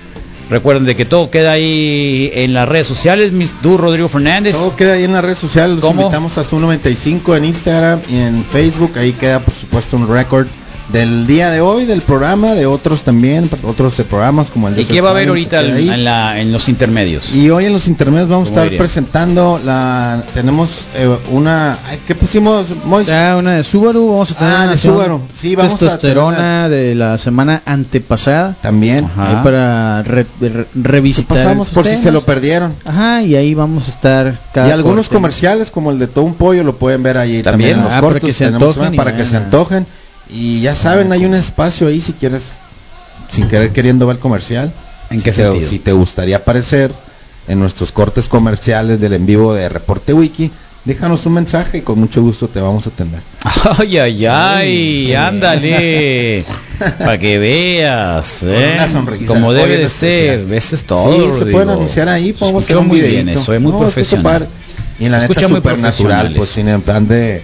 Speaker 4: Recuerden de que todo queda ahí en las redes sociales, mis tú Rodrigo Fernández.
Speaker 6: Todo queda ahí en las redes sociales, los
Speaker 4: ¿Cómo?
Speaker 6: invitamos a Zoom95 en Instagram y en Facebook, ahí queda por supuesto un récord del día de hoy, del programa, de otros también, otros eh, programas como el de
Speaker 4: ¿Y qué va a haber
Speaker 6: Science,
Speaker 4: ahorita
Speaker 6: queda ahí.
Speaker 4: en, en la- en los intermedios?
Speaker 6: Y hoy en los intermedios vamos a
Speaker 4: ¿Cómo
Speaker 6: estar
Speaker 4: diría?
Speaker 6: presentando la tenemos eh, una ay, ¿qué pusimos? Mois?
Speaker 8: Ya una de Subaru, vamos a tener
Speaker 6: Ah,
Speaker 8: una
Speaker 6: de
Speaker 8: nación
Speaker 6: Subaru. Sí, vamos a tener
Speaker 8: testosterona
Speaker 6: una-
Speaker 8: de la semana antepasada
Speaker 6: también.
Speaker 4: Ajá.
Speaker 8: eh, para re- re-
Speaker 6: Que
Speaker 8: revisitar.
Speaker 6: pasamos
Speaker 8: esos
Speaker 6: por si
Speaker 8: temas.
Speaker 6: se lo perdieron.
Speaker 8: Ajá, y ahí vamos a estar cada
Speaker 6: y algunos
Speaker 8: corte.
Speaker 6: comerciales como el de todo un pollo lo pueden ver ahí
Speaker 4: También.
Speaker 6: también, en los
Speaker 8: Ah, para
Speaker 6: cortos
Speaker 8: que se
Speaker 6: tenemos
Speaker 8: antojen
Speaker 6: una
Speaker 8: y Ah,
Speaker 6: para que se
Speaker 8: vayan a-
Speaker 6: antojen y ya saben hay un espacio ahí si quieres sin querer queriendo ver el comercial
Speaker 4: ¿En
Speaker 6: si
Speaker 4: qué
Speaker 6: te,
Speaker 4: sentido?
Speaker 6: si te gustaría aparecer en nuestros cortes comerciales del en vivo de Reporte Wiki déjanos un mensaje y con mucho gusto te vamos a atender
Speaker 4: Ay, ay, ay, ándale. Para que veas, ¿eh?
Speaker 6: una sonrisa.
Speaker 4: Como debe
Speaker 6: Oye,
Speaker 4: de
Speaker 6: en
Speaker 4: ser,
Speaker 6: especial.
Speaker 4: ves es todo.
Speaker 6: sí se
Speaker 4: Rodrigo.
Speaker 6: pueden anunciar ahí
Speaker 4: Se
Speaker 6: podemos
Speaker 4: escucha
Speaker 6: hacer un
Speaker 4: muy bien
Speaker 6: videíto.
Speaker 4: eso, es muy
Speaker 6: No, está
Speaker 4: profesional.
Speaker 6: súper- y en la
Speaker 4: Se
Speaker 6: neta
Speaker 4: escucha muy
Speaker 6: súper natural
Speaker 4: profesional
Speaker 6: pues
Speaker 4: eso.
Speaker 6: sin en plan de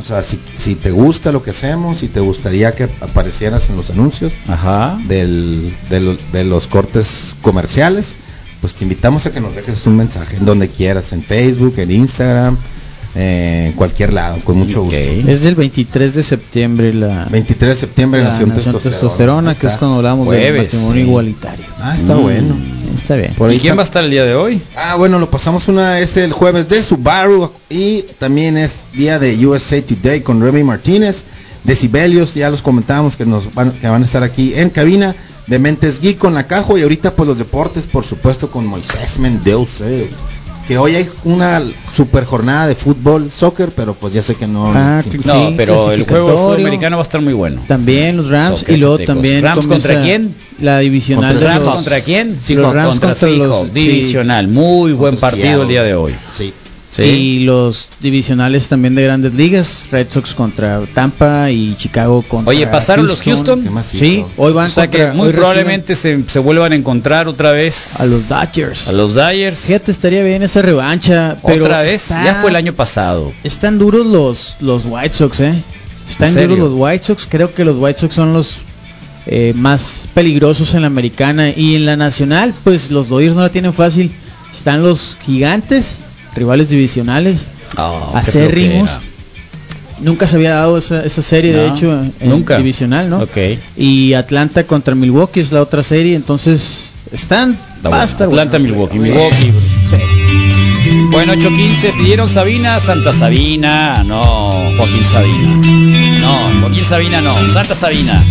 Speaker 6: o sea si, si te gusta lo que hacemos si te gustaría que aparecieras en los anuncios
Speaker 4: Ajá.
Speaker 6: del, de, lo- de los cortes comerciales, pues te invitamos a que nos dejes un mensaje en donde quieras, en Facebook, en Instagram, eh, en cualquier lado, con mucho
Speaker 4: Ok.
Speaker 6: gusto.
Speaker 8: Es del 23 de septiembre la,
Speaker 6: 23 de septiembre
Speaker 8: la
Speaker 6: Nación
Speaker 8: Nación
Speaker 6: Testosterona.
Speaker 8: Ah, Testosterona, que
Speaker 6: Está.
Speaker 8: es cuando hablamos del
Speaker 4: Jueves,
Speaker 8: matrimonio
Speaker 4: sí.
Speaker 8: igualitario. Mm,
Speaker 6: Ah, está bueno.
Speaker 4: Mm.
Speaker 8: Está bien.
Speaker 6: Por ahí
Speaker 4: ¿Y quién va a
Speaker 6: está-
Speaker 4: estar el día de hoy?
Speaker 6: Ah, bueno, lo pasamos una es el jueves de Subaru y también es día de USA Today con Remy Martínez, de Sibelius, ya los comentábamos que nos van, que van a estar aquí en cabina, de Mentes Geek con la Cajo y ahorita pues los deportes, por supuesto, con Moisés Mendelce. Que hoy hay una super jornada de fútbol, soccer, pero pues ya sé que no.
Speaker 8: Ah,
Speaker 6: sí.
Speaker 8: que-
Speaker 4: No,
Speaker 8: Sí,
Speaker 4: pero el juego de fútbol
Speaker 8: clasificatorio.
Speaker 4: americano va a estar muy bueno.
Speaker 8: También los Rams
Speaker 4: Soccer,
Speaker 8: y luego
Speaker 4: Tecos.
Speaker 8: también
Speaker 4: ¿Rams
Speaker 8: comienza
Speaker 4: contra quién?
Speaker 8: La divisional
Speaker 6: Contra
Speaker 8: de
Speaker 4: ¿Rams
Speaker 8: los-
Speaker 4: contra quién?
Speaker 8: los Rams
Speaker 4: contra
Speaker 8: contra los-
Speaker 4: Seahawks.
Speaker 8: sí.
Speaker 4: Divisional. Muy buen
Speaker 6: Contra
Speaker 4: partido el
Speaker 6: Seattle.
Speaker 4: día de hoy.
Speaker 6: Sí.
Speaker 4: Sí.
Speaker 8: Y los divisionales también de grandes ligas, Red Sox contra Tampa y Chicago contra
Speaker 4: Oye, ¿pasaron los Houston?
Speaker 8: ¿Qué más Sí, hizo? hoy van
Speaker 4: O sea que
Speaker 8: contra-
Speaker 4: muy
Speaker 8: hoy reciben-
Speaker 4: probablemente se, se vuelvan a encontrar otra vez
Speaker 8: A los Dodgers.
Speaker 4: a los Dyers.
Speaker 8: Fíjate, estaría bien esa revancha, pero
Speaker 4: Otra vez,
Speaker 8: está-
Speaker 4: ya fue el año pasado.
Speaker 8: Están duros los, los White Sox, ¿eh? Están
Speaker 4: ¿En serio?
Speaker 8: duros los White Sox. Creo que los White Sox son los eh, más peligrosos en la americana. Y en la nacional, pues los Dodgers no la tienen fácil. Están los gigantes, rivales divisionales, Ah,
Speaker 4: Oh, qué
Speaker 8: acérrimos.
Speaker 4: flojera.
Speaker 8: Nunca se había dado esa, esa serie, de
Speaker 4: No,
Speaker 8: hecho, en
Speaker 4: nunca.
Speaker 8: divisional, ¿no?
Speaker 4: Ok.
Speaker 8: Y Atlanta contra Milwaukee es la otra serie, entonces están...
Speaker 4: Está bueno. Atlanta, Milwaukee.
Speaker 8: Bien.
Speaker 4: Milwaukee. Bueno, 815, pidieron Sabina, Santa Sabina, no, Joaquín Sabina. No, Joaquín Sabina no, Santa Sabina.